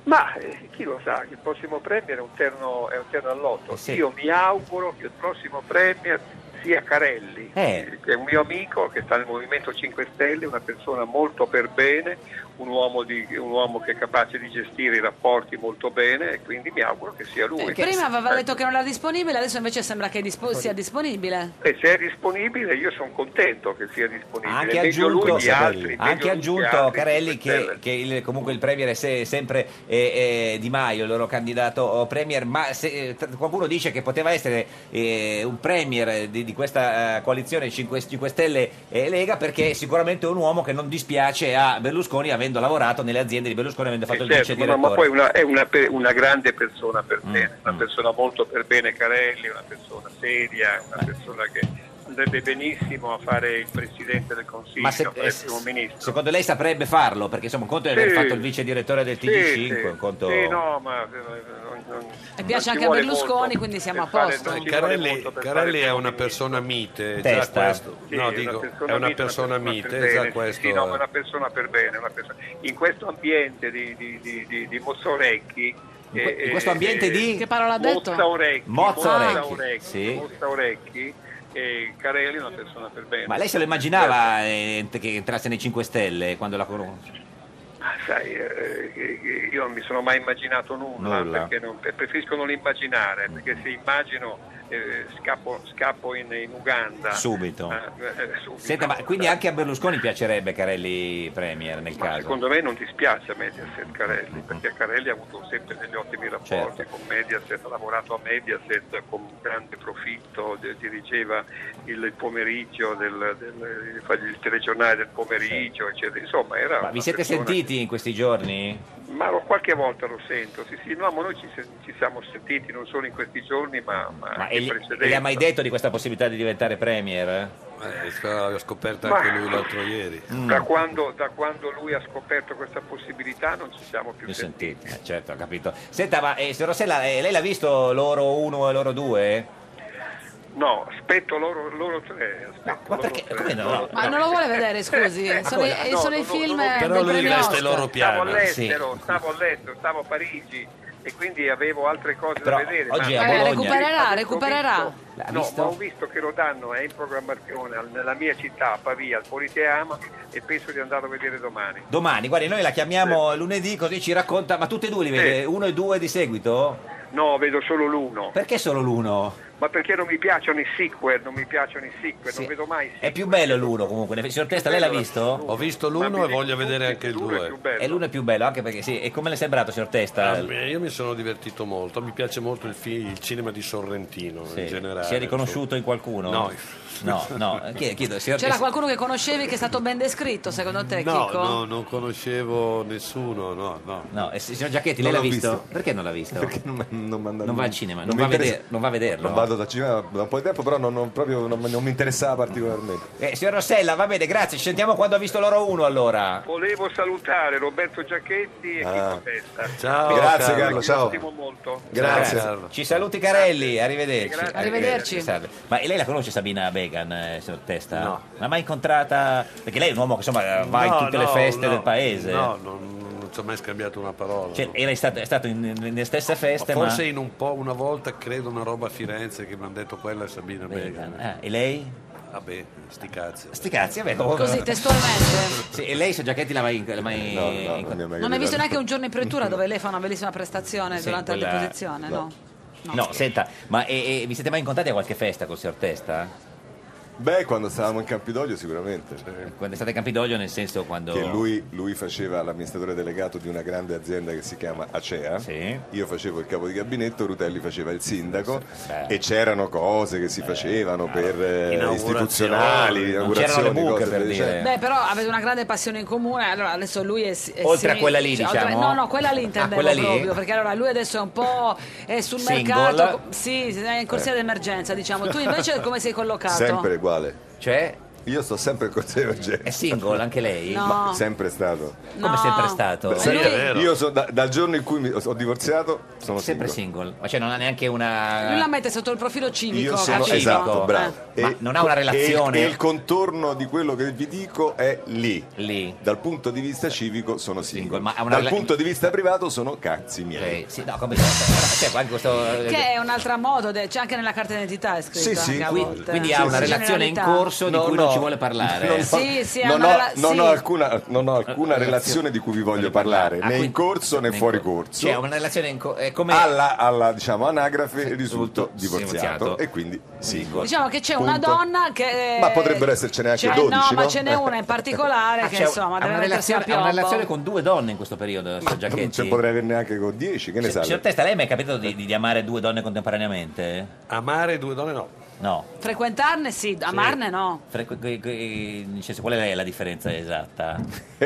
Speaker 14: Ma eh, chi lo sa, che il prossimo Premier è un terno, è un terno all'otto.
Speaker 1: Eh Sì.
Speaker 14: Io mi auguro che il prossimo Premier sia Carelli,
Speaker 1: Eh.
Speaker 14: che è un mio amico che sta nel Movimento 5 Stelle, una persona molto per bene, un uomo, di- un uomo che è capace di gestire i rapporti molto bene e quindi mi auguro che sia lui.
Speaker 2: Prima aveva
Speaker 14: Eh,
Speaker 2: detto che non era disponibile, adesso invece sembra che dispo- sia disponibile.
Speaker 14: E se è disponibile io sono contento che sia disponibile.
Speaker 1: Ha anche
Speaker 14: Meglio lui
Speaker 1: aggiunto,
Speaker 14: di altri,
Speaker 1: ha anche
Speaker 14: meglio lui di
Speaker 1: aggiunto
Speaker 14: altri.
Speaker 1: Carelli che, che il- comunque il Premier è se- sempre eh, eh, Di Maio, il loro candidato oh, Premier, ma se, eh, tra- qualcuno dice che poteva essere eh, un Premier eh, di, di questa eh, coalizione 5, 5 Stelle e Lega perché è sicuramente un uomo che non dispiace a Berlusconi avendo lavorato nelle aziende di Berlusconi, avendo fatto il
Speaker 14: Certo,
Speaker 1: vice
Speaker 14: ma,
Speaker 1: direttore. Mm,
Speaker 14: ma poi una- è una, pe- una grande persona per bene, una persona molto per bene Carelli, una persona seria,
Speaker 1: Eh.
Speaker 14: una persona che andrebbe benissimo a fare il Presidente del Consiglio,
Speaker 1: Ma se-
Speaker 14: a fare il
Speaker 1: eh,
Speaker 14: Primo Ministro.
Speaker 1: Secondo lei saprebbe farlo? Perché insomma, un conto è aver
Speaker 14: Sì.
Speaker 1: fatto il vice direttore del
Speaker 14: Sì,
Speaker 1: TG5,
Speaker 14: sì.
Speaker 1: un conto...
Speaker 14: Sì, no, ma eh, non-
Speaker 2: E
Speaker 14: non- non ci
Speaker 2: piace anche a
Speaker 14: vuole
Speaker 2: Berlusconi,
Speaker 14: molto
Speaker 2: quindi siamo
Speaker 14: per
Speaker 2: a
Speaker 14: fare-
Speaker 2: posto.
Speaker 14: non
Speaker 1: Eh,
Speaker 14: ci vuole
Speaker 13: Carelli,
Speaker 14: molto per
Speaker 13: Carelli
Speaker 14: fare-
Speaker 13: è una persona mite, già
Speaker 14: Testa.
Speaker 13: questo.
Speaker 14: Sì,
Speaker 13: no,
Speaker 14: è
Speaker 13: dico,
Speaker 14: una persona
Speaker 13: è una
Speaker 14: mite,
Speaker 13: persona mite,
Speaker 14: per
Speaker 13: già
Speaker 14: bene,
Speaker 13: questo.
Speaker 14: Sì, no, ma
Speaker 13: eh.
Speaker 14: una persona per bene. una persona- In questo ambiente di, di, di, di, eh, di Mozzorecchi...
Speaker 1: In que- in questo ambiente di- Che parola ha detto?
Speaker 14: Mozzaorecchi.
Speaker 1: Mozzaorecchi,
Speaker 14: Mozzaorecchi,
Speaker 1: sì.
Speaker 14: Mozzaorecchi, eh, Carelli è una persona per bene.
Speaker 1: Ma lei se lo immaginava eh, che entrasse nei 5 Stelle quando la conosce?
Speaker 14: Ah, Sai, eh, eh, io non mi sono mai immaginato nulla,
Speaker 1: Nulla. Mm.
Speaker 14: perché non- eh, preferisco non immaginare, perché se immagino eh, scappo, scappo in, in Uganda.
Speaker 1: Subito.
Speaker 14: Ah, eh, eh, subito.
Speaker 1: Senta, ma quindi anche a Berlusconi piacerebbe Carelli Premier nel caso? Mm-hmm.
Speaker 14: Secondo me non dispiace a Mediaset Carelli, perché Carelli ha avuto sempre degli ottimi
Speaker 1: Certo.
Speaker 14: rapporti con Mediaset, ha lavorato a Mediaset con un grande profitto, de- dirigeva il pomeriggio, del, del- il telegiornale del pomeriggio, eccetera. Insomma, era
Speaker 1: Ma
Speaker 14: una
Speaker 1: vi siete
Speaker 14: persona-
Speaker 1: sentiti in questi giorni?
Speaker 14: Ma lo- qualche volta lo sento, sì, sì, no, ma noi ci, se- ci siamo sentiti non solo in questi giorni, ma, ma
Speaker 1: Ma
Speaker 14: anche
Speaker 1: e
Speaker 14: in
Speaker 1: gli,
Speaker 14: precedenza.
Speaker 1: e gli ha mai detto di questa possibilità di diventare Premier? Mm,
Speaker 13: L'ha scoperta
Speaker 14: Ma- anche lui
Speaker 13: l'altro ieri.
Speaker 14: Da, quando, da quando lui ha scoperto questa possibilità non ci siamo più
Speaker 1: Mi
Speaker 14: sentiti.
Speaker 1: sentite, eh, certo, ho capito. Senta, ma eh, signor Rossella, eh, lei l'ha visto loro uno e loro due?
Speaker 14: No, aspetto loro, loro tre. Aspetto ma perché?
Speaker 1: come no?
Speaker 2: Ma non lo vuole vedere, scusi. Sono, i-
Speaker 14: come
Speaker 2: eh,
Speaker 14: Eh, no?
Speaker 2: sono i
Speaker 14: No, no,
Speaker 2: film
Speaker 14: no, no,
Speaker 2: del premio Oscar.
Speaker 14: Stavo all'estero, stavo all'estero, stavo a Parigi e quindi avevo altre cose
Speaker 1: Però
Speaker 14: da vedere.
Speaker 1: oggi è
Speaker 14: ma-
Speaker 1: a
Speaker 2: Eh,
Speaker 1: Bologna.
Speaker 2: recupererà,
Speaker 14: Avevo
Speaker 2: recupererà.
Speaker 14: visto-
Speaker 1: L'ha
Speaker 14: No,
Speaker 1: visto?
Speaker 14: ma ho visto che lo danno, è in programmazione al- nella mia città, a Pavia, al Politeama e penso di andarlo a vedere domani.
Speaker 1: Domani, guardi, noi la chiamiamo lunedì così ci racconta, ma tutti e due li vede, uno e due di seguito?
Speaker 14: No, vedo solo l'uno.
Speaker 1: Perché solo l'uno?
Speaker 14: Ma perché non mi piacciono i sequel, non mi piacciono i sequel, non vedo mai i
Speaker 1: È più bello l'uno comunque, ne- signor Testa, lei l'ha visto? Ho
Speaker 13: visto l'uno e voglio vedere anche il due.
Speaker 1: E l'uno è più bello, anche perché sì, e come le è sembrato, signor Testa?
Speaker 13: Ah, beh, io mi sono divertito molto, mi piace molto il, fi- il cinema di Sorrentino
Speaker 1: Sì.
Speaker 13: in generale.
Speaker 1: Si è riconosciuto in qualcuno?
Speaker 13: No.
Speaker 1: no, no. eh, Chiedo, chiedo, signor
Speaker 2: C'era
Speaker 1: Testa.
Speaker 2: qualcuno che conoscevi che è stato ben descritto, secondo te,
Speaker 13: No,
Speaker 2: Chico?
Speaker 13: no, non conoscevo nessuno, no, no.
Speaker 1: No, eh, signor Giacchetti, lei
Speaker 13: Non
Speaker 1: l'ha
Speaker 13: l'ho
Speaker 1: visto?
Speaker 13: visto.
Speaker 1: Perché non l'ha visto?
Speaker 11: Perché non,
Speaker 1: Non va al cinema, non,
Speaker 11: mi
Speaker 1: va, a
Speaker 11: interessa-
Speaker 1: veder- non va a vederlo.
Speaker 11: Non vado da cinema da un po' di tempo, però non, non- proprio non, non mi interessava particolarmente.
Speaker 1: Eh, signor Rossella, va bene, grazie. Ci sentiamo quando ha visto loro uno allora.
Speaker 14: Volevo salutare Roberto Giacchetti e
Speaker 1: Ah.
Speaker 14: Chico Testa.
Speaker 1: Ciao, Grazie, Carlo,
Speaker 14: Vi
Speaker 1: ciao.
Speaker 14: stimo molto.
Speaker 1: Ciao, Carlo. Ci saluti Carelli, arrivederci.
Speaker 14: Grazie.
Speaker 2: Arrivederci.
Speaker 1: Salve. Ma lei la conosce Sabina Began, eh, signor Testa? No. L'ha mai incontrata? Perché lei è un uomo che insomma va in
Speaker 13: No,
Speaker 1: tutte le
Speaker 13: no,
Speaker 1: feste
Speaker 13: no,
Speaker 1: del paese.
Speaker 13: No, non, non ci ho mai scambiato una parola.
Speaker 1: Cioè, era stato, è stato in- in- nelle stesse feste, ma...
Speaker 13: Forse in un po' una volta credo una roba a Firenze che mi hanno detto quella è Sabina
Speaker 1: Began.
Speaker 13: Began.
Speaker 1: Ah, e lei?
Speaker 13: Vabbè, sti cazzi.
Speaker 1: Sti cazzi, vabbè.
Speaker 2: Così, testualmente.
Speaker 1: Sì, e lei, signor Giacchetti, l'ha mai... l'ha mai-
Speaker 2: Non hai visto neanche un giorno in pretura dove lei fa una bellissima prestazione
Speaker 1: Sì,
Speaker 2: durante
Speaker 1: quella-
Speaker 2: la deposizione, no?
Speaker 1: No, senta, ma e- e vi siete mai incontrati a qualche festa col signor Testa?
Speaker 11: Beh, quando stavamo in Campidoglio sicuramente.
Speaker 1: Quando è stato a Campidoglio nel senso quando...
Speaker 11: Che lui, lui faceva l'amministratore delegato di una grande azienda che si chiama Acea, io facevo il capo di gabinetto, Rutelli faceva il sindaco e c'erano cose che si facevano per eh,
Speaker 1: Eh, Inaugurazioni.
Speaker 11: istituzionali,
Speaker 1: Non c'erano le
Speaker 11: inaugurazioni,
Speaker 1: buche,
Speaker 11: cose
Speaker 1: per
Speaker 11: del
Speaker 1: dire.
Speaker 11: genere.
Speaker 2: Beh, però avete una grande passione in comune. Allora, adesso lui è. si- è
Speaker 1: Oltre a
Speaker 2: si-
Speaker 1: quella lì,
Speaker 2: cioè,
Speaker 1: diciamo?
Speaker 2: no, no, quella lì intendevo
Speaker 1: quella lì?
Speaker 2: proprio. Perché allora lui adesso è un po' è sul
Speaker 1: Single.
Speaker 2: mercato. Sì, è in corsia d'emergenza, diciamo. Tu invece come sei collocato?
Speaker 11: Sempre uguale. Cioè? Io sto sempre con te, Eugenio. È
Speaker 1: single anche lei?
Speaker 2: No.
Speaker 11: Ma sempre stato.
Speaker 2: Come No. sempre stato?
Speaker 11: Beh,
Speaker 1: È
Speaker 11: sempre-
Speaker 1: vero.
Speaker 11: io so- da- dal giorno in cui mi- ho divorziato sono
Speaker 1: Sempre single. Ma cioè non ha neanche una...
Speaker 2: Lui la mette sotto il profilo civico.
Speaker 11: Io sono
Speaker 2: capito?
Speaker 11: esatto, bravo.
Speaker 2: Eh.
Speaker 1: Ma non ha una
Speaker 11: e il-
Speaker 1: relazione?
Speaker 11: E il, contorno di quello che vi dico è lì. Dal punto di vista civico sono single,
Speaker 1: ma ha una
Speaker 11: dal
Speaker 1: rela- Eh,
Speaker 11: punto di vista privato sono cazzi miei.
Speaker 1: Sì, no, come... Cioè, anche questo...
Speaker 2: Che è un'altra modo, de- c'è anche nella carta d'identità è scritto.
Speaker 11: Sì, sì,
Speaker 2: anche a
Speaker 11: qui-
Speaker 2: volte.
Speaker 1: Quindi ha una
Speaker 11: Sì, sì.
Speaker 1: relazione in
Speaker 2: Generalità.
Speaker 1: corso di
Speaker 11: No,
Speaker 1: cui
Speaker 11: no.
Speaker 1: non ci vuole parlare.
Speaker 11: Non ho-
Speaker 2: Sì, sì, ha
Speaker 11: non
Speaker 2: una
Speaker 11: ho-
Speaker 2: rela-
Speaker 11: non
Speaker 2: sì.
Speaker 11: ho alcuna, non ho alcuna relazione di cui vi voglio parlare, né in corso né fuori corso.
Speaker 1: Cioè, una relazione in co- è come...
Speaker 11: alla, alla, diciamo, anagrafe risulto
Speaker 1: divorziato.
Speaker 11: divorziato e quindi single.
Speaker 2: Diciamo che c'è una
Speaker 11: Punto.
Speaker 2: donna che.
Speaker 11: Ma potrebbero essercene anche
Speaker 2: Cioè,
Speaker 11: 12,
Speaker 2: No, ma
Speaker 11: no?
Speaker 2: ce n'è una in particolare
Speaker 1: Ah,
Speaker 2: che
Speaker 1: cioè,
Speaker 2: insomma
Speaker 1: ha
Speaker 2: deve
Speaker 1: una
Speaker 2: mettersi a
Speaker 1: relazione, ha
Speaker 2: piombo.
Speaker 1: una relazione con due donne in questo periodo, signor Giacchetti.
Speaker 11: Ce potrei averne anche con 10, che ne sa?
Speaker 1: Signor Testa, lei mi è capitato di, di- di amare due donne contemporaneamente?
Speaker 13: Amare due donne no.
Speaker 1: No.
Speaker 2: Frequentarne sì, amarne no.
Speaker 1: Fra- que- que- que- nel senso, qual è la differenza esatta?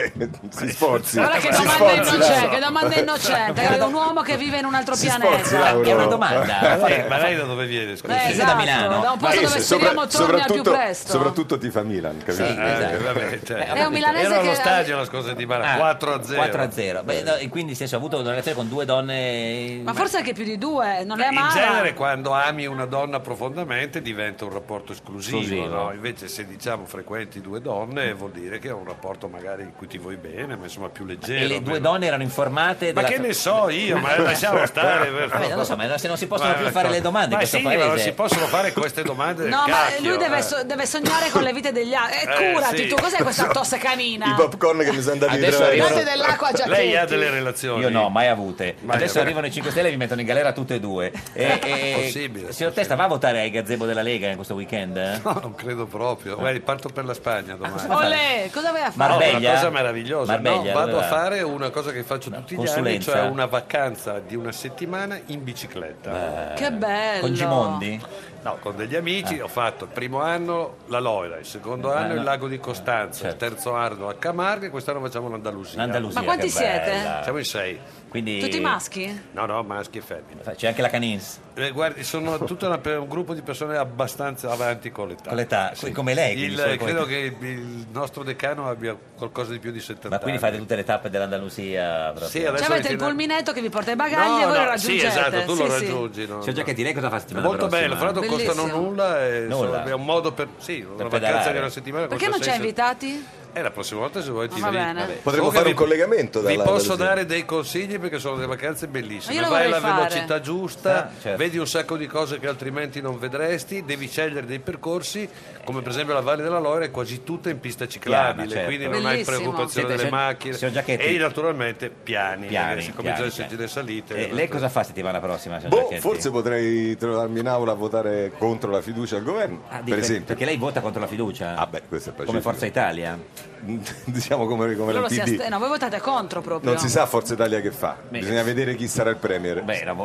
Speaker 11: si sforzi.
Speaker 2: Guarda che domanda innocente, Cioè, che domanda innocente, guarda, un uomo che vive in un altro pianeta.
Speaker 1: È una domanda.
Speaker 13: ma, lei, ma lei da dove viene? scusi?
Speaker 2: Eh, esatto, da Milano. da un posto
Speaker 11: Ma
Speaker 2: dove
Speaker 11: se-
Speaker 2: speriamo torni al più
Speaker 11: soprattutto-
Speaker 2: presto.
Speaker 11: Soprattutto ti fa Milan, capito?
Speaker 13: Eh,
Speaker 1: esatto.
Speaker 13: vabbè, cioè,
Speaker 2: È un milanese
Speaker 13: Ero allo
Speaker 2: che-
Speaker 13: stadio la scorsa settimana,
Speaker 1: Ah,
Speaker 13: 4 a 0.
Speaker 1: 4 a 0. Beh, no, e quindi, nel senso, ho avuto una relazione con due donne...
Speaker 2: Ma forse anche più di due, non le
Speaker 13: In genere
Speaker 2: amava.
Speaker 13: quando ami una donna profondamente diventa un rapporto esclusivo,
Speaker 1: Esclusivo.
Speaker 13: no? invece se diciamo frequenti due donne vuol dire che è un rapporto magari in cui ti vuoi bene, ma insomma più leggero.
Speaker 1: e le due
Speaker 13: meno-
Speaker 1: donne erano informate
Speaker 13: Ma
Speaker 1: della-
Speaker 13: che ne so io, ma lasciamo stare. per
Speaker 1: Vabbè, non lo so,
Speaker 13: favore.
Speaker 1: ma se non si possono più fare
Speaker 13: ma- ecco.
Speaker 1: le domande in
Speaker 13: ma
Speaker 1: questo
Speaker 13: sì,
Speaker 1: paese.
Speaker 13: Ma non si possono fare queste domande del
Speaker 2: No, ma
Speaker 13: cacchio,
Speaker 2: lui deve,
Speaker 13: eh.
Speaker 2: so- deve sognare con le vite degli altri. E
Speaker 13: Eh,
Speaker 2: curati
Speaker 13: sì.
Speaker 2: tu, cos'è questa tosse canina?
Speaker 11: I popcorn che mi sono andati
Speaker 1: Adesso
Speaker 11: dietro.
Speaker 1: arrivano-
Speaker 2: Date dell'acqua a Giacchetti.
Speaker 13: Lei ha delle relazioni?
Speaker 1: Io no, mai avute.
Speaker 13: Mai
Speaker 1: Adesso
Speaker 13: avute.
Speaker 1: arrivano i 5 Stelle e vi mettono in galera tutte e due. E, e-
Speaker 13: Possibile,
Speaker 1: Signor Testa, va a votare ai gazebo della Lega in questo weekend? eh? Ah,
Speaker 13: No, non credo proprio. Guardi, parto per la Spagna domani.
Speaker 2: Olè, cosa aveva fatto?
Speaker 13: No,
Speaker 1: Marbella?
Speaker 13: una cosa meravigliosa.
Speaker 1: Marbella,
Speaker 13: no, vado
Speaker 1: allora.
Speaker 13: a fare una cosa che faccio tutti gli anni,
Speaker 1: consulenza.
Speaker 13: cioè una vacanza di una settimana in bicicletta.
Speaker 2: Che bello.
Speaker 1: Con Gimondi?
Speaker 13: No, con degli amici ho fatto il primo anno la Loira, il secondo
Speaker 1: Eh,
Speaker 13: anno
Speaker 1: no.
Speaker 13: il lago di Costanza, il terzo anno la Camarga e quest'anno facciamo l'Andalusia.
Speaker 1: Certo. L'Andalusia,
Speaker 2: Ma quanti che siete? bella.
Speaker 13: Siamo in sei.
Speaker 1: Quindi...
Speaker 2: Tutti maschi?
Speaker 13: No, no, maschi e femmine.
Speaker 1: C'è anche la Canins.
Speaker 13: Eh, guardi, sono tutto una- un gruppo di persone abbastanza avanti con l'età.
Speaker 1: Con l'età,
Speaker 13: Sì.
Speaker 1: come lei, quindi,
Speaker 13: Il-
Speaker 1: suoi poeti.
Speaker 13: credo che il nostro decano abbia qualcosa di più di 70
Speaker 1: Ma quindi fate tutte le tappe dell'Andalusia? proprio.
Speaker 13: Sì, adesso
Speaker 2: Cioè avete il polminetto che vi porta i bagagli
Speaker 13: No,
Speaker 2: e voi lo
Speaker 13: no, sì,
Speaker 2: raggiungete.
Speaker 13: esatto, tu lo
Speaker 2: Sì, sì.
Speaker 13: raggiungi. no,
Speaker 1: Signor
Speaker 13: no.
Speaker 1: Giacchetti, lei cosa fa
Speaker 13: È
Speaker 1: settimana
Speaker 13: molto
Speaker 1: prossima?
Speaker 13: bello, fra l'altro costano
Speaker 2: Bellissimo.
Speaker 13: nulla e
Speaker 1: Nulla.
Speaker 13: sono- è un modo per sì, una vacanza
Speaker 1: pedalare.
Speaker 13: di una settimana
Speaker 2: Perché non
Speaker 13: costa
Speaker 2: ci ha
Speaker 13: 600.
Speaker 2: invitati?
Speaker 13: Eh, la prossima volta se vuoi ti
Speaker 2: Ah, Va
Speaker 13: invito.
Speaker 2: bene. Vabbè.
Speaker 11: Potremmo
Speaker 13: Comunque
Speaker 11: fare un
Speaker 13: vi-
Speaker 11: collegamento
Speaker 13: Vi
Speaker 11: dalla-
Speaker 13: posso
Speaker 11: dalla-
Speaker 13: dare dei consigli perché sono delle vacanze
Speaker 2: Ma io
Speaker 13: bellissime.
Speaker 2: lo
Speaker 13: Vai
Speaker 2: vorrei
Speaker 13: alla
Speaker 2: fare.
Speaker 13: velocità giusta,
Speaker 1: Ah, certo.
Speaker 13: vedi un sacco di cose che altrimenti non vedresti, devi scegliere dei percorsi, come per esempio la Valle della Loira è quasi tutta in pista ciclabile,
Speaker 1: Piana, certo.
Speaker 13: quindi non hai
Speaker 1: Bellissimo.
Speaker 13: preoccupazione
Speaker 1: Senta,
Speaker 13: delle
Speaker 1: signor-
Speaker 13: macchine
Speaker 1: signor Giacchetti.
Speaker 13: e naturalmente piani,
Speaker 1: Piani,
Speaker 13: eh, se cominciano
Speaker 1: piani,
Speaker 13: a esserci
Speaker 1: piani.
Speaker 13: le salite.
Speaker 1: Eh, lei cosa fa settimana prossima? signor
Speaker 11: Boh,
Speaker 1: Giacchetti?
Speaker 11: forse potrei trovarmi in aula a votare contro la fiducia al governo,
Speaker 1: Ah,
Speaker 11: per
Speaker 1: dice-
Speaker 11: esempio.
Speaker 1: Perché lei vota contro la fiducia?
Speaker 11: Ah beh, questo è pacifico.
Speaker 1: Come Forza Italia?
Speaker 11: diciamo come, come la
Speaker 2: Loro si
Speaker 11: PD.
Speaker 2: aste- no, voi votate contro proprio.
Speaker 11: Non si sa Forza Italia che fa, bisogna vedere chi sarà il premier.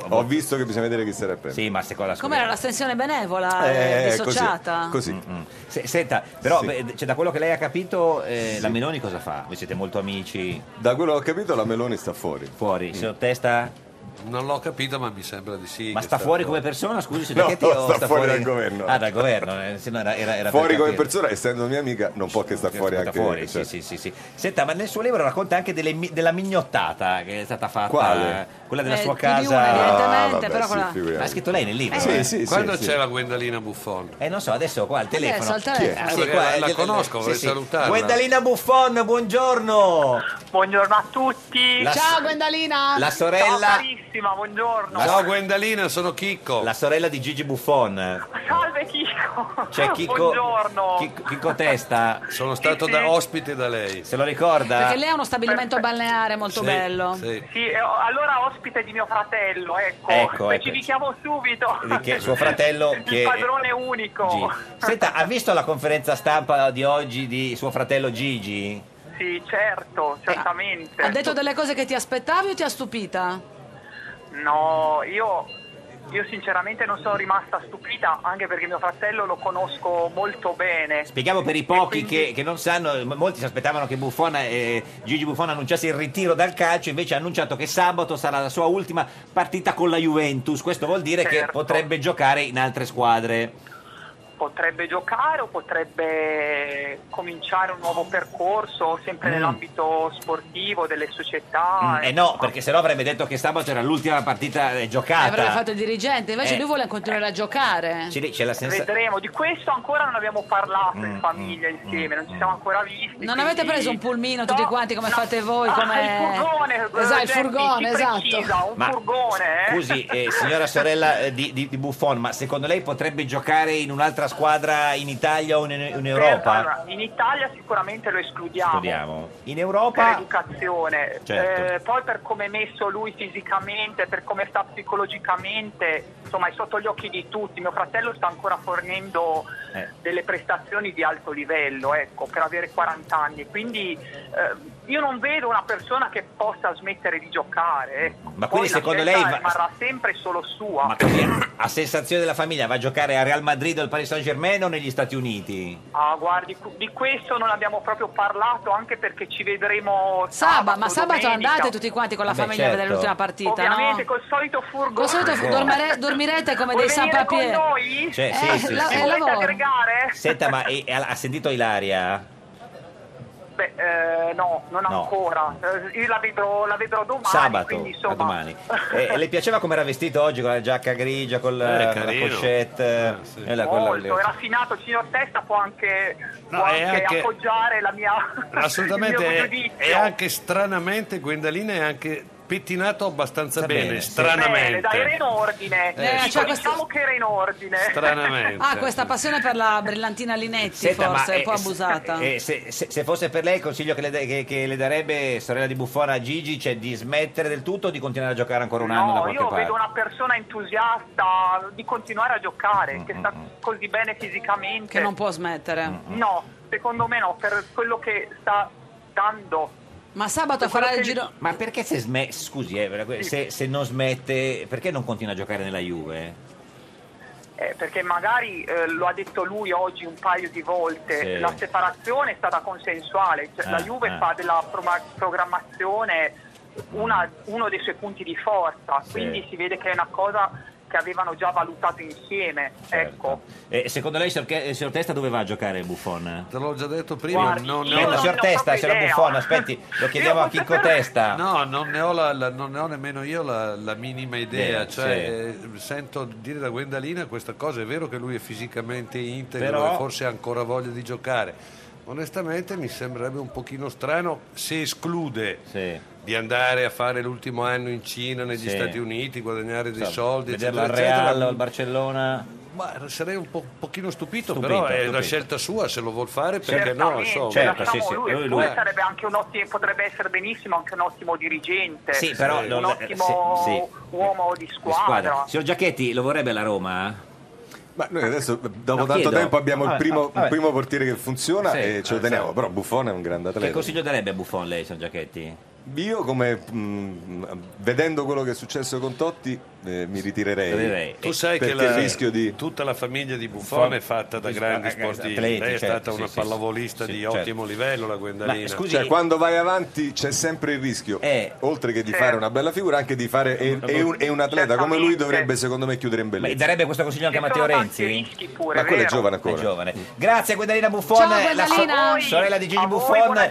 Speaker 11: Ho visto che bisogna vedere chi sarà il premier.
Speaker 1: Sì, ma se con la
Speaker 2: Com'era l'astensione benevola eh, dissociata?
Speaker 1: Mm, Se- senta, però
Speaker 11: Sì.
Speaker 1: beh, cioè, da quello che lei ha capito, eh,
Speaker 11: Sì.
Speaker 1: la Meloni cosa fa? Voi siete molto amici?
Speaker 11: Da quello che ho capito la Meloni sta fuori. Mm.
Speaker 1: Fuori, signor Testa?
Speaker 13: Non l'ho capito, ma mi sembra di sì.
Speaker 1: Ma
Speaker 13: che
Speaker 1: sta fuori come persona? Scusi, se
Speaker 11: No,
Speaker 1: Giacchetti,
Speaker 11: no,
Speaker 1: o
Speaker 11: sta fuori dal governo.
Speaker 1: Ah, dal governo, eh, se no era, era- era
Speaker 11: fuori
Speaker 1: per
Speaker 11: come
Speaker 1: capire.
Speaker 11: persona, essendo mia amica, non può che sta fuori
Speaker 1: sta
Speaker 11: anche cioè.
Speaker 1: fuori, sì, sì, sì, sì. Senta, ma nel suo libro racconta anche delle mi- della mignottata che è stata fatta.
Speaker 11: Quale?
Speaker 1: Quella della
Speaker 2: Eh,
Speaker 1: sua
Speaker 2: più di una,
Speaker 1: casa.
Speaker 2: evidentemente, Ah, vabbè, però sì, quella-
Speaker 1: Ma ha scritto lei nel libro?
Speaker 13: Sì,
Speaker 1: eh?
Speaker 13: sì, sì, Quando sì. c'è la Guendalina Buffon?
Speaker 1: Eh, non so, adesso qua al
Speaker 2: Adesso,
Speaker 1: telefono.
Speaker 2: al telefono. Chi è?
Speaker 1: Ah, sì,
Speaker 13: Eh, perché
Speaker 1: qua,
Speaker 13: la-
Speaker 1: eh,
Speaker 13: la
Speaker 1: del-
Speaker 13: conosco,
Speaker 1: sì,
Speaker 13: vorrei
Speaker 1: sì.
Speaker 13: salutarla.
Speaker 1: Guendalina Buffon, buongiorno.
Speaker 17: Buongiorno a tutti.
Speaker 1: La
Speaker 2: Ciao
Speaker 1: so-
Speaker 2: Gwendalina.
Speaker 1: La sorella,
Speaker 17: bellissima, buongiorno.
Speaker 13: Ciao Gwendalina, sono Chicco.
Speaker 1: La sorella di Gigi Buffon.
Speaker 17: Salve Chico.
Speaker 1: C'è Chicco,
Speaker 17: Buongiorno.
Speaker 1: Chi- Chicco Testa.
Speaker 13: Sono stato da ospite da lei.
Speaker 1: Se lo ricorda?
Speaker 2: Perché lei ha uno stabilimento balneare molto
Speaker 1: Sì,
Speaker 2: bello.
Speaker 13: Sì.
Speaker 17: Sì, eh, allora ospite di mio fratello, ecco.
Speaker 1: Ecco, ecco.
Speaker 17: Specifichiamo subito.
Speaker 1: Di che- suo fratello che-
Speaker 17: Il padrone unico.
Speaker 1: Gigi. Senta, ha visto la conferenza stampa di oggi di suo fratello Gigi?
Speaker 17: Sì, certo, certamente.
Speaker 2: Ha detto delle cose che ti aspettavi o ti ha stupita?
Speaker 17: No, io, io sinceramente non sono rimasta stupita, anche perché mio fratello lo conosco molto bene.
Speaker 1: Spieghiamo per i pochi che, che non sanno, m- molti si aspettavano che Buffon, eh, Gigi Buffon annunciasse il ritiro dal calcio, invece ha annunciato che sabato sarà la sua ultima partita con la Juventus. Questo vuol dire che
Speaker 17: Certo.
Speaker 1: potrebbe giocare in altre squadre.
Speaker 17: Potrebbe giocare o potrebbe cominciare un nuovo percorso, sempre
Speaker 1: Mm.
Speaker 17: nell'ambito sportivo, delle società.
Speaker 1: E Mm, eh, no, perché sennò avrebbe detto che sabato era l'ultima partita eh,
Speaker 2: Avrebbe
Speaker 1: giocata.
Speaker 2: fatto il dirigente, invece
Speaker 1: Eh.
Speaker 2: lui vuole continuare a giocare.
Speaker 1: Ci- c'è la sensazione.
Speaker 17: Vedremo, di questo ancora non abbiamo parlato
Speaker 1: Mm,
Speaker 17: in famiglia insieme, non ci siamo ancora visti.
Speaker 2: Non avete
Speaker 17: quindi- Ah,
Speaker 2: preso un pulmino tutti quanti come fate voi? Come...
Speaker 17: il furgone,
Speaker 2: esatto, il
Speaker 17: Geppi,
Speaker 2: furgone,
Speaker 17: si precisa,
Speaker 2: esatto.
Speaker 17: un furgone, eh?
Speaker 1: Scusi, eh, signora sorella eh, di, di- di Buffon, ma secondo lei potrebbe giocare in un'altra squadra in Italia o in, in Europa?
Speaker 17: Allora, in Italia sicuramente lo escludiamo.
Speaker 1: Escludiamo. In
Speaker 17: Per
Speaker 1: Europa
Speaker 17: educazione,
Speaker 1: Certo.
Speaker 17: Eh, poi per come è messo lui fisicamente, per come sta psicologicamente, insomma è sotto gli occhi di tutti. Mio fratello sta ancora fornendo
Speaker 1: Eh.
Speaker 17: delle prestazioni di alto livello, ecco, per avere 40 anni. Quindi eh, io non vedo una persona che possa smettere di giocare. ecco.
Speaker 1: Ma
Speaker 17: Poi
Speaker 1: quindi
Speaker 17: la
Speaker 1: secondo
Speaker 17: scelta
Speaker 1: lei va-
Speaker 17: rimarrà sempre solo sua.
Speaker 1: a sensazione della famiglia va a giocare a Real Madrid o al Paris Saint Germain o negli Stati Uniti?
Speaker 17: Ah, guardi, cu- di questo non abbiamo proprio parlato, anche perché ci vedremo
Speaker 2: Sabato, ma sabato
Speaker 17: domenica.
Speaker 2: andate tutti quanti con la
Speaker 1: Vabbè,
Speaker 2: famiglia a vedere
Speaker 1: certo.
Speaker 2: l'ultima partita,
Speaker 17: Ovviamente
Speaker 2: no?
Speaker 17: col solito furgone.
Speaker 2: Col solito fu- dormire- dormirete come
Speaker 17: Vuoi
Speaker 2: dei
Speaker 17: venire con
Speaker 2: sans-papiers.
Speaker 17: noi?
Speaker 1: Cioè, sì,
Speaker 2: Eh,
Speaker 1: sì,
Speaker 2: la-
Speaker 1: sì.
Speaker 2: è lavoro.
Speaker 1: Senta, ma e- e ha ha sentito Ilaria?
Speaker 17: Beh, eh, no, non
Speaker 1: No.
Speaker 17: ancora. Eh, io la vedrò, la vedrò domani.
Speaker 1: Sabato,
Speaker 17: quindi,
Speaker 1: a
Speaker 17: insomma,
Speaker 1: domani. Eh, e le piaceva come era vestito oggi con la giacca grigia, con
Speaker 17: Eh,
Speaker 1: la, la
Speaker 17: carino.
Speaker 1: pochette? Eh, la- quella-
Speaker 17: molto, è raffinato. Il signor Testa può anche,
Speaker 13: No,
Speaker 17: può
Speaker 13: è
Speaker 17: anche
Speaker 13: anche-
Speaker 17: appoggiare la mia, il mio
Speaker 13: Assolutamente. eh,
Speaker 17: giudizio.
Speaker 13: è- E anche stranamente Gwendalina è anche pettinato abbastanza
Speaker 1: Sta
Speaker 13: bene,
Speaker 1: bene, sì.
Speaker 2: Eh,
Speaker 17: Bene, dai, era
Speaker 13: stranamente.
Speaker 17: in ordine.
Speaker 13: Eh,
Speaker 17: Dico,
Speaker 2: cioè, questo-
Speaker 17: diciamo che era in ordine.
Speaker 13: Stranamente.
Speaker 2: Ah, questa passione per la brillantina Linetti
Speaker 1: Senta,
Speaker 2: forse,
Speaker 1: ma,
Speaker 2: è un po'
Speaker 1: eh, se-
Speaker 2: abusata.
Speaker 1: eh, se, se- se fosse per lei il consiglio che le, da- che- che le darebbe sorella di Buffon a Gigi cioè di smettere del tutto o di continuare a giocare ancora un anno da
Speaker 17: No,
Speaker 1: qualche
Speaker 17: io
Speaker 1: parte?
Speaker 17: vedo una persona entusiasta di continuare a giocare,
Speaker 1: Mm,
Speaker 17: che sta così bene fisicamente. Che non
Speaker 2: può smettere.
Speaker 1: mm.
Speaker 17: No, secondo me no, per quello che sta dando.
Speaker 2: Ma sabato Cioè, farà il giro...
Speaker 1: Ma perché se sme- scusi, eh, se, se non smette, perché non continua a giocare nella Juve?
Speaker 17: Eh, perché magari eh, lo ha detto lui oggi un paio di volte,
Speaker 1: Sì.
Speaker 17: la separazione è stata consensuale, cioè,
Speaker 1: Ah,
Speaker 17: la Juve
Speaker 1: ah.
Speaker 17: fa della proma- programmazione una- uno dei suoi punti di forza,
Speaker 1: Sì.
Speaker 17: quindi si vede che è una cosa che avevano già valutato insieme.
Speaker 1: Certo.
Speaker 17: Ecco.
Speaker 1: Eh, secondo lei, signor, Che- eh, signor Testa, dove va a giocare Buffon?
Speaker 13: Te l'ho già detto prima,
Speaker 1: Guardi,
Speaker 13: non
Speaker 1: io non ne ho Testa, proprio signor idea. Buffon, aspetti, lo chiediamo Io a Chicco posso- Testa.
Speaker 13: No, non ne ho, la- la- non ne ho nemmeno io la, la minima idea.
Speaker 1: Sì,
Speaker 13: cioè, eh, sento dire da Gwendalina questa cosa, è vero che lui è fisicamente integro
Speaker 1: Però-
Speaker 13: e forse ha ancora voglia di giocare. Onestamente mi sembrerebbe un pochino strano se esclude di andare a fare l'ultimo anno in Cina, negli
Speaker 1: Sì.
Speaker 13: Stati Uniti, guadagnare dei
Speaker 1: Insomma,
Speaker 13: soldi,
Speaker 1: vederlo
Speaker 13: eccetera,
Speaker 1: al
Speaker 13: eccetera.
Speaker 1: Real, al Barcellona.
Speaker 13: Ma sarei un po', pochino stupito,
Speaker 1: Stupito,
Speaker 13: però è
Speaker 1: stupito.
Speaker 13: una scelta sua, se lo vuol fare, perché no,
Speaker 17: Certamente,
Speaker 13: insomma.
Speaker 1: Certo,
Speaker 17: lasciamo lui, eppure sarebbe anche un ottimo, potrebbe essere benissimo anche un ottimo dirigente,
Speaker 1: Sì, però
Speaker 17: un
Speaker 1: non-
Speaker 17: ottimo
Speaker 1: sì,
Speaker 17: uomo di
Speaker 1: Di
Speaker 17: squadra.
Speaker 1: squadra. Signor Giacchetti, lo vorrebbe la Roma?
Speaker 11: Ma noi adesso, eh, dopo
Speaker 1: No,
Speaker 11: tanto
Speaker 1: chiedo.
Speaker 11: tempo, abbiamo
Speaker 1: Vabbè,
Speaker 11: il primo,
Speaker 1: vabbè.
Speaker 11: primo portiere che funziona
Speaker 1: Sì,
Speaker 11: e ce lo
Speaker 1: eh,
Speaker 11: teniamo.
Speaker 1: sì.
Speaker 11: Però Buffon è un grande
Speaker 1: Che
Speaker 11: atleta.
Speaker 1: consiglio darebbe a Buffon lei, signor Giacchetti?
Speaker 11: Io, come mh, vedendo quello che è successo con Totti, eh, mi ritirerei.
Speaker 13: Tu sai che
Speaker 11: Perché
Speaker 13: la-
Speaker 11: il rischio di.
Speaker 13: tutta la famiglia di Buffon è fatta da
Speaker 11: Sì,
Speaker 13: grandi
Speaker 11: eh,
Speaker 13: sportivi.
Speaker 11: atleti,
Speaker 13: Lei è
Speaker 11: certo,
Speaker 13: stata
Speaker 11: sì,
Speaker 13: una
Speaker 11: sì,
Speaker 13: pallavolista
Speaker 11: sì,
Speaker 13: di
Speaker 11: certo.
Speaker 13: ottimo livello, la Guendalina.
Speaker 11: Cioè, quando vai avanti c'è sempre il rischio,
Speaker 1: Eh.
Speaker 11: oltre che di fare una bella figura, anche di fare. E, e un, e un atleta come lui dovrebbe, secondo me, chiudere in
Speaker 1: Beh,
Speaker 11: bellezza.
Speaker 1: darebbe questo consiglio anche a Matteo Renzi?
Speaker 11: Ma quello è giovane ancora. Mm.
Speaker 1: Grazie Guendalina Buffon,
Speaker 2: Ciao,
Speaker 1: la so-
Speaker 2: Guendalina. A voi.
Speaker 1: sorella di Gigi
Speaker 2: A voi,
Speaker 1: Buffon.
Speaker 2: buona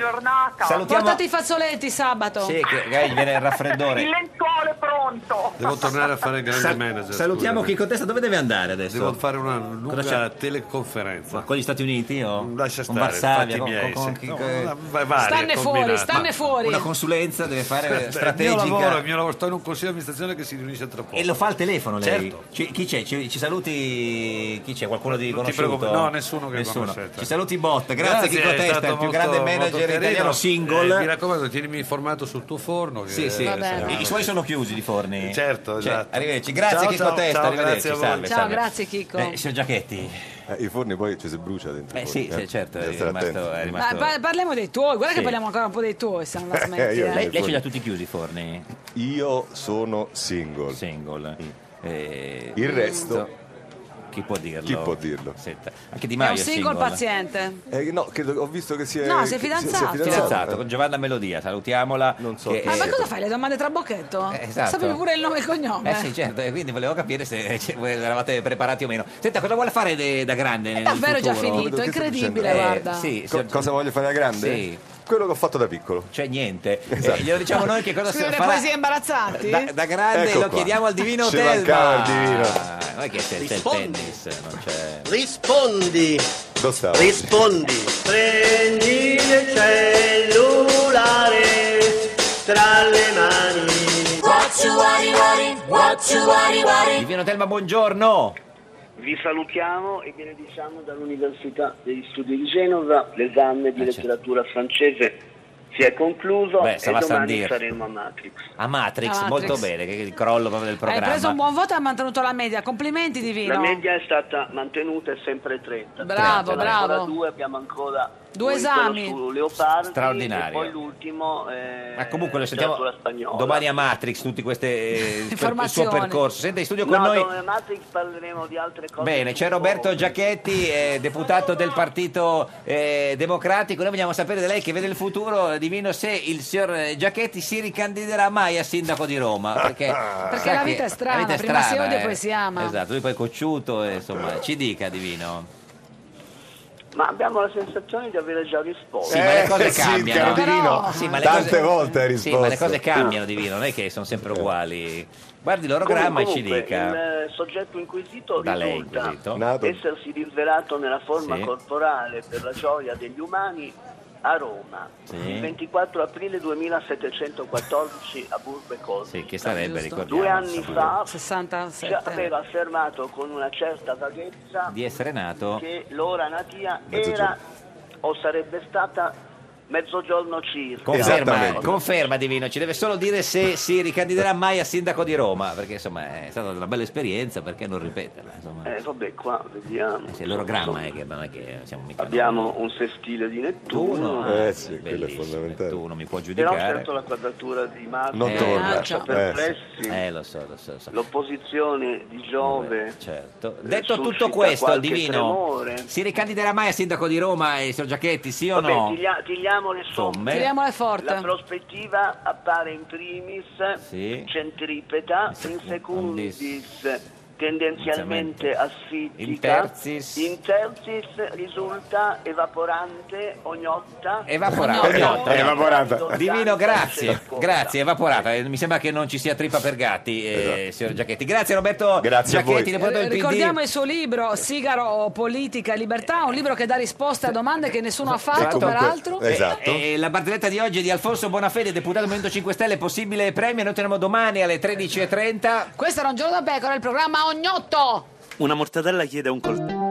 Speaker 1: Salutiamo
Speaker 2: Portate i fazzoletti sabato.
Speaker 1: Sì, che magari gli viene il raffreddore.
Speaker 17: Il lenzuolo è pronto. pronto.
Speaker 13: Devo tornare a fare il grande
Speaker 1: Sal-
Speaker 13: manager.
Speaker 1: Salutiamo
Speaker 13: scusami.
Speaker 1: Chico Testa, dove deve andare adesso?
Speaker 13: Devo fare una
Speaker 1: Cosa
Speaker 13: lunga
Speaker 1: c'è?
Speaker 13: teleconferenza.
Speaker 1: Con gli Stati Uniti o
Speaker 13: Lascia
Speaker 1: con
Speaker 13: stare, fatti
Speaker 1: Varsavia? Con,
Speaker 13: miei,
Speaker 1: con-
Speaker 13: sì.
Speaker 1: con-
Speaker 13: No, va- varie
Speaker 2: Stanne fuori,
Speaker 13: combinate.
Speaker 2: stanne
Speaker 13: Ma-
Speaker 2: fuori.
Speaker 1: Una consulenza deve fare
Speaker 13: Aspetta, il mio
Speaker 1: strategica.
Speaker 13: lavoro, il mio lavoro, sto in un consiglio di amministrazione che si riunisce tra poco.
Speaker 1: E lo fa al telefono lei?
Speaker 13: Certo.
Speaker 1: Ci- chi c'è? Ci, ci saluti chi c'è? Qualcuno di
Speaker 13: Non ti
Speaker 1: conosciuto?
Speaker 13: preoccupo- no, nessuno che conoscete.
Speaker 1: Ci saluti Bot, grazie, Chico
Speaker 13: è
Speaker 1: Testa,
Speaker 13: stato
Speaker 1: il più
Speaker 13: molto-
Speaker 1: grande
Speaker 13: molto
Speaker 1: manager
Speaker 13: carino.
Speaker 1: italiano
Speaker 13: Eh, mi
Speaker 1: single.
Speaker 13: raccomando, tienimi informato sul tuo forno. che-
Speaker 1: Sì, sì.
Speaker 13: eh,
Speaker 1: I, i suoi sono chiusi di forni.
Speaker 13: Certo,
Speaker 1: Cioè,
Speaker 13: esatto.
Speaker 1: Arrivederci, grazie
Speaker 13: Ciao,
Speaker 1: Chico
Speaker 13: ciao,
Speaker 1: Testa,
Speaker 13: ciao,
Speaker 1: arrivederci.
Speaker 13: grazie a voi.
Speaker 1: salve,
Speaker 2: Ciao,
Speaker 1: salve.
Speaker 2: grazie Chicco.
Speaker 1: Eh, signor Giachetti.
Speaker 11: Eh, I forni poi ci si brucia dentro.
Speaker 1: Eh,
Speaker 11: i
Speaker 1: sì,
Speaker 11: forni,
Speaker 1: sì, certo,
Speaker 11: Bisogna
Speaker 1: è
Speaker 11: stare
Speaker 1: rimasto-
Speaker 11: attenti.
Speaker 1: è
Speaker 2: Ma pa- parliamo dei tuoi, guarda
Speaker 11: Sì.
Speaker 2: che parliamo ancora un po' dei tuoi, se non la
Speaker 11: Eh,
Speaker 2: smetti.
Speaker 11: io-
Speaker 2: eh.
Speaker 11: Lei- lei ce l'ha
Speaker 1: tutti chiusi i forni?
Speaker 11: Io sono single. Mm.
Speaker 1: Single. Eh,
Speaker 11: Il resto.
Speaker 1: Chi può dirlo?
Speaker 11: Chi può dirlo?
Speaker 1: Anche Di
Speaker 2: È
Speaker 1: Maio
Speaker 2: un
Speaker 1: è
Speaker 2: single
Speaker 1: single.
Speaker 2: paziente.
Speaker 11: Eh, no, credo, ho visto che si è.
Speaker 2: No,
Speaker 11: che si-
Speaker 2: sei
Speaker 11: si è
Speaker 2: fidanzato.
Speaker 1: Fidanzato con Giovanna Melodia, salutiamola. Non so.
Speaker 2: Ah, ma cosa fai? Le domande tra bocchetto?
Speaker 1: Eh, esatto.
Speaker 2: Sapevi pure il nome e il cognome.
Speaker 1: Eh sì, certo, e quindi volevo capire se eh, cioè, voi eravate preparati o meno. Senta, cosa vuole fare de- da grande? nel
Speaker 2: davvero già
Speaker 1: futuro? Eh,
Speaker 2: finito, Che stai incredibile, dicendo? guarda.
Speaker 1: sì,
Speaker 11: Co-
Speaker 1: signor-
Speaker 11: cosa voglio fare da grande?
Speaker 1: Sì.
Speaker 11: Quello che ho fatto da piccolo. Esatto.
Speaker 1: Cioè niente. Eh, glielo diciamo noi che cosa si
Speaker 2: Scrivere
Speaker 1: farà
Speaker 2: poesie imbarazzanti?
Speaker 1: da, da grande,
Speaker 11: Ecco
Speaker 1: lo
Speaker 11: qua.
Speaker 1: chiediamo al divino
Speaker 11: Ci
Speaker 1: Telma.
Speaker 11: mancava il divino.
Speaker 1: Ah, Non è che c'è c'è il
Speaker 11: Rispondi.
Speaker 1: tennis, non c'è...
Speaker 18: Rispondi,
Speaker 11: Dove stavo?
Speaker 18: rispondi. Prendi il cellulare tra le mani.
Speaker 1: Divino Telma, buongiorno.
Speaker 18: Vi salutiamo e benediciamo dall'Università degli Studi di Genova. L'esame di letteratura francese si è concluso
Speaker 1: Ah, certo. Beh,
Speaker 18: e
Speaker 1: sarà San
Speaker 18: domani
Speaker 1: Dirk.
Speaker 18: saremo a Matrix.
Speaker 1: A Matrix,
Speaker 2: A Matrix.
Speaker 1: molto bene, che che il crollo proprio del
Speaker 2: Hai
Speaker 1: programma.
Speaker 2: preso un buon voto e hai mantenuto la media. Complimenti, Divino.
Speaker 18: La media è stata mantenuta e sempre 30.
Speaker 2: Bravo,
Speaker 18: Abbiamo ancora
Speaker 2: bravo.
Speaker 18: due, abbiamo ancora
Speaker 2: Due
Speaker 18: poi quello
Speaker 2: esami.
Speaker 18: su Leopardi
Speaker 1: Straordinario.
Speaker 18: e poi l'ultimo eh,
Speaker 1: Ma comunque lo sentiamo
Speaker 18: letteratura spagnola.
Speaker 1: domani a Matrix tutti questi eh, per- il suo
Speaker 18: Informazioni.
Speaker 1: percorso. Senta in studio
Speaker 18: No,
Speaker 1: con noi.
Speaker 18: dove Matrix parleremo di altre cose.
Speaker 1: Bene, c'è Roberto Giachetti, eh, deputato del Partito eh, Democratico. Noi vogliamo sapere da lei che vede il futuro divino se il signor eh, Giachetti si ricandiderà mai a sindaco di Roma. Perché,
Speaker 2: Perché
Speaker 1: sa
Speaker 2: la
Speaker 1: che-
Speaker 2: vita è strana,
Speaker 1: la vita
Speaker 2: prima si
Speaker 1: strana,
Speaker 2: odia
Speaker 1: eh.
Speaker 2: e poi si ama.
Speaker 1: Esatto, lui poi è cocciuto, eh, insomma, ci dica divino.
Speaker 18: Ma abbiamo la sensazione di avere già risposto. Eh,
Speaker 1: Sì, ma le cose cambiano.
Speaker 11: Eh, caro Divino,
Speaker 1: Sì, ma le
Speaker 11: tante
Speaker 1: cose-
Speaker 11: volte hai
Speaker 1: Sì,
Speaker 11: risposto.
Speaker 1: ma le cose cambiano divino, non è che sono sempre uguali. Guardi l'orogramma e ci
Speaker 18: Comunque,
Speaker 1: dica.
Speaker 18: Il eh, soggetto inquisito
Speaker 1: Da lei
Speaker 18: risulta
Speaker 1: inquisito. Nato-
Speaker 18: essersi rivelato nella forma
Speaker 1: Sì.
Speaker 18: corporale per la gioia degli umani a Roma
Speaker 1: Sì.
Speaker 18: il 24 aprile 2714 a Burbe Costa.
Speaker 1: Sì, che sarebbe, ricordiamo.
Speaker 18: Due anni
Speaker 1: insomma,
Speaker 18: fa già
Speaker 2: 67.
Speaker 18: aveva affermato con una certa vaghezza
Speaker 1: Di essere nato.
Speaker 18: che l'ora natia
Speaker 1: Mezzogiorno.
Speaker 18: era o sarebbe stata mezzogiorno circa.
Speaker 1: Conferma, conferma Divino, ci deve solo dire se si ricandiderà mai a sindaco di Roma, perché insomma è stata una bella esperienza, perché non ripeterla? Insomma. Eh,
Speaker 18: Eh, vabbè, qua vediamo.
Speaker 1: Sì, l'orogramma è che non è che siamo mica
Speaker 18: Abbiamo un sestile di Nettuno.
Speaker 1: Nettuno,
Speaker 11: Eh sì, quello è fondamentale.
Speaker 1: Tu non mi puoi
Speaker 18: Però
Speaker 1: giudicare.
Speaker 18: certo la quadratura di Marte
Speaker 1: Non
Speaker 18: ci
Speaker 1: torna.
Speaker 18: lascia
Speaker 1: Eh,
Speaker 18: perplessi.
Speaker 1: Eh, lo so, lo so. lo so.
Speaker 18: L'opposizione di Giove.
Speaker 1: Certo.
Speaker 18: eh,
Speaker 1: Detto
Speaker 18: suscita
Speaker 1: tutto questo,
Speaker 18: qualche
Speaker 1: Divino,
Speaker 18: tremore.
Speaker 1: si ricandiderà mai a sindaco di Roma, eh, signor Giacchetti, sì o
Speaker 18: Vabbè,
Speaker 1: no?
Speaker 18: tiglia- tigliamo le somme.
Speaker 1: Somme. Tiriamole
Speaker 2: forte.
Speaker 18: La prospettiva appare in primis
Speaker 1: Sì.
Speaker 18: centripeta, in secundis tendenzialmente asfittica,
Speaker 1: In terzis.
Speaker 18: in terzis risulta evaporante, ognotta,
Speaker 1: Evaporata,
Speaker 18: Ognotta.
Speaker 1: Eh,
Speaker 18: Ognotta.
Speaker 1: Divino, grazie.
Speaker 18: Francesco.
Speaker 1: Grazie, evaporata. Eh, Mi sembra che non ci sia trippa per gatti, eh, signor Giacchetti. Grazie Roberto grazie
Speaker 11: a voi.
Speaker 1: Giacchetti, deputato del PD.
Speaker 2: Ricordiamo il suo libro Sigaro, Politica e Libertà, un libro che dà risposte a domande che nessuno ha fatto,
Speaker 1: Comunque-
Speaker 2: peraltro.
Speaker 1: Eh, eh, la barzelletta di oggi è di Alfonso Bonafede, deputato del Movimento 5 Stelle, possibile premio. Noi teniamo domani alle 13.30.
Speaker 2: Questo era un giorno da pecora, il programma Ognotto.
Speaker 18: Una mortadella chiede un coltello.